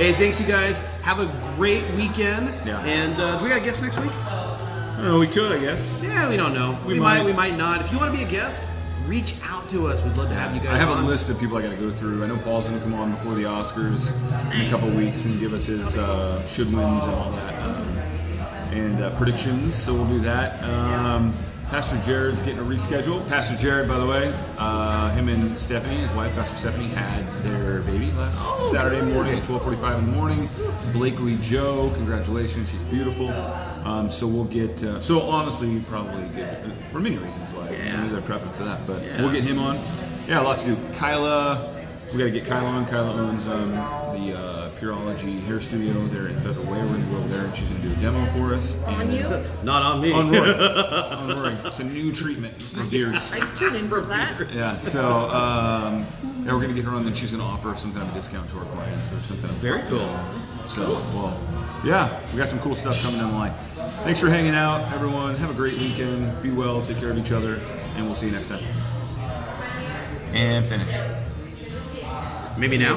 [SPEAKER 7] hey, thanks, you guys. Have a great weekend.
[SPEAKER 9] Yeah.
[SPEAKER 7] And uh, do we got a guest next week?
[SPEAKER 9] I don't know. We could, I guess.
[SPEAKER 7] Yeah, we don't know. We,
[SPEAKER 9] We
[SPEAKER 7] might.
[SPEAKER 9] might.
[SPEAKER 7] we might not. If you want to be a guest, reach out to us. We'd love to have you guys.
[SPEAKER 9] I have a
[SPEAKER 7] on.
[SPEAKER 9] list of people I got to go through. I know Paul's going to come on before the Oscars in a couple weeks and give us his uh, should wins and all that, um, and uh, predictions. So we'll do that. Um, Pastor Jared's getting a reschedule. Pastor Jared, by the way, uh, him and Stephanie, his wife, Pastor Stephanie, had their baby last Saturday morning at 12:45 in the morning. Blakely Joe, congratulations, she's beautiful. Um, so we'll get. Uh, so honestly, probably get for many reasons why I know they're prepping for that, but we'll get him on. Yeah, a lot to do. Kyla, we got to get Kyla on. Kyla owns um, the uh, Purology Hair Studio there in Federal Way. We're going to go over there and she's going to do a demo for us.
[SPEAKER 10] On
[SPEAKER 9] and-
[SPEAKER 10] you?
[SPEAKER 7] Not on me.
[SPEAKER 9] On Roy. on Roy. It's a new treatment for beards.
[SPEAKER 10] I tune in for that.
[SPEAKER 9] Yeah, so um, yeah, we're going to get her on, then she's going to offer some kind of discount to our clients or something.
[SPEAKER 7] Very cool.
[SPEAKER 9] So, well, yeah, we got some cool stuff coming down the line. Thanks for hanging out, everyone. Have a great weekend. Be well, take care of each other, and we'll see you next time. And finish.
[SPEAKER 7] Maybe now.